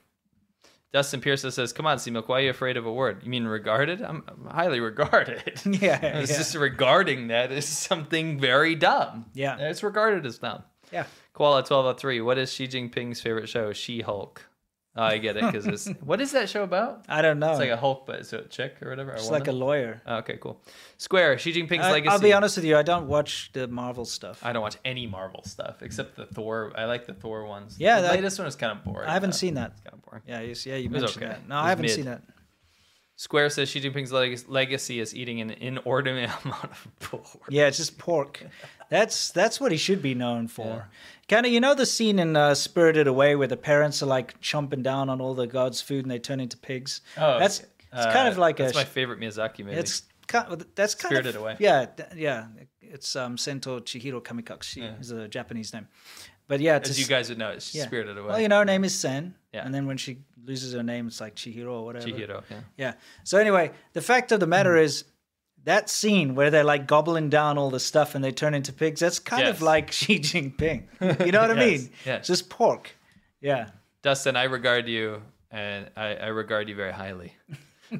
Speaker 2: Dustin Pearson says, "Come on, Seamilk, why are you afraid of a word? You mean regarded? I'm, I'm highly regarded.
Speaker 1: Yeah,
Speaker 2: it's
Speaker 1: yeah.
Speaker 2: just regarding that is something very dumb.
Speaker 1: Yeah.
Speaker 2: it's regarded as dumb.
Speaker 1: Yeah.
Speaker 2: Koala twelve oh three. What is Xi Jinping's favorite show? She Hulk. Oh, I get it because it's what is that show about?
Speaker 1: I don't know.
Speaker 2: It's like a Hulk, but it's a chick or whatever. or
Speaker 1: She's Oh. like a
Speaker 2: woman?
Speaker 1: lawyer.
Speaker 2: Oh, okay, cool. Square. Xi Jinping's
Speaker 1: I,
Speaker 2: legacy.
Speaker 1: I'll be honest with you. I don't watch the Marvel stuff.
Speaker 2: I don't watch any Marvel stuff except the Thor. I like the Thor ones.
Speaker 1: Yeah,
Speaker 2: the
Speaker 1: that-
Speaker 2: latest one was kind of boring.
Speaker 1: I haven't
Speaker 2: though.
Speaker 1: seen that.
Speaker 2: It's kind of boring.
Speaker 1: Yeah, you, yeah, you
Speaker 2: It was
Speaker 1: mentioned
Speaker 2: okay.
Speaker 1: that. No,
Speaker 2: It
Speaker 1: I
Speaker 2: was
Speaker 1: haven't
Speaker 2: mid.
Speaker 1: seen that.
Speaker 2: Square says Xi Jinping's leg- legacy is eating an inordinate amount of pork.
Speaker 1: Yeah, it's just pork. That's that's what he should be known for. Kind of, you know, the scene in uh, Spirited Away where the parents are like chomping down on all the gods' food and they turn into pigs. that's it's kind
Speaker 2: Oh, uh,
Speaker 1: of like
Speaker 2: that's
Speaker 1: a
Speaker 2: my favorite Miyazaki movie.
Speaker 1: It's kind of, that's kind
Speaker 2: Spirited
Speaker 1: of
Speaker 2: Away.
Speaker 1: Yeah, th- yeah. It's um, Sento Chihiro Kamikaze is a Japanese name, but yeah,
Speaker 2: As
Speaker 1: to
Speaker 2: you
Speaker 1: s-
Speaker 2: guys would know, it's Spirited Away.
Speaker 1: Well, you know, her name is Sen.
Speaker 2: Yeah.
Speaker 1: And then when she loses her name, it's like Chihiro or whatever.
Speaker 2: Chihiro, Hmm. yeah.
Speaker 1: Yeah. So anyway, the fact of the matter is. That scene where they're like gobbling down all the stuff and they turn into pigs, that's kind
Speaker 2: Yes.
Speaker 1: of like Xi Jinping. You know what I
Speaker 2: Yes,
Speaker 1: mean?
Speaker 2: yes.
Speaker 1: Just pork. Yeah.
Speaker 2: Dustin, I regard you, and I, I regard you very highly.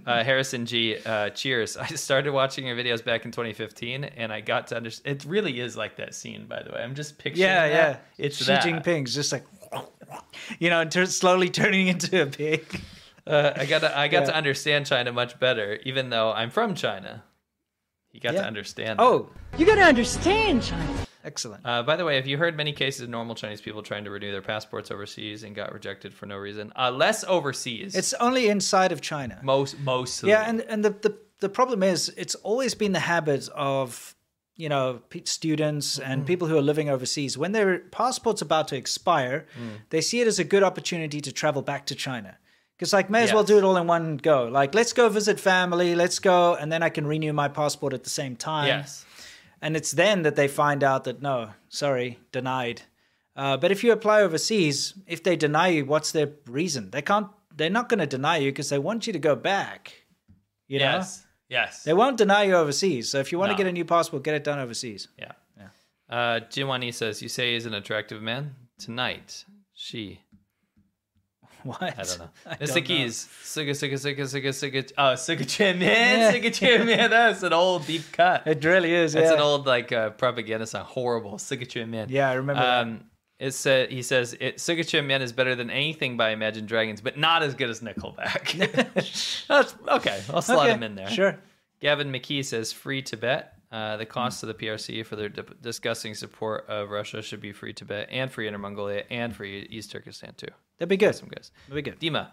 Speaker 2: Uh, Harrison G, uh, cheers. I started watching your videos back in 2015, and I got to understand. It really is like that scene, by the way. I'm just picturing.
Speaker 1: yeah,
Speaker 2: that.
Speaker 1: yeah.
Speaker 2: It's
Speaker 1: Xi
Speaker 2: that.
Speaker 1: Jinping's just like, you know, turn, slowly turning into a pig.
Speaker 2: Uh, I got to, I got
Speaker 1: Yeah.
Speaker 2: to understand China much better, even though I'm from China. You got
Speaker 1: Yeah.
Speaker 2: to understand. that.
Speaker 1: Oh,
Speaker 6: You gotta understand China.
Speaker 1: excellent.
Speaker 2: Uh, by the way, have you heard many cases of normal Chinese people trying to renew their passports overseas and got rejected for no reason? Uh, less overseas.
Speaker 1: It's only inside of China.
Speaker 2: most mostly.
Speaker 1: Yeah, and and the, the the problem is it's always been the habit of you know pe- students and people who are living overseas when their passport's about to expire, they see it as a good opportunity to travel back to China. Because like may as well do it all in one go. Like let's go visit family, let's go, and then I can renew my passport at the same time.
Speaker 2: Yes.
Speaker 1: And it's then that they find out that no, sorry, denied. Uh, but if you apply overseas, if they deny you, what's their reason? They can't. They're not going to deny you because they want you to go back. You know,
Speaker 2: yes. Yes.
Speaker 1: they won't deny you overseas. So if you want
Speaker 2: No.
Speaker 1: to get a new passport, get it done overseas.
Speaker 2: Yeah. Uh, Jiwani says, "You say he's an attractive man tonight." She.
Speaker 1: What?
Speaker 2: I don't know.
Speaker 1: I
Speaker 2: Mr.
Speaker 1: don't
Speaker 2: Keys, Suga Suga Suga Suga Suga. Oh, Suga Chin Man,
Speaker 1: Yeah.
Speaker 2: Suga Chin Man. That's an old deep cut.
Speaker 1: It really is.
Speaker 2: That's
Speaker 1: yeah.
Speaker 2: an old like uh, propaganda song. Horrible Suga Chin Man.
Speaker 1: Yeah, I remember that.
Speaker 2: Um, It said he says it, Suga Chin Man is better than anything by Imagine Dragons, but not as good as Nickelback. That's, okay, I'll slot
Speaker 1: Okay,
Speaker 2: him in there.
Speaker 1: sure.
Speaker 2: Gavin McKee says free Tibet. Uh, the cost of the PRC for their di- discussing support of Russia should be free Tibet and free Inner Mongolia and free East Turkestan too.
Speaker 1: That'd be good.
Speaker 2: Some guys.
Speaker 1: That'd be good.
Speaker 2: Dima,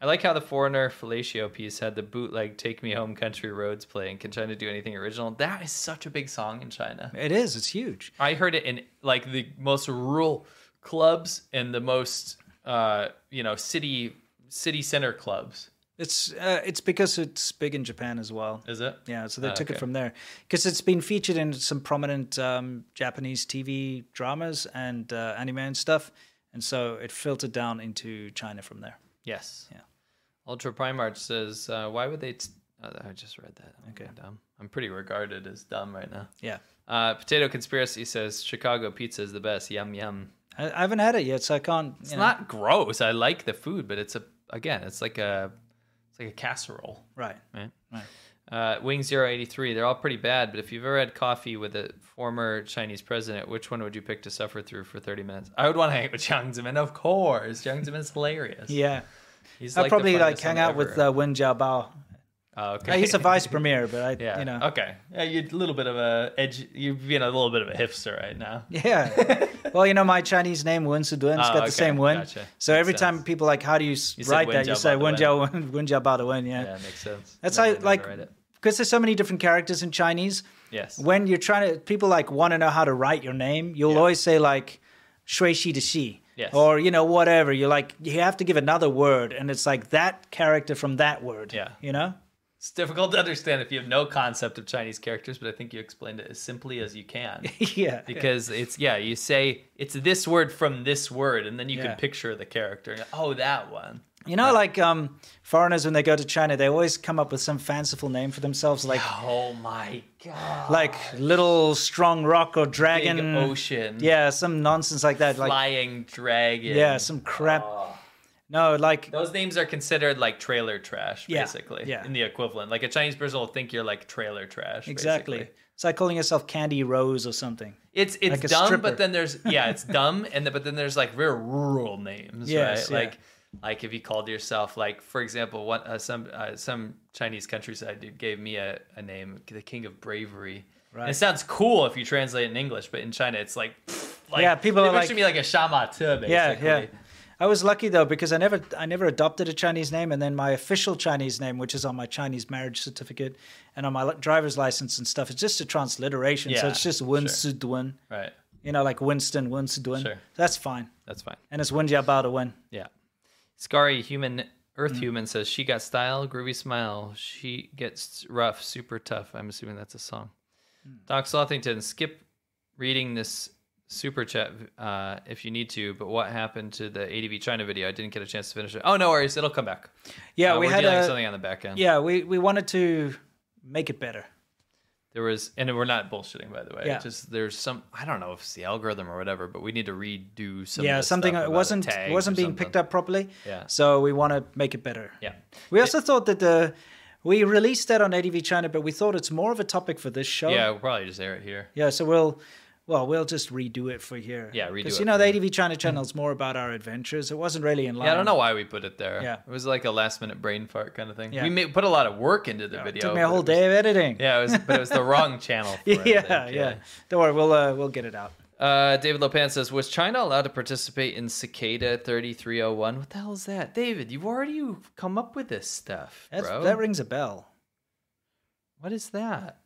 Speaker 2: I like how the foreigner fellatio piece had the bootleg "Take Me Home, Country Roads" playing. Can China do anything original? That is such a big song in China.
Speaker 1: It is. It's huge.
Speaker 2: I heard it in like the most rural clubs and the most uh, you know city city center clubs.
Speaker 1: It's uh, it's because it's big in Japan as well.
Speaker 2: Is it?
Speaker 1: Yeah, so they
Speaker 2: Ah,
Speaker 1: took
Speaker 2: okay.
Speaker 1: it from there because it's been featured in some prominent um, Japanese TV dramas and uh, anime and stuff, and so it filtered down into China from there.
Speaker 2: Yes. Yeah. Ultra Primarch says, uh, "Why would they?" T- oh, I just read that. I'm okay. Dumb. I'm pretty regarded as dumb right now.
Speaker 1: Yeah,
Speaker 2: Uh, Potato Conspiracy says Chicago pizza is the best. Yum yum.
Speaker 1: I, I haven't had it yet, so I can't.
Speaker 2: It's not gross. I like the food, but it's a again, it's like a it's like a casserole.
Speaker 1: right.
Speaker 2: Right.
Speaker 1: Right.
Speaker 2: Uh, Wing 083, they're all pretty bad, but if you've ever had coffee with a former Chinese president, which one would you pick to suffer through for 30 minutes? I would want to hang out with Jiang Zemin, of course. Jiang Zemin's hilarious.
Speaker 1: Yeah,
Speaker 2: He's
Speaker 1: I
Speaker 2: like the
Speaker 1: probably like
Speaker 2: funniest
Speaker 1: hang
Speaker 2: one
Speaker 1: out with
Speaker 2: ever.
Speaker 1: uh, Wen Jiabao.
Speaker 2: Oh, okay.
Speaker 1: Uh, He's a vice premier, but I,
Speaker 2: Yeah.
Speaker 1: you know,
Speaker 2: Okay. Yeah, you're a little bit of a edge. You're being a little bit of a hipster right now.
Speaker 1: yeah. well, you know, my Chinese name Wen Suduan, it's got
Speaker 2: Oh,
Speaker 1: the
Speaker 2: okay,
Speaker 1: same Wen.
Speaker 2: gotcha.
Speaker 1: So
Speaker 2: Makes
Speaker 1: every
Speaker 2: sense.
Speaker 1: time people like, how do you, s-
Speaker 2: You said
Speaker 1: write
Speaker 2: Wen
Speaker 1: that? You
Speaker 2: Jiabao
Speaker 1: say
Speaker 2: to
Speaker 1: Wen
Speaker 2: Wen.
Speaker 1: Jiao Wen Jiabao to Wen. Yeah.
Speaker 2: Yeah, makes sense.
Speaker 1: That's
Speaker 2: Never
Speaker 1: how
Speaker 2: knew to
Speaker 1: like
Speaker 2: write it.
Speaker 1: because there's so many different characters in Chinese.
Speaker 2: Yes.
Speaker 1: When you're trying to, people like want to know how to write your name. You'll always say like shui shi de shi.
Speaker 2: Yes.
Speaker 1: Or you know whatever. You're like you have to give another word, and it's like that character from that word.
Speaker 2: Yeah.
Speaker 1: You know.
Speaker 2: It's difficult to understand if you have no concept of Chinese characters, but I think you explained it as simply as you can.
Speaker 1: Yeah.
Speaker 2: Because it's yeah, you say it's this word from this word, and then you
Speaker 1: Yeah.
Speaker 2: can picture the character. Oh, that one.
Speaker 1: You know, like um, foreigners when they go to China, they always come up with some fanciful name for themselves, like
Speaker 2: Oh my god.
Speaker 1: like little strong rock or dragon,
Speaker 2: ocean.
Speaker 1: yeah, some nonsense like that, like
Speaker 2: Flying Oh. dragon.
Speaker 1: yeah, some crap. No, like
Speaker 2: Those names are considered like trailer trash,
Speaker 1: Yeah,
Speaker 2: basically.
Speaker 1: yeah.
Speaker 2: In the equivalent. Like a Chinese person will think you're like trailer trash.
Speaker 1: Exactly.
Speaker 2: basically.
Speaker 1: It's like calling yourself Candy Rose or something.
Speaker 2: It's it's
Speaker 1: Like a
Speaker 2: dumb,
Speaker 1: stripper.
Speaker 2: but then there's yeah, it's dumb, and the, but then there's like real rural names,
Speaker 1: Yes,
Speaker 2: right?
Speaker 1: yeah.
Speaker 2: Like like if you called yourself like for example, what uh, some uh, some Chinese countryside dude gave me a, a name, the King of Bravery. And
Speaker 1: Right.
Speaker 2: it sounds cool if you translate it in English, but in China it's like, pfft, like
Speaker 1: Yeah, people
Speaker 2: they
Speaker 1: are
Speaker 2: picture
Speaker 1: like-
Speaker 2: me like a shaman too, basically.
Speaker 1: Yeah, yeah. I was lucky though because I never I never adopted a Chinese name, and then my official Chinese name, which is on my Chinese marriage certificate and on my li- driver's license and stuff, it's just a transliteration. so
Speaker 2: Yeah,
Speaker 1: it's just Wen
Speaker 2: sure.
Speaker 1: Suduan.
Speaker 2: Right.
Speaker 1: You know, like Winston Wen Suduan.
Speaker 2: Sure.
Speaker 1: That's fine.
Speaker 2: That's fine.
Speaker 1: And it's Wen Jiabao to Wen.
Speaker 2: Yeah. Scary human
Speaker 1: Mm.
Speaker 2: Earth human says she got style, groovy smile. She gets rough, super tough. I'm assuming that's a song.
Speaker 1: Hmm.
Speaker 2: Doc Slothington, skip reading this super chat uh, if you need to. But what happened to the ADV China video? I didn't get a chance to finish it. Oh no worries, it'll come back.
Speaker 1: Yeah,
Speaker 2: Uh,
Speaker 1: we
Speaker 2: we're
Speaker 1: had
Speaker 2: dealing with
Speaker 1: a-
Speaker 2: something on the back end.
Speaker 1: Yeah, we we wanted to make it better.
Speaker 2: There was, and we're not bullshitting, by the way.
Speaker 1: Yeah.
Speaker 2: Just there's some, I don't know if it's the algorithm or whatever, but we need to redo some.
Speaker 1: yeah,
Speaker 2: of the
Speaker 1: something
Speaker 2: stuff
Speaker 1: it
Speaker 2: about
Speaker 1: wasn't
Speaker 2: tags
Speaker 1: it
Speaker 2: or
Speaker 1: wasn't being
Speaker 2: something.
Speaker 1: picked up properly.
Speaker 2: Yeah.
Speaker 1: So we want to make it better.
Speaker 2: Yeah.
Speaker 1: We also thought that the we released that on ADV China, but we thought it's more of a topic for this show.
Speaker 2: Yeah, we'll probably just air it here.
Speaker 1: Yeah, so we'll well, we'll just redo it for here.
Speaker 2: Yeah, redo
Speaker 1: Because
Speaker 2: it Mm-hmm.
Speaker 1: you know the ADV China channel is more about our adventures. It wasn't really in line.
Speaker 2: Yeah, I don't know why we put it there.
Speaker 1: Yeah.
Speaker 2: It was like a last minute brain fart kind of thing.
Speaker 1: Yeah.
Speaker 2: We made, put a lot of work into the
Speaker 1: It
Speaker 2: video.
Speaker 1: took me
Speaker 2: but
Speaker 1: a
Speaker 2: it
Speaker 1: whole
Speaker 2: was-
Speaker 1: day of editing.
Speaker 2: Yeah, it was, but it was the wrong channel. For it, I
Speaker 1: yeah,
Speaker 2: think,
Speaker 1: yeah. Don't worry, we'll uh, we'll get it out.
Speaker 2: Uh, David Lopan says, was China allowed to participate in Cicada 3301? What the hell is that? David, you've already come up with this stuff,
Speaker 1: That's,
Speaker 2: bro.
Speaker 1: that rings a bell.
Speaker 2: What is that?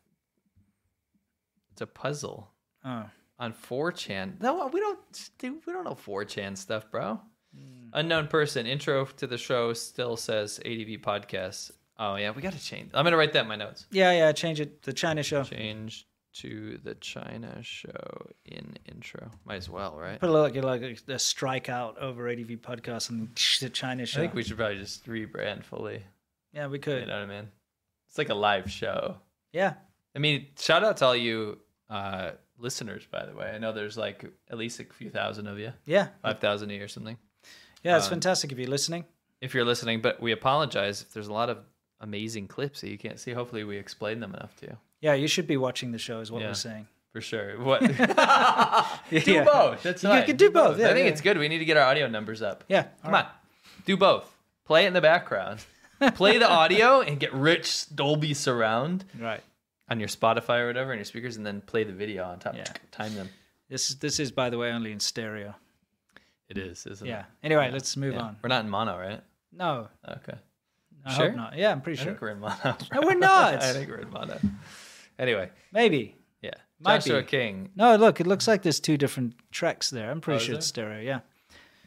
Speaker 2: It's a puzzle.
Speaker 1: Oh.
Speaker 2: On 4chan. No, we don't dude, we don't know 4chan stuff, bro.
Speaker 1: Hmm.
Speaker 2: Unknown person. Intro to the show still says ADV podcast. Oh yeah, we gotta change. I'm gonna write that in my notes.
Speaker 1: Yeah, yeah. Change it. The China show.
Speaker 2: Change to the China show in intro. Might as well, right?
Speaker 1: Put a little, like a strikeout over ADV podcast and the China
Speaker 2: I
Speaker 1: show.
Speaker 2: think we should probably just rebrand fully.
Speaker 1: Yeah, we could.
Speaker 2: You know what I mean? It's like a live show.
Speaker 1: Yeah.
Speaker 2: I mean, shout out to all you uh, listeners, by the way. I know there's like at least a few thousand of you.
Speaker 1: Yeah.
Speaker 2: Five thousand a year or something.
Speaker 1: Yeah, it's
Speaker 2: Um,
Speaker 1: fantastic if you're listening.
Speaker 2: If you're listening, but we apologize if there's a lot of amazing clips that you can't see. Hopefully, we explained them enough to you.
Speaker 1: Yeah, you should be watching the show, is what
Speaker 2: Yeah.
Speaker 1: we're saying.
Speaker 2: For sure. What? do
Speaker 1: Yeah.
Speaker 2: both. That's
Speaker 1: You
Speaker 2: right.
Speaker 1: could do both, yeah,
Speaker 2: I think
Speaker 1: yeah.
Speaker 2: it's good. We need to get our audio numbers up.
Speaker 1: Yeah, all
Speaker 2: Come on. Do both. Play it in the background. Play the audio and get rich Dolby surround.
Speaker 1: Right.
Speaker 2: On your Spotify or whatever, and your speakers, and then play the video on top. Time them.
Speaker 1: This is this is by the way only in stereo.
Speaker 2: It is, isn't it?
Speaker 1: Yeah. Anyway, let's move on.
Speaker 2: We're not in mono, right?
Speaker 1: No,
Speaker 2: Okay.
Speaker 1: I hope not. Yeah, I'm pretty
Speaker 2: I
Speaker 1: sure.
Speaker 2: think we're in mono.
Speaker 1: No, we're not.
Speaker 2: I think we're in mono. Anyway.
Speaker 1: Maybe.
Speaker 2: Yeah.
Speaker 1: Might
Speaker 2: Joshua
Speaker 1: be.
Speaker 2: King.
Speaker 1: No, look, it looks like there's two different tracks there. I'm
Speaker 2: Oh,
Speaker 1: pretty
Speaker 2: is
Speaker 1: sure it's stereo. Yeah.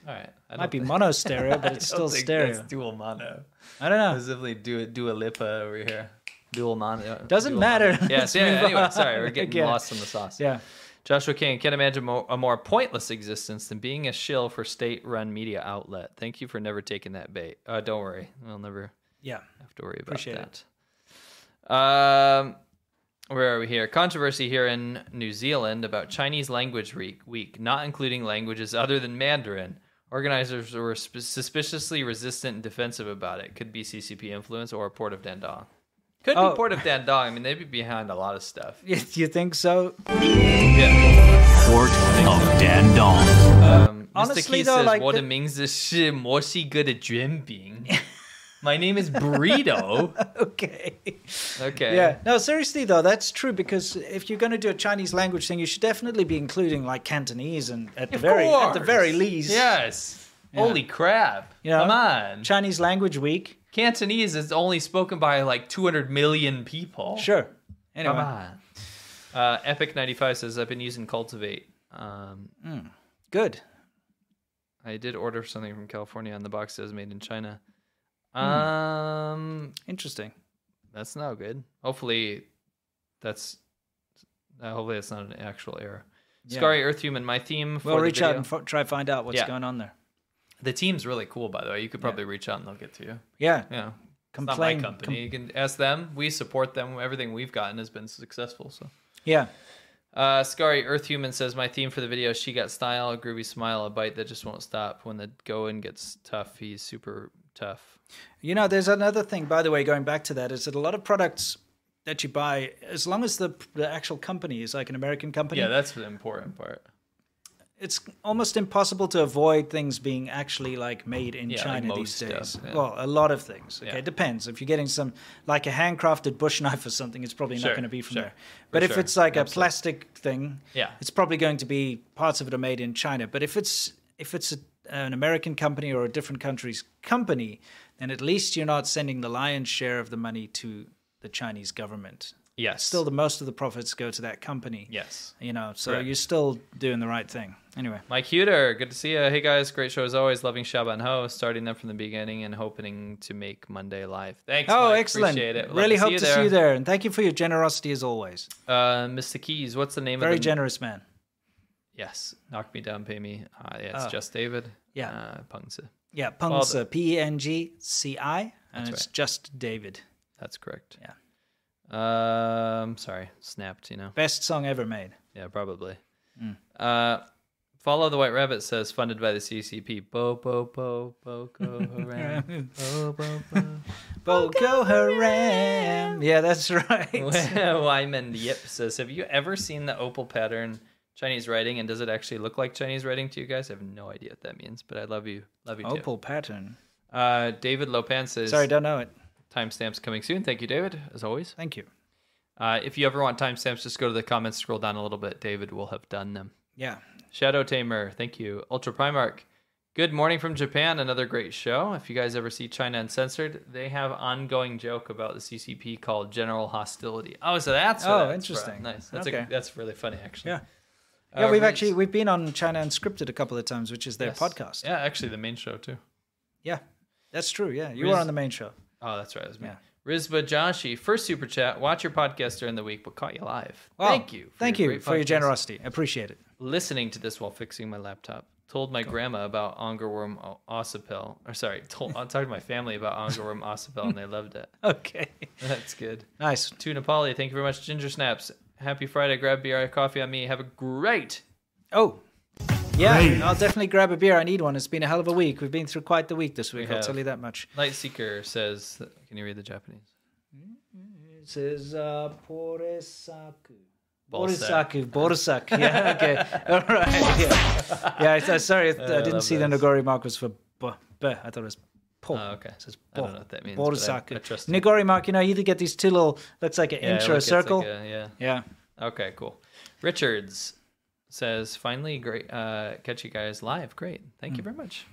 Speaker 2: All right. I
Speaker 1: Might
Speaker 2: don't
Speaker 1: be
Speaker 2: thi-
Speaker 1: mono stereo, but
Speaker 2: I
Speaker 1: it's
Speaker 2: don't
Speaker 1: still
Speaker 2: think
Speaker 1: stereo.
Speaker 2: That's dual mono.
Speaker 1: I don't know.
Speaker 2: There's definitely dua, dua lipa uh, over here. Dual mono. uh,
Speaker 1: Doesn't
Speaker 2: dual
Speaker 1: matter.
Speaker 2: Mono.
Speaker 1: Let's
Speaker 2: Yes. Yeah.
Speaker 1: move
Speaker 2: Anyway,
Speaker 1: on.
Speaker 2: sorry, we're getting
Speaker 1: Again.
Speaker 2: lost in the sauce.
Speaker 1: Yeah.
Speaker 2: Joshua King can't imagine mo- a more pointless existence than being a shill for state-run media outlet. Thank you for never taking that bait. Uh, don't worry, I'll never
Speaker 1: Yeah.
Speaker 2: have to worry about
Speaker 1: Appreciate
Speaker 2: that. Um, where are we here? Controversy here in New Zealand about Chinese Language Re- Week, not including languages other than Mandarin. Organizers were sp- suspiciously resistant and defensive about it. Could be CCP influence or Port of Dandong. Could
Speaker 1: Oh.
Speaker 2: be Port of Dandong. I mean, they'd be behind a lot of stuff.
Speaker 1: it. You think so?
Speaker 2: Yeah.
Speaker 10: Port of Dandong.
Speaker 2: Um, Mr.
Speaker 1: Honestly,
Speaker 2: Key
Speaker 1: though,
Speaker 2: says,
Speaker 1: like
Speaker 2: "What
Speaker 1: the-
Speaker 2: it means is Bing. My name is Burrito.
Speaker 1: okay.
Speaker 2: Okay.
Speaker 1: Yeah. No, seriously though, that's true because if you're going to do a Chinese language thing, you should definitely be including like Cantonese and at the
Speaker 2: Of
Speaker 1: very at the
Speaker 2: course.
Speaker 1: very least.
Speaker 2: Yes. Holy crap.
Speaker 1: You know,
Speaker 2: Come on.
Speaker 1: Chinese Language Week.
Speaker 2: Cantonese is only spoken by like 200 million people.
Speaker 1: Sure. Anyway.
Speaker 2: Come on. Uh, Epic95 says, I've been using Cultivate. Um,
Speaker 1: Mm. Good.
Speaker 2: I did order something from California and the box says made in China.
Speaker 1: Hmm.
Speaker 2: Um,
Speaker 1: Interesting.
Speaker 2: That's not good. Hopefully, that's uh, hopefully that's not an actual error.
Speaker 1: Yeah.
Speaker 2: Scary Earth Human, my theme for
Speaker 1: We'll
Speaker 2: the
Speaker 1: reach out
Speaker 2: video-
Speaker 1: and f- try find out what's
Speaker 2: Yeah.
Speaker 1: going on there.
Speaker 2: The team's really cool, by the way. You could probably reach out and they'll get to you.
Speaker 1: Yeah.
Speaker 2: Yeah.
Speaker 1: Complain-
Speaker 2: it's not my company. you can ask them. We support them. Everything we've gotten has been successful. So.
Speaker 1: Yeah.
Speaker 2: Uh, Scary Earth Human says my theme for the video: she got style, a groovy smile, a bite that just won't stop. When the going gets tough, he's super tough.
Speaker 1: You know, there's another thing, by the way, going back to that, is that a lot of products that you buy, as long as the, the actual company is like an American company,
Speaker 2: yeah, that's the important part.
Speaker 1: it's almost impossible to avoid things being actually like made in
Speaker 2: Yeah, like
Speaker 1: China
Speaker 2: most
Speaker 1: these days.
Speaker 2: stuff, yeah.
Speaker 1: Well, a lot of things. Okay,
Speaker 2: Yeah.
Speaker 1: it depends. If you're getting some like a handcrafted bush knife or something, it's probably
Speaker 2: Sure,
Speaker 1: not going to be from
Speaker 2: sure,
Speaker 1: there.
Speaker 2: for
Speaker 1: But if
Speaker 2: sure,
Speaker 1: it's like
Speaker 2: absolutely.
Speaker 1: a plastic thing,
Speaker 2: Yeah.
Speaker 1: it's probably going to be parts of it are made in China. But if it's if it's a, an American company or a different country's company, then at least you're not sending the lion's share of the money to the Chinese government.
Speaker 2: Yes.
Speaker 1: Still, the most of the profits go to that company.
Speaker 2: Yes.
Speaker 1: You know, so
Speaker 2: Correct.
Speaker 1: you're still doing the right thing. Anyway.
Speaker 2: Mike Huter, good to see you. Hey guys, great show as always. Loving Shaban Ho, starting them from the beginning and hoping to make Monday live. Thanks.
Speaker 1: Oh,
Speaker 2: Mike.
Speaker 1: excellent.
Speaker 2: Appreciate it. Love
Speaker 1: Really hope to see you
Speaker 2: there.
Speaker 1: there. And thank you for your generosity as always.
Speaker 2: Uh, Mr. Keys, what's the name
Speaker 1: Very
Speaker 2: of the
Speaker 1: generous man.
Speaker 2: Yes, knock me down, pay me. Uh, yeah, it's
Speaker 1: Oh.
Speaker 2: just David.
Speaker 1: Yeah.
Speaker 2: uh, Pungsa.
Speaker 1: Yeah,
Speaker 2: Well,
Speaker 1: Pungsa, P E N G C I. And
Speaker 2: That's
Speaker 1: it's
Speaker 2: right.
Speaker 1: just David.
Speaker 2: That's correct.
Speaker 1: Yeah.
Speaker 2: Um, sorry, snapped. You know,
Speaker 1: best song ever made.
Speaker 2: Yeah, probably.
Speaker 1: Mm.
Speaker 2: Uh, Follow the White Rabbit says funded by the CCP. Bo bo bo boko haram. bo bo bo.
Speaker 1: Boko Haram. Yeah, that's right.
Speaker 2: Wyman Yip says, "Have you ever seen the opal pattern Chinese writing, and does it actually look like Chinese writing to you guys? I have no idea what that means, but I love you, love you too."
Speaker 1: Opal pattern.
Speaker 2: Uh, David Lopan says,
Speaker 1: Sorry, don't know it.
Speaker 2: Timestamps coming soon. Thank you, David, as always.
Speaker 1: Thank you.
Speaker 2: Uh, if you ever want timestamps, just go to the comments, scroll down a little bit. David will have done them.
Speaker 1: Yeah.
Speaker 2: Shadow Tamer, thank you. Ultra Primark, good morning from Japan. Another great show. If you guys ever see China Uncensored, they have ongoing joke about the CCP called General Hostility. Oh, so that's where
Speaker 1: Oh,
Speaker 2: that's
Speaker 1: interesting.
Speaker 2: from. Nice. That's
Speaker 1: Okay.
Speaker 2: a, that's really funny actually.
Speaker 1: Yeah.
Speaker 2: Uh,
Speaker 1: Yeah, we've
Speaker 2: Reese-
Speaker 1: actually we've been on China Unscripted a couple of times, which is their
Speaker 2: Yes.
Speaker 1: podcast.
Speaker 2: Yeah, actually the main show too.
Speaker 1: Yeah, that's true. Yeah, you
Speaker 2: Riz-
Speaker 1: were on the main show.
Speaker 2: Oh, that's right. It was me.
Speaker 1: Yeah.
Speaker 2: Rizba Joshi, first super chat. Watch your podcast during the week, but caught you live.
Speaker 1: Wow.
Speaker 2: Thank you.
Speaker 1: Thank you
Speaker 2: great
Speaker 1: for your
Speaker 2: podcast.
Speaker 1: generosity. Appreciate it.
Speaker 2: Listening to this while fixing my laptop. Told my grandma about Ongerworm o- Ossipel. Or sorry, told, I talked to my family about Ongerworm Ossipel and they loved it.
Speaker 1: Okay.
Speaker 2: That's good.
Speaker 1: Nice.
Speaker 2: To Nepali, thank you very much. Ginger Snaps. Happy Friday. Grab beer, coffee on me. Have a great.
Speaker 1: Oh. Yeah,
Speaker 2: Great.
Speaker 1: I'll definitely grab a beer. I need one. It's been a hell of a week. We've been through quite the week this week. I'll
Speaker 2: have.
Speaker 1: tell you that much.
Speaker 2: Lightseeker says, can you read the Japanese?
Speaker 1: It says uh, Porisaku.
Speaker 2: Ballsack.
Speaker 1: Borisaku, Borisaku. Yeah, okay. All right. Yeah, yeah I, I, sorry, I,
Speaker 2: Uh, I
Speaker 1: didn't
Speaker 2: love
Speaker 1: see the Nagori mark was for bu, bu. I thought it was po.
Speaker 2: Oh, okay.
Speaker 1: It says
Speaker 2: I don't
Speaker 1: bo-
Speaker 2: know what that means, but I-
Speaker 1: Borisaku.
Speaker 2: I trust it.
Speaker 1: Nagori mark, you know, you either get these two little, looks like an
Speaker 2: Yeah,
Speaker 1: inch or
Speaker 2: like
Speaker 1: a
Speaker 2: it's like
Speaker 1: circle.
Speaker 2: a- yeah.
Speaker 1: Yeah.
Speaker 2: Okay, cool. Richards says, finally, great. Uh, catch you guys live. Great. Thank you very much.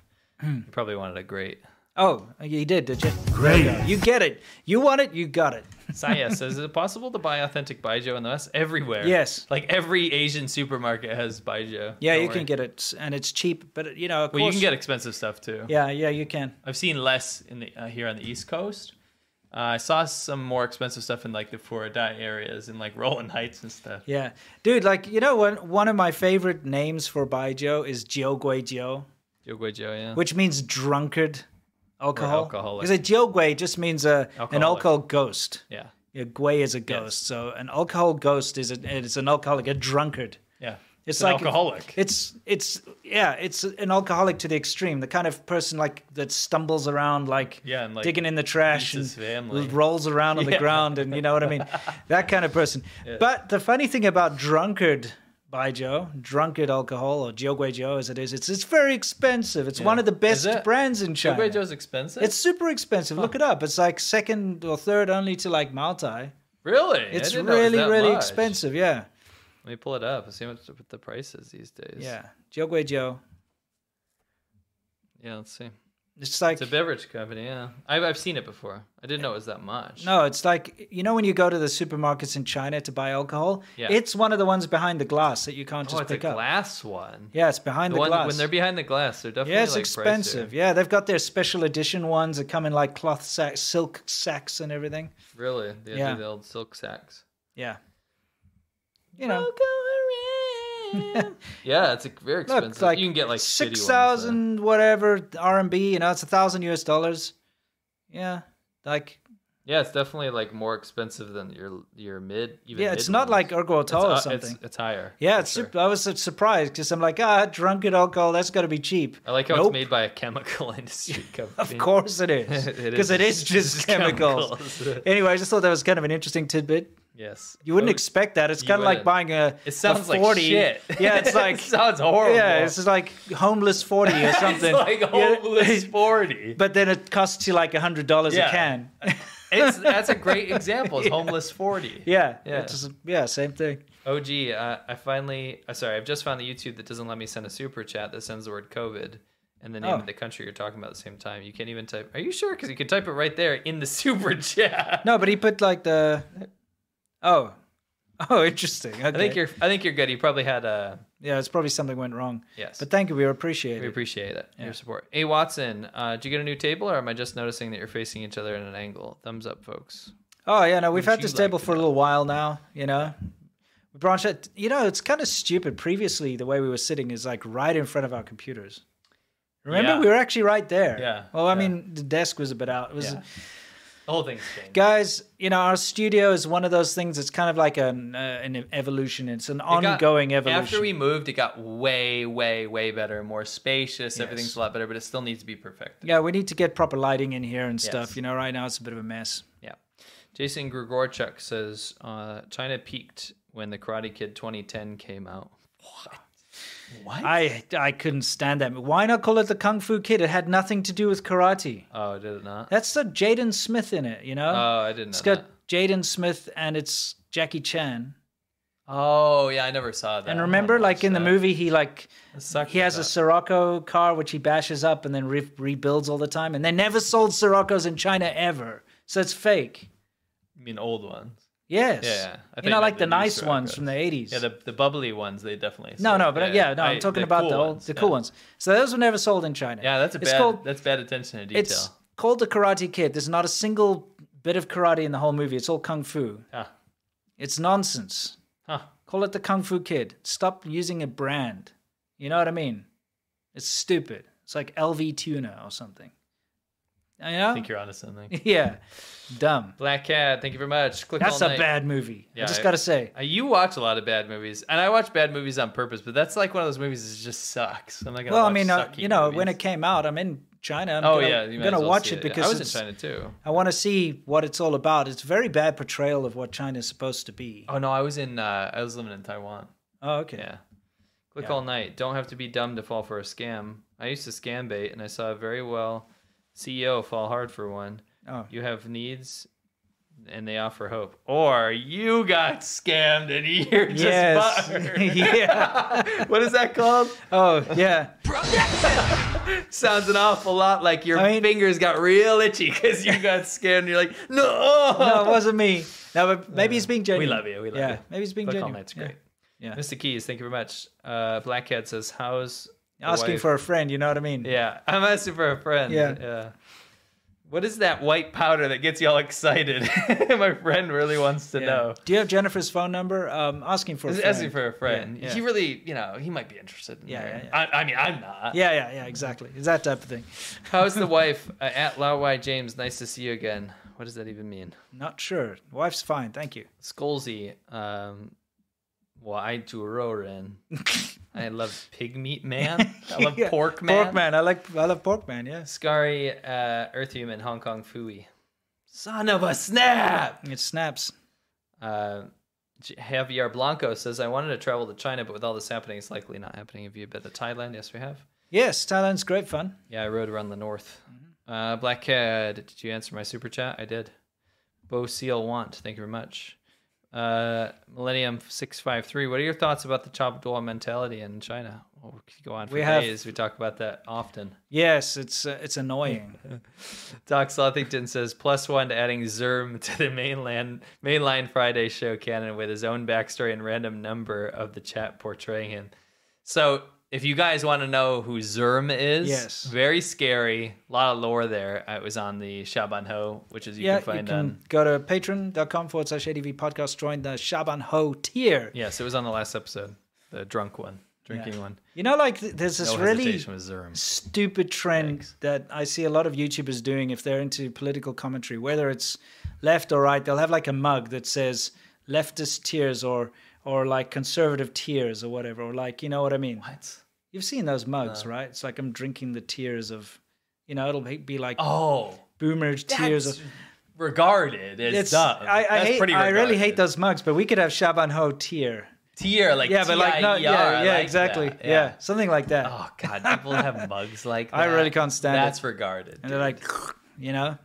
Speaker 2: you probably wanted a great.
Speaker 1: Oh, you did, did you? Great. You, get it. You want it, you got it.
Speaker 2: Saya says, is it possible to buy authentic Baijiu in the West? Everywhere.
Speaker 1: Yes.
Speaker 2: Like every Asian supermarket has Baijiu.
Speaker 1: Yeah,
Speaker 2: Don't
Speaker 1: you
Speaker 2: worry.
Speaker 1: can get it, and it's cheap, but, you know, of
Speaker 2: Well, you
Speaker 1: course.
Speaker 2: can get expensive stuff too.
Speaker 1: Yeah, yeah, you can.
Speaker 2: I've seen less in the uh, here on the East Coast. Uh, I saw some more expensive stuff in like the Furadai areas in like Roland Heights and stuff.
Speaker 1: Yeah, dude. Like you know, one one of my favorite names for baijiu is jiuguizhou,
Speaker 2: Yoguizhou, yeah.
Speaker 1: which means drunkard, alcohol.
Speaker 2: alcoholic.
Speaker 1: Because a jiugui just means a an
Speaker 2: Alcoholic.
Speaker 1: alcohol ghost.
Speaker 2: Yeah.
Speaker 1: A gui is a ghost, so an alcohol ghost is a, it's an alcoholic, a drunkard.
Speaker 2: Yeah.
Speaker 1: It's,
Speaker 2: an
Speaker 1: like
Speaker 2: alcoholic.
Speaker 1: It's it's yeah, it's an alcoholic to the extreme. The kind of person like that stumbles around like,
Speaker 2: Yeah, and, like,
Speaker 1: digging in the trash and
Speaker 2: beats his family.
Speaker 1: rolls around on the
Speaker 2: Yeah.
Speaker 1: ground and you know what I mean? that kind of person.
Speaker 2: Yeah.
Speaker 1: But the funny thing about drunkard Baijiu, drunkard alcohol or Jiuguizhou as it is, it's it's very expensive. It's one of the best brands in China.
Speaker 2: Yoguizhou's expensive.
Speaker 1: It's super expensive. Look it up. It's like second or third only to like Maltai.
Speaker 2: really. I
Speaker 1: It's
Speaker 2: didn't know it was
Speaker 1: really,
Speaker 2: that
Speaker 1: really
Speaker 2: much.
Speaker 1: expensive. Yeah.
Speaker 2: Let me pull it up and see how much the price is these days.
Speaker 1: Yeah. Jiuguizhou.
Speaker 2: Yeah, let's see.
Speaker 1: It's like
Speaker 2: It's a beverage company, yeah. I've, I've seen it before. I didn't know it was that much.
Speaker 1: No, it's like you know when you go to the supermarkets in China to buy alcohol.
Speaker 2: Yeah.
Speaker 1: It's one of the ones behind the glass that you can't
Speaker 2: oh,
Speaker 1: just
Speaker 2: it's a
Speaker 1: pick up.
Speaker 2: glass one.
Speaker 1: Yeah, it's behind the,
Speaker 2: one,
Speaker 1: glass.
Speaker 2: When they're behind the glass, they're definitely
Speaker 1: yeah, it's
Speaker 2: like
Speaker 1: expensive.
Speaker 2: pricier.
Speaker 1: Yeah, they've got their special edition ones that come in like cloth sack, silk sacks, and everything.
Speaker 2: Really? They do
Speaker 1: Yeah.
Speaker 2: the old silk sacks.
Speaker 1: Yeah. You know,
Speaker 2: Yeah, it's like, very expensive.
Speaker 1: look like
Speaker 2: you can get like shitty
Speaker 1: six
Speaker 2: ones, though.
Speaker 1: thousand whatever RMB. You know, it's a thousand US dollars. Yeah, like
Speaker 2: Yeah, it's definitely like more expensive than your your mid. Even
Speaker 1: yeah, it's
Speaker 2: mid
Speaker 1: not
Speaker 2: ones.
Speaker 1: like Ergo
Speaker 2: It's,
Speaker 1: or
Speaker 2: uh,
Speaker 1: something.
Speaker 2: It's, it's higher.
Speaker 1: yeah,
Speaker 2: for
Speaker 1: it's
Speaker 2: sure.
Speaker 1: sup- I was su- surprised because I'm like, ah, drunken alcohol, that's got to be cheap.
Speaker 2: I like how
Speaker 1: Nope.
Speaker 2: it's made by a chemical industry company.
Speaker 1: Of course it is. Because it is just chemicals. anyway, I just thought that was kind of an interesting tidbit.
Speaker 2: Yes.
Speaker 1: You wouldn't
Speaker 2: Oh,
Speaker 1: expect that. It's
Speaker 2: you
Speaker 1: kind of like
Speaker 2: wouldn't.
Speaker 1: buying a,
Speaker 2: It sounds
Speaker 1: a
Speaker 2: like
Speaker 1: 40.
Speaker 2: shit.
Speaker 1: Yeah, it's
Speaker 2: It
Speaker 1: like.
Speaker 2: sounds horrible.
Speaker 1: Yeah, it's just like homeless 40 or
Speaker 2: It's
Speaker 1: something.
Speaker 2: like
Speaker 1: Yeah.
Speaker 2: homeless 40.
Speaker 1: But then it costs you like $100
Speaker 2: Yeah.
Speaker 1: a can.
Speaker 2: It's that's a great example. It's
Speaker 1: Yeah.
Speaker 2: homeless 40.
Speaker 1: Yeah.
Speaker 2: Yeah.
Speaker 1: It's just- yeah, same thing.
Speaker 2: Oh, gee, uh, I finally, uh, sorry, I've just found the YouTube that doesn't let me send a super chat that sends the word COVID and the name
Speaker 1: Oh.
Speaker 2: of the country you're talking about at the same time. You can't even type. Are you sure? Because you can type it right there in the super chat.
Speaker 1: No, but he put like the. Oh. Oh, interesting. Okay.
Speaker 2: I think you're. I think you're good. You probably had a.
Speaker 1: Yeah, it's probably something went wrong.
Speaker 2: Yes.
Speaker 1: But thank you. We appreciate
Speaker 2: We
Speaker 1: it.
Speaker 2: appreciate it. Your support. Hey Watson, uh, did you get a new table, or am I just noticing that you're facing each other in an angle? Thumbs up, folks.
Speaker 1: Oh yeah, no, we've
Speaker 2: Wouldn't
Speaker 1: had this
Speaker 2: you like
Speaker 1: table for a little while now. You know, we branched out. You know, it's kind of stupid. Previously, the way we were sitting is like right in front of our computers. Remember,
Speaker 2: Yeah.
Speaker 1: we were actually right there.
Speaker 2: Yeah,
Speaker 1: Well, I mean, the desk was a bit out. It was.
Speaker 2: Yeah. The whole thing's changed.
Speaker 1: Guys, you know, our studio is one of those things that's kind of like an, uh, an evolution. It's an
Speaker 2: It got-
Speaker 1: ongoing evolution.
Speaker 2: After we moved, it got way, way, way better, more spacious. Everything's a lot better, but it still needs to be perfect.
Speaker 1: yeah, we need to get proper lighting in here and stuff.
Speaker 2: Yes.
Speaker 1: You know, right now it's a bit of a mess.
Speaker 2: Yeah. Jason Grigorchuk says uh, China peaked when the Karate Kid 2010 came out. What?
Speaker 1: I I couldn't stand that. Why not call it the Kung Fu Kid? It had nothing to do with karate.
Speaker 2: Oh, did it not?
Speaker 1: That's the Jaden Smith in it, you know?
Speaker 2: Oh, I didn't
Speaker 1: It's
Speaker 2: know
Speaker 1: got Jaden Smith and it's Jackie Chan.
Speaker 2: Oh, yeah, I never saw that.
Speaker 1: And remember, like in the movie, he like
Speaker 2: sucked
Speaker 1: he has a Sirocco car which he bashes up and then re- rebuilds all the time. And they never sold Siroccos in China ever, so it's fake.
Speaker 2: I mean, old ones.
Speaker 1: Yes.
Speaker 2: Yeah. I
Speaker 1: you
Speaker 2: think
Speaker 1: know, like the,
Speaker 2: new
Speaker 1: nice
Speaker 2: Sirocco.
Speaker 1: ones from the '80s.
Speaker 2: Yeah, the, the bubbly ones, they definitely.
Speaker 1: no,
Speaker 2: suck.
Speaker 1: no, but yeah, no, I'm
Speaker 2: I-
Speaker 1: talking about
Speaker 2: cool
Speaker 1: the old,
Speaker 2: ones,
Speaker 1: the
Speaker 2: yeah.
Speaker 1: cool ones. So those were never sold in China.
Speaker 2: Yeah, that's a
Speaker 1: It's
Speaker 2: bad.
Speaker 1: called-
Speaker 2: that's bad attention to detail.
Speaker 1: It's called the Karate Kid. There's not a single bit of karate in the whole movie. It's all kung fu.
Speaker 2: Ah.
Speaker 1: It's nonsense.
Speaker 2: Huh.
Speaker 1: Call it the Kung Fu Kid. Stop using a brand. You know what I mean? It's stupid. It's like LV tuna or something. You know?
Speaker 2: I think you're onto something.
Speaker 1: yeah, dumb.
Speaker 2: Black Cat, thank you very much. Click
Speaker 1: That's
Speaker 2: all
Speaker 1: a
Speaker 2: night.
Speaker 1: bad movie. I
Speaker 2: Yeah,
Speaker 1: just gotta say.
Speaker 2: Uh, You watch a lot of bad movies, and I watch bad movies on purpose. But that's like one of those movies that just sucks. I'm not gonna.
Speaker 1: Well, I
Speaker 2: watch
Speaker 1: mean, uh,
Speaker 2: sucky
Speaker 1: you know,
Speaker 2: movies.
Speaker 1: when it came out, I'm in China. I'm
Speaker 2: oh
Speaker 1: gonna,
Speaker 2: yeah,
Speaker 1: I'm
Speaker 2: might
Speaker 1: gonna
Speaker 2: as well
Speaker 1: watch
Speaker 2: see
Speaker 1: it because
Speaker 2: I was in
Speaker 1: it's-
Speaker 2: China too.
Speaker 1: I want to see what it's all about. It's a very bad portrayal of what China's supposed to be.
Speaker 2: Oh no, I was in. Uh, I was living in Taiwan.
Speaker 1: Oh, okay.
Speaker 2: Yeah. Click
Speaker 1: Yeah.
Speaker 2: all night. Don't have to be dumb to fall for a scam. I used to scam bait, and I saw a very well CEO fall hard for one.
Speaker 1: Oh.
Speaker 2: You have needs, and they offer hope. Or you got scammed, and you're just
Speaker 1: Yes.
Speaker 2: butthurt.
Speaker 1: Yeah.
Speaker 2: what is that called?
Speaker 1: Oh yeah.
Speaker 2: Sounds an awful lot like your fingers got real itchy because you got scammed. And you're like, no,
Speaker 1: no, it wasn't me. No, but maybe he's being genuine.
Speaker 2: We love you. We love
Speaker 1: yeah,
Speaker 2: you.
Speaker 1: maybe he's being
Speaker 2: Click all
Speaker 1: genuine.
Speaker 2: night's
Speaker 1: Yeah.
Speaker 2: great.
Speaker 1: Yeah.
Speaker 2: Mr. Keys, thank you very much. Uh, Black Cat says, how's the
Speaker 1: Asking
Speaker 2: wife-
Speaker 1: for a friend, you know what I mean?
Speaker 2: Yeah, I'm asking for a friend.
Speaker 1: Yeah.
Speaker 2: What is that white powder that gets you all excited? My friend really wants to know.
Speaker 1: Do you have Jennifer's phone number? Um, asking for a
Speaker 2: He's
Speaker 1: friend.
Speaker 2: asking for a friend.
Speaker 1: Yeah, yeah.
Speaker 2: He really, you know, he might be interested. In
Speaker 1: Yeah,
Speaker 2: her.
Speaker 1: yeah,
Speaker 2: I, I mean, I'm not.
Speaker 1: yeah, yeah, yeah, exactly. It's that type of thing.
Speaker 2: How's the wife uh, at Lawai James? Nice to see you again. What does that even mean?
Speaker 1: Not sure. Wife's fine, thank you.
Speaker 2: Skolzy, um, well, I do roarin. I love pig meat man. I love
Speaker 1: Yeah,
Speaker 2: pork man.
Speaker 1: Pork man. I like I love pork man, yeah.
Speaker 2: Scary uh, Earth Human Hong Kong Fooey. Son of a snap!
Speaker 1: It snaps.
Speaker 2: Uh, J- Javier Blanco says, I wanted to travel to China, but with all this happening, it's likely not happening. Have you been to Thailand? Yes, we have.
Speaker 1: Yes, Thailand's great fun.
Speaker 2: Yeah, I rode around the north.
Speaker 1: Mm-hmm.
Speaker 2: Uh, Black Cat, did you answer my super chat? I did. Bo Seal Want, thank you very much. Uh, Millennium six five three. What are your thoughts about the chop Dua mentality in China? Well, we could go on for
Speaker 1: We have-
Speaker 2: days. We talk about that often.
Speaker 1: Yes, it's uh, it's annoying.
Speaker 2: Doc Slothington says plus one to adding Zerm to the mainland mainline Friday show canon with his own backstory and random number of the chat portraying him. So if you guys want to know who Zerm is,
Speaker 1: Yes.
Speaker 2: very scary, a lot of lore there. Uh, It was on the Shaban Ho, which is you
Speaker 1: yeah,
Speaker 2: can find um,
Speaker 1: you can
Speaker 2: on.
Speaker 1: go to patreon.com forward slash ADV podcast, join the Shaban Ho tier.
Speaker 2: Yes, it was on the last episode, the drunk one, drinking one.
Speaker 1: You know, like th- there's this
Speaker 2: No
Speaker 1: really
Speaker 2: hesitation with Zerm.
Speaker 1: stupid trend that I see a lot of YouTubers doing if they're into political commentary, whether it's left or right. They'll have like a mug that says leftist tears or or like conservative tears or whatever, or like you know what I mean.
Speaker 2: What
Speaker 1: you've seen those mugs, right? It's like I'm drinking the tears of, you know, it'll be- be like
Speaker 2: Oh,
Speaker 1: boomer tears. Of,
Speaker 2: That's regarded as dumb.
Speaker 1: I, I
Speaker 2: That's
Speaker 1: hate.
Speaker 2: pretty
Speaker 1: I really
Speaker 2: regarded.
Speaker 1: hate those mugs, but we could have Shaban Ho tear.
Speaker 2: Tier, like
Speaker 1: yeah, but like no,
Speaker 2: T I E R,
Speaker 1: yeah,
Speaker 2: I
Speaker 1: yeah,
Speaker 2: like
Speaker 1: exactly,
Speaker 2: that,
Speaker 1: yeah. something like that.
Speaker 2: Oh God, people have mugs like that.
Speaker 1: I really can't stand it.
Speaker 2: That's regarded.
Speaker 1: and they're like, you know,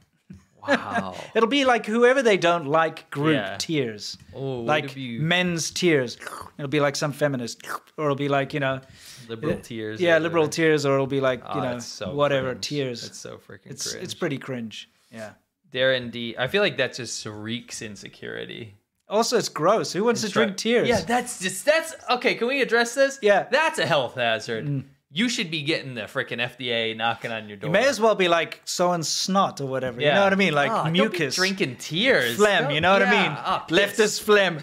Speaker 2: Wow.
Speaker 1: it'll be like whoever they don't like group
Speaker 2: Yeah.
Speaker 1: tears,
Speaker 2: Oh, what
Speaker 1: like
Speaker 2: if you-
Speaker 1: men's tears. It'll be like some feminist, or it'll be like you know,
Speaker 2: Liberal tears or
Speaker 1: Yeah, liberal
Speaker 2: whatever.
Speaker 1: tears, or it'll be like
Speaker 2: Oh,
Speaker 1: you know,
Speaker 2: that's so
Speaker 1: whatever
Speaker 2: cringe.
Speaker 1: tears.
Speaker 2: That's so freaking
Speaker 1: It's it's
Speaker 2: cringe.
Speaker 1: pretty cringe. Yeah.
Speaker 2: Darren D. I feel like that just reeks insecurity.
Speaker 1: Also, it's gross. Who wants to drink tears?
Speaker 2: Yeah, that's just that's okay. Can we address this?
Speaker 1: Yeah, Mm.
Speaker 2: that's a health hazard. You should be getting the freaking FDA knocking on your door.
Speaker 1: You may as well be like so and snot or whatever. You
Speaker 2: Yeah.
Speaker 1: know what I mean? Like
Speaker 2: Ah, don't be
Speaker 1: mucus,
Speaker 2: drinking tears,
Speaker 1: phlegm.
Speaker 2: Don't-
Speaker 1: you know what
Speaker 2: yeah,
Speaker 1: I mean?
Speaker 2: ah,
Speaker 1: Leftist phlegm.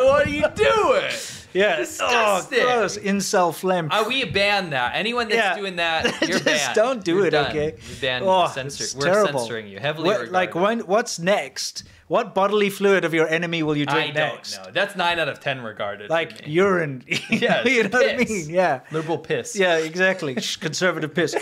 Speaker 2: what are you doing?
Speaker 1: Yeah.
Speaker 2: Disgusting.
Speaker 1: Oh, gross. Incel phlegm.
Speaker 2: Are Uh, we banned now? Anyone that's
Speaker 1: Yeah.
Speaker 2: doing that, you're
Speaker 1: Just
Speaker 2: banned.
Speaker 1: don't do
Speaker 2: You're
Speaker 1: it,
Speaker 2: done.
Speaker 1: okay?
Speaker 2: You're banned.
Speaker 1: Oh,
Speaker 2: We're censor-
Speaker 1: it's
Speaker 2: We're
Speaker 1: terrible.
Speaker 2: censoring you heavily.
Speaker 1: What- like, when, what's next? What bodily fluid of your enemy will you drink
Speaker 2: I don't
Speaker 1: next?
Speaker 2: know. That's nine out of ten regarded.
Speaker 1: Like urine.
Speaker 2: Yes,
Speaker 1: you know what I
Speaker 2: piss.
Speaker 1: mean? Yeah.
Speaker 2: liberal piss.
Speaker 1: Yeah, exactly. Sh- Conservative piss.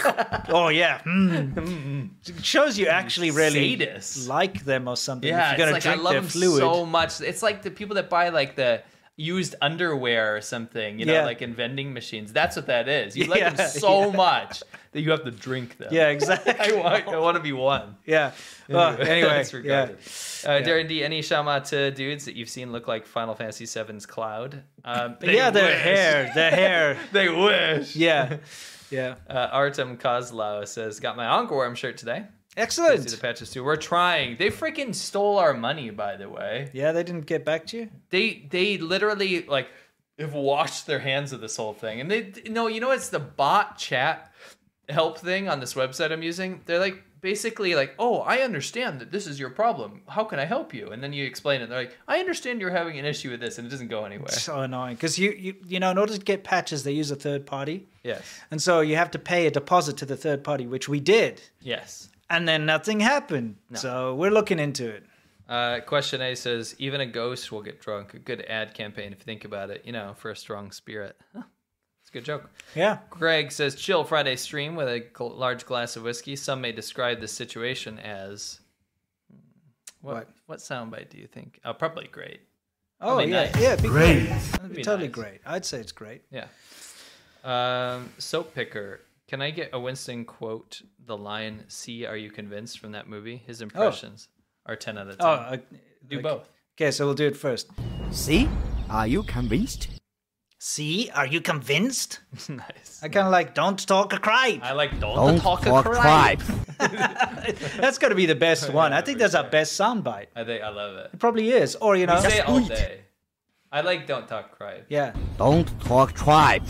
Speaker 1: oh yeah. Mm. It shows you actually really
Speaker 2: Mm-hmm. Sadist.
Speaker 1: like them or something.
Speaker 2: Yeah,
Speaker 1: if you're gonna
Speaker 2: it's like
Speaker 1: drink
Speaker 2: I love
Speaker 1: their
Speaker 2: them
Speaker 1: fluid.
Speaker 2: so much. It's like the people that buy like the used underwear or something, you know,
Speaker 1: Yeah.
Speaker 2: like in vending machines. That's what that is. You like
Speaker 1: Yeah,
Speaker 2: them so
Speaker 1: yeah.
Speaker 2: much that you have to drink them.
Speaker 1: Yeah, exactly.
Speaker 2: I want, I want to be one.
Speaker 1: Yeah. Well, anyway,
Speaker 2: It's
Speaker 1: yeah.
Speaker 2: regarded. Uh, Darren D, any Shamata dudes that you've seen look like Final Fantasy VII's Cloud? Um, they
Speaker 1: yeah, their
Speaker 2: wish.
Speaker 1: hair, their hair.
Speaker 2: they wish.
Speaker 1: Yeah, yeah.
Speaker 2: Uh, Artem Kozlow says, "Got my Encore Worm shirt today.
Speaker 1: Excellent.
Speaker 2: See the patches too. We're trying. They freaking stole our money, by the way.
Speaker 1: Yeah, they didn't get back to you.
Speaker 2: They they literally like have washed their hands of this whole thing. And they no, you know it's the bot chat help thing on this website I'm using. They're like basically like, oh, I understand that this is your problem. How can I help you? And then you explain it. They're like, I understand you're having an issue with this, and it doesn't go anywhere.
Speaker 1: So annoying because you, you you know in order to get patches they use a third party,
Speaker 2: Yes.
Speaker 1: and so you have to pay a deposit to the third party, which we did,
Speaker 2: Yes.
Speaker 1: and then nothing happened. So we're looking into it.
Speaker 2: Uh, question A says, even a ghost will get drunk. A good ad campaign, if you think about it, you know, for a strong spirit. Huh. It's a good joke.
Speaker 1: Yeah.
Speaker 2: Greg says, chill Friday stream with a gl- large glass of whiskey. Some may describe this situation as. What, what? soundbite do you think? Oh, probably great.
Speaker 1: Oh
Speaker 2: That'd be
Speaker 1: yeah,
Speaker 2: nice.
Speaker 1: yeah, it'd be great.
Speaker 2: That'd be
Speaker 1: Totally
Speaker 2: nice.
Speaker 1: great. I'd say it's great.
Speaker 2: Yeah. Um, soap picker. Can I get a Winston quote the line "See, are you convinced?" from that movie? His impressions are ten out of ten.
Speaker 1: Oh, uh,
Speaker 2: Do
Speaker 1: like-
Speaker 2: both.
Speaker 1: Okay, so we'll do it first.
Speaker 4: See? Are you convinced?
Speaker 1: See, are you convinced?
Speaker 2: nice.
Speaker 1: I kind of like don't talk a cripe.
Speaker 2: I like don't,
Speaker 4: Don't
Speaker 2: talk,
Speaker 4: talk
Speaker 2: a
Speaker 4: cripe.
Speaker 2: crap.
Speaker 1: That's got to be the best one. I think that's our best soundbite.
Speaker 2: I think I love it.
Speaker 1: It probably is. Or you know,
Speaker 2: we say it all day. I like don't talk cripe.
Speaker 1: yeah,
Speaker 4: Don't talk tribe.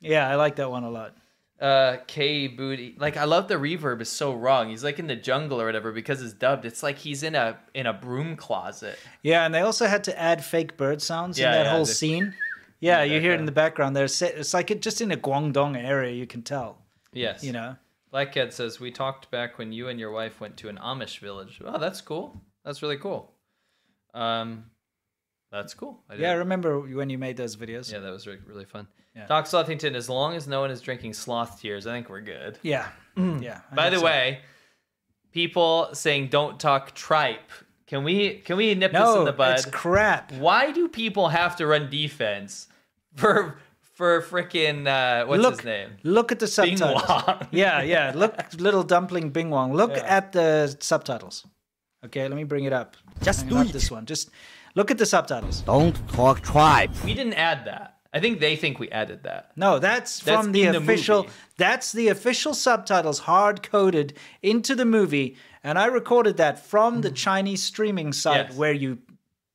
Speaker 1: yeah. I like that one a lot.
Speaker 2: Uh, K booty. Like I love the reverb is so wrong. He's like in the jungle or whatever because it's dubbed. It's like he's in a in a broom closet.
Speaker 1: Yeah, and they also had to add fake bird sounds
Speaker 2: Yeah,
Speaker 1: in that
Speaker 2: yeah,
Speaker 1: whole
Speaker 2: they-
Speaker 1: scene. Yeah, you hear it in the background. There, it's like it just in a Guangdong area. You can tell.
Speaker 2: Yes.
Speaker 1: You know.
Speaker 2: Black Cat says, We talked back when you and your wife went to an Amish village. Oh, that's cool. That's really cool. Um, That's cool. I
Speaker 1: yeah, I
Speaker 2: didn't-
Speaker 1: remember when you made those videos.
Speaker 2: Yeah, that was re- really fun.
Speaker 1: Yeah.
Speaker 2: Doc Slothington, as long as no one is drinking sloth tears, I think we're good.
Speaker 1: Yeah. Yeah. I
Speaker 2: Mm. By
Speaker 1: think
Speaker 2: the
Speaker 1: so.
Speaker 2: way, people saying don't talk tripe. Can we can we nip this in
Speaker 1: no,
Speaker 2: the bud?
Speaker 1: it's crap.
Speaker 2: Why do people have to run defense for for freaking uh, what's
Speaker 1: look,
Speaker 2: his name?
Speaker 1: Look at the
Speaker 2: Bing
Speaker 1: subtitles.
Speaker 2: Wong.
Speaker 1: yeah, yeah. Look, little dumpling Bing Wong. Look at the subtitles. Okay, let me bring it up. Just do this one. Just look at the subtitles.
Speaker 4: Don't talk tribe.
Speaker 2: We didn't add that. I think they think we added that.
Speaker 1: No, that's
Speaker 2: That's
Speaker 1: from the
Speaker 2: in the
Speaker 1: official.
Speaker 2: movie.
Speaker 1: that's the official subtitles hard coded into the movie, and I recorded that from the Chinese streaming site
Speaker 2: Mm-hmm. Yes.
Speaker 1: where you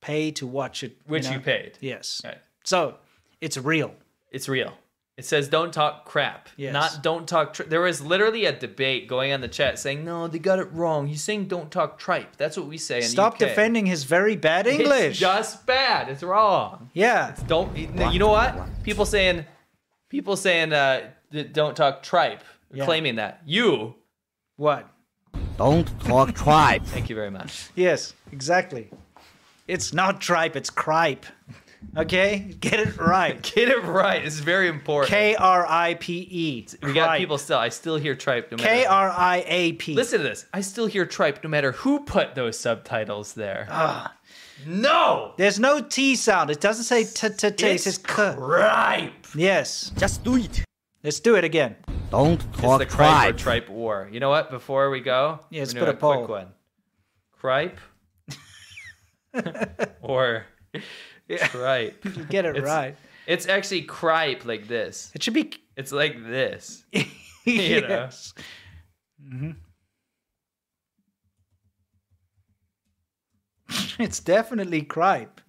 Speaker 1: pay to watch it.
Speaker 2: Which you
Speaker 1: know?
Speaker 2: paid.
Speaker 1: Yes.
Speaker 2: Right.
Speaker 1: So it's real.
Speaker 2: It's real. It says don't talk crap.
Speaker 1: Yes.
Speaker 2: Not don't talk. Tri- there was literally a debate going on in the chat saying no, they got it wrong. He's saying don't talk tripe. That's what we say. In the
Speaker 1: Stop
Speaker 2: UK.
Speaker 1: defending his very bad
Speaker 2: It's
Speaker 1: English.
Speaker 2: just bad. It's wrong.
Speaker 1: yeah.
Speaker 2: Don't. You know what? People saying, people saying, uh, th- don't talk tripe.
Speaker 1: Yeah.
Speaker 2: Claiming that you.
Speaker 1: What?
Speaker 4: Don't talk tribe.
Speaker 2: Thank you very much.
Speaker 1: Yes, exactly. It's not tripe, it's cripe. Okay? Get it right.
Speaker 2: Get it right. This is very important.
Speaker 1: K R I P E.
Speaker 2: we got people still. I still hear tripe. No matter
Speaker 1: K R E. I A P.
Speaker 2: Listen to this. I still hear tripe no matter who put those subtitles there. No!
Speaker 1: There's Ah, no T sound. It doesn't say t t t. It
Speaker 2: It's
Speaker 1: says k.
Speaker 2: Tripe!
Speaker 1: Yes.
Speaker 4: Just do it.
Speaker 1: Let's do it again.
Speaker 4: Don't
Speaker 2: It's
Speaker 4: talk
Speaker 2: the
Speaker 4: tribe.
Speaker 2: cripe or tripe war. You know what? Before we go,
Speaker 1: Yeah, let's
Speaker 2: we're doing
Speaker 1: put a poll.
Speaker 2: quick one. Cripe or tripe.
Speaker 1: Get it
Speaker 2: It's-
Speaker 1: right.
Speaker 2: It's actually cripe like this.
Speaker 1: It should be.
Speaker 2: It's like this. You know.
Speaker 1: yes. hmm it's definitely cripe.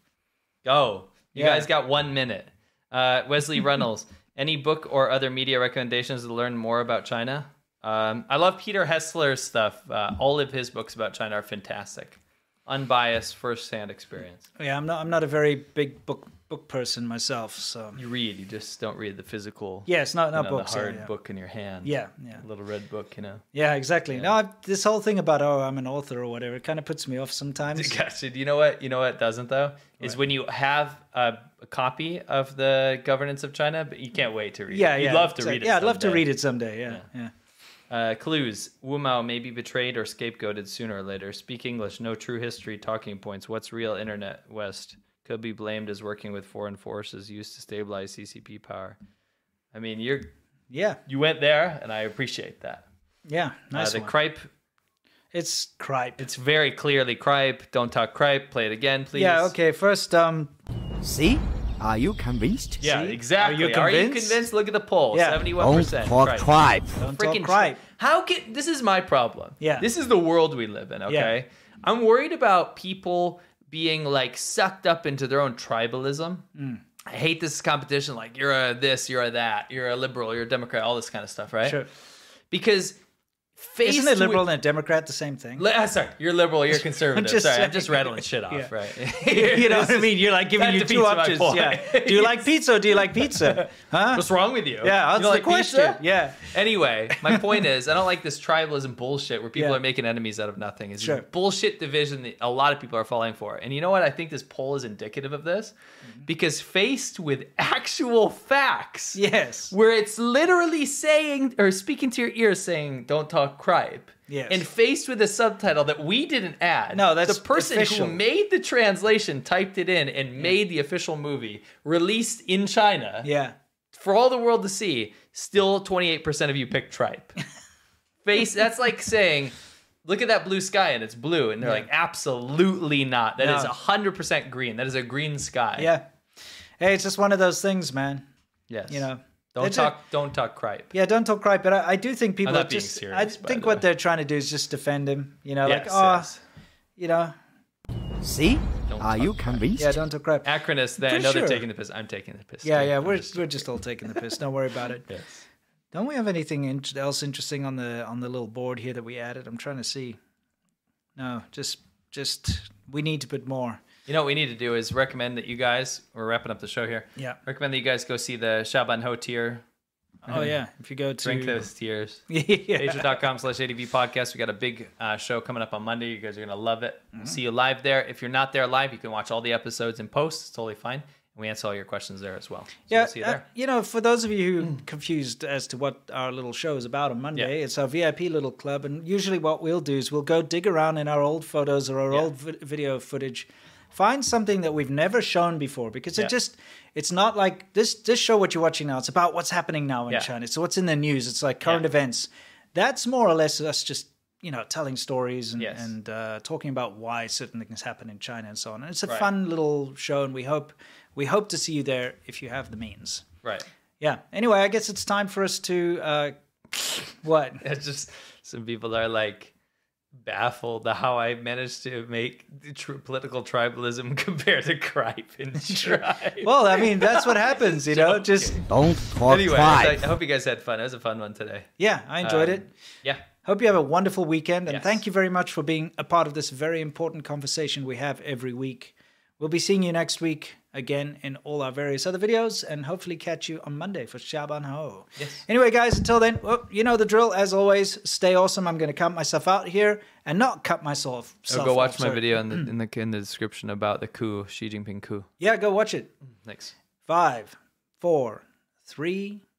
Speaker 2: Go. You
Speaker 1: Yeah.
Speaker 2: guys got one minute. Uh, Wesley Runnels, any book or other media recommendations to learn more about China? Um, I love Peter Hessler's stuff. Uh, all of his books about China are fantastic. Unbiased, first-hand experience.
Speaker 1: Yeah, I'm not. I'm not a very big book book person myself, so
Speaker 2: you read. You just don't read the physical.
Speaker 1: Yeah, it's not-
Speaker 2: you
Speaker 1: not
Speaker 2: know, the
Speaker 1: books, yeah,
Speaker 2: hard
Speaker 1: yeah.
Speaker 2: book in your hand.
Speaker 1: Yeah, yeah.
Speaker 2: Little red book, you know.
Speaker 1: Yeah, exactly. No, I, this whole thing about oh, I'm an author or whatever, it kind of puts me off sometimes.
Speaker 2: Gotcha. You know what? You know what doesn't though is when you have a, a copy of the Governance of China, but you can't wait to read.
Speaker 1: Yeah,
Speaker 2: it.
Speaker 1: yeah,
Speaker 2: You'd love to
Speaker 1: exactly.
Speaker 2: read it.
Speaker 1: Yeah, I'd love to
Speaker 2: someday.
Speaker 1: read it someday, yeah, yeah.
Speaker 2: Uh, clues: Wu Mao may be betrayed or scapegoated sooner or later. Speak English. No true history. Talking points. What's real? Internet West could be blamed as working with foreign forces used to stabilize CCP power. I mean, you're
Speaker 1: yeah,
Speaker 2: you went there, and I appreciate that.
Speaker 1: Yeah, nice
Speaker 2: uh, the
Speaker 1: one.
Speaker 2: Cripe.
Speaker 1: It's Cripe.
Speaker 2: It's very clearly Cripe. Don't talk Cripe. Play it again, please.
Speaker 1: Yeah, okay. First, um,
Speaker 4: See? Are you convinced?
Speaker 2: Yeah, exactly.
Speaker 4: Are you convinced?
Speaker 2: Look at the poll.
Speaker 4: Yeah.
Speaker 2: Seventy-one percent.
Speaker 4: Don't talk tripe.
Speaker 1: Don't
Speaker 2: Freaking
Speaker 1: talk tripe.
Speaker 2: How can this is my problem?
Speaker 1: Yeah.
Speaker 2: This is the world we live in. Okay. I'm worried about people being like sucked up into their own tribalism.
Speaker 1: Mm.
Speaker 2: I hate this competition. Like you're a this, you're a that, you're a liberal, you're a Democrat, all this kind of stuff, right?
Speaker 1: Sure.
Speaker 2: Because faced
Speaker 1: isn't it liberal
Speaker 2: With,
Speaker 1: and a Democrat the same thing?
Speaker 2: Li- ah, sorry, you're liberal, you're conservative.
Speaker 1: just
Speaker 2: sorry,
Speaker 1: saying.
Speaker 2: I'm just rattling shit off,
Speaker 1: Yeah.
Speaker 2: right?
Speaker 1: you know
Speaker 2: This
Speaker 1: what I
Speaker 2: is-
Speaker 1: mean? You're like giving
Speaker 2: that
Speaker 1: you
Speaker 2: defeats
Speaker 1: two
Speaker 2: my
Speaker 1: options.
Speaker 2: point.
Speaker 1: Yeah. Do you like pizza or do you like pizza? Huh?
Speaker 2: What's wrong with you?
Speaker 1: Yeah, that's
Speaker 2: You
Speaker 1: the
Speaker 2: don't like
Speaker 1: question.
Speaker 2: pizza?
Speaker 1: Yeah.
Speaker 2: Anyway, my point is, I don't like this tribalism bullshit where people
Speaker 1: Yeah.
Speaker 2: are making enemies out of nothing. It's
Speaker 1: Sure.
Speaker 2: bullshit division that a lot of people are falling for. And you know what? I think this poll is indicative of this
Speaker 1: Mm-hmm.
Speaker 2: because faced with actual facts,
Speaker 1: yes,
Speaker 2: where it's literally saying or speaking to your ear saying, "Don't talk cripe."
Speaker 1: Yes.
Speaker 2: And faced with a subtitle that we didn't add.
Speaker 1: No, that's
Speaker 2: the person
Speaker 1: official.
Speaker 2: who made the translation, typed it in, and made the official movie released in China
Speaker 1: Yeah.
Speaker 2: for all the world to see, still 28% of you picked tripe. Face, that's like saying, look at that blue sky and it's blue. And they're
Speaker 1: Yeah.
Speaker 2: like, absolutely not. That
Speaker 1: No.
Speaker 2: is 100% green. That is a green sky.
Speaker 1: Yeah. Hey, it's just one of those things, man.
Speaker 2: Yes.
Speaker 1: You know.
Speaker 2: Don't
Speaker 1: It's a-
Speaker 2: talk, don't talk cripe.
Speaker 1: Yeah, don't talk right, but I, I do think people
Speaker 2: not
Speaker 1: are
Speaker 2: being
Speaker 1: just.
Speaker 2: serious,
Speaker 1: I
Speaker 2: by
Speaker 1: think
Speaker 2: the
Speaker 1: what they're trying to do is just defend him. You know, like
Speaker 2: Yes,
Speaker 1: oh,
Speaker 2: yes.
Speaker 1: you know,
Speaker 4: See? Are you convinced?
Speaker 1: yeah, don't talk crap.
Speaker 2: Acronist, they, I
Speaker 1: For
Speaker 2: know
Speaker 1: sure.
Speaker 2: they're taking the piss. I'm taking the piss.
Speaker 1: Yeah,
Speaker 2: too.
Speaker 1: yeah, we're we're just all taking the piss. Don't worry about it.
Speaker 2: Yes.
Speaker 1: Don't we have anything in- else interesting on the on the little board here that we added? I'm trying to see. No, just just we need to put more.
Speaker 2: You know what we need to do is recommend that you guys, we're wrapping up the show here.
Speaker 1: Yeah.
Speaker 2: Recommend that you guys go see the Shaban Ho tier.
Speaker 1: Oh yeah, if you go to
Speaker 2: Drink those tears.
Speaker 1: Yeah.
Speaker 2: Patreon.com slash ADV podcast. We got a big uh, show coming up on Monday. You guys are going to love it. We'll
Speaker 1: Mm-hmm.
Speaker 2: See you live there. If you're not there live, you can watch all the episodes in post. It's totally fine. And we answer all your questions there as well. So
Speaker 1: Yeah,
Speaker 2: we'll see you
Speaker 1: uh,
Speaker 2: there.
Speaker 1: you know, for those of you who are confused as to what our little show is about on Monday, it's our VIP little club, and usually what we'll do is we'll go dig around in our old photos or our old vi- video footage, find something that we've never shown before because
Speaker 2: Yeah.
Speaker 1: it just it's not like this this show what you're watching now. It's about what's happening now in
Speaker 2: Yeah.
Speaker 1: China. It's what's in the news. It's like current events. That's more or less us just you know telling stories and,
Speaker 2: Yes.
Speaker 1: and uh, talking about why certain things happen in China and so on. And it's a
Speaker 2: Right.
Speaker 1: fun little show, and we hope we hope to see you there if you have the means.
Speaker 2: Right.
Speaker 1: Yeah. Anyway, I guess it's time for us to uh, what?
Speaker 2: It's just some people are like baffled at how I managed to make the tr- political tribalism compare to gripe and tribe.
Speaker 1: Well, I mean that's what happens, you know. Just
Speaker 4: Don't talk
Speaker 2: anyway, I,
Speaker 4: tripe.
Speaker 2: I hope you guys had fun. It was a fun one today.
Speaker 1: yeah, I enjoyed
Speaker 2: Um,
Speaker 1: it.
Speaker 2: Yeah.
Speaker 1: Hope you have a wonderful weekend, and thank you very much for being a part of this very important conversation we have every week. We'll be seeing you next week again in all our various other videos, and hopefully catch you on Monday for Shaban Ho.
Speaker 2: Yes.
Speaker 1: Anyway, guys, until then, well, you know the drill. As always, stay awesome. I'm going to cut myself out here and not cut myself.
Speaker 2: Oh,
Speaker 1: self
Speaker 2: go
Speaker 1: off,
Speaker 2: watch my
Speaker 1: sorry.
Speaker 2: video in the, in the in the description about the coup, Xi Jinping coup.
Speaker 1: Yeah, go watch it.
Speaker 2: Thanks.
Speaker 1: Five, four, three,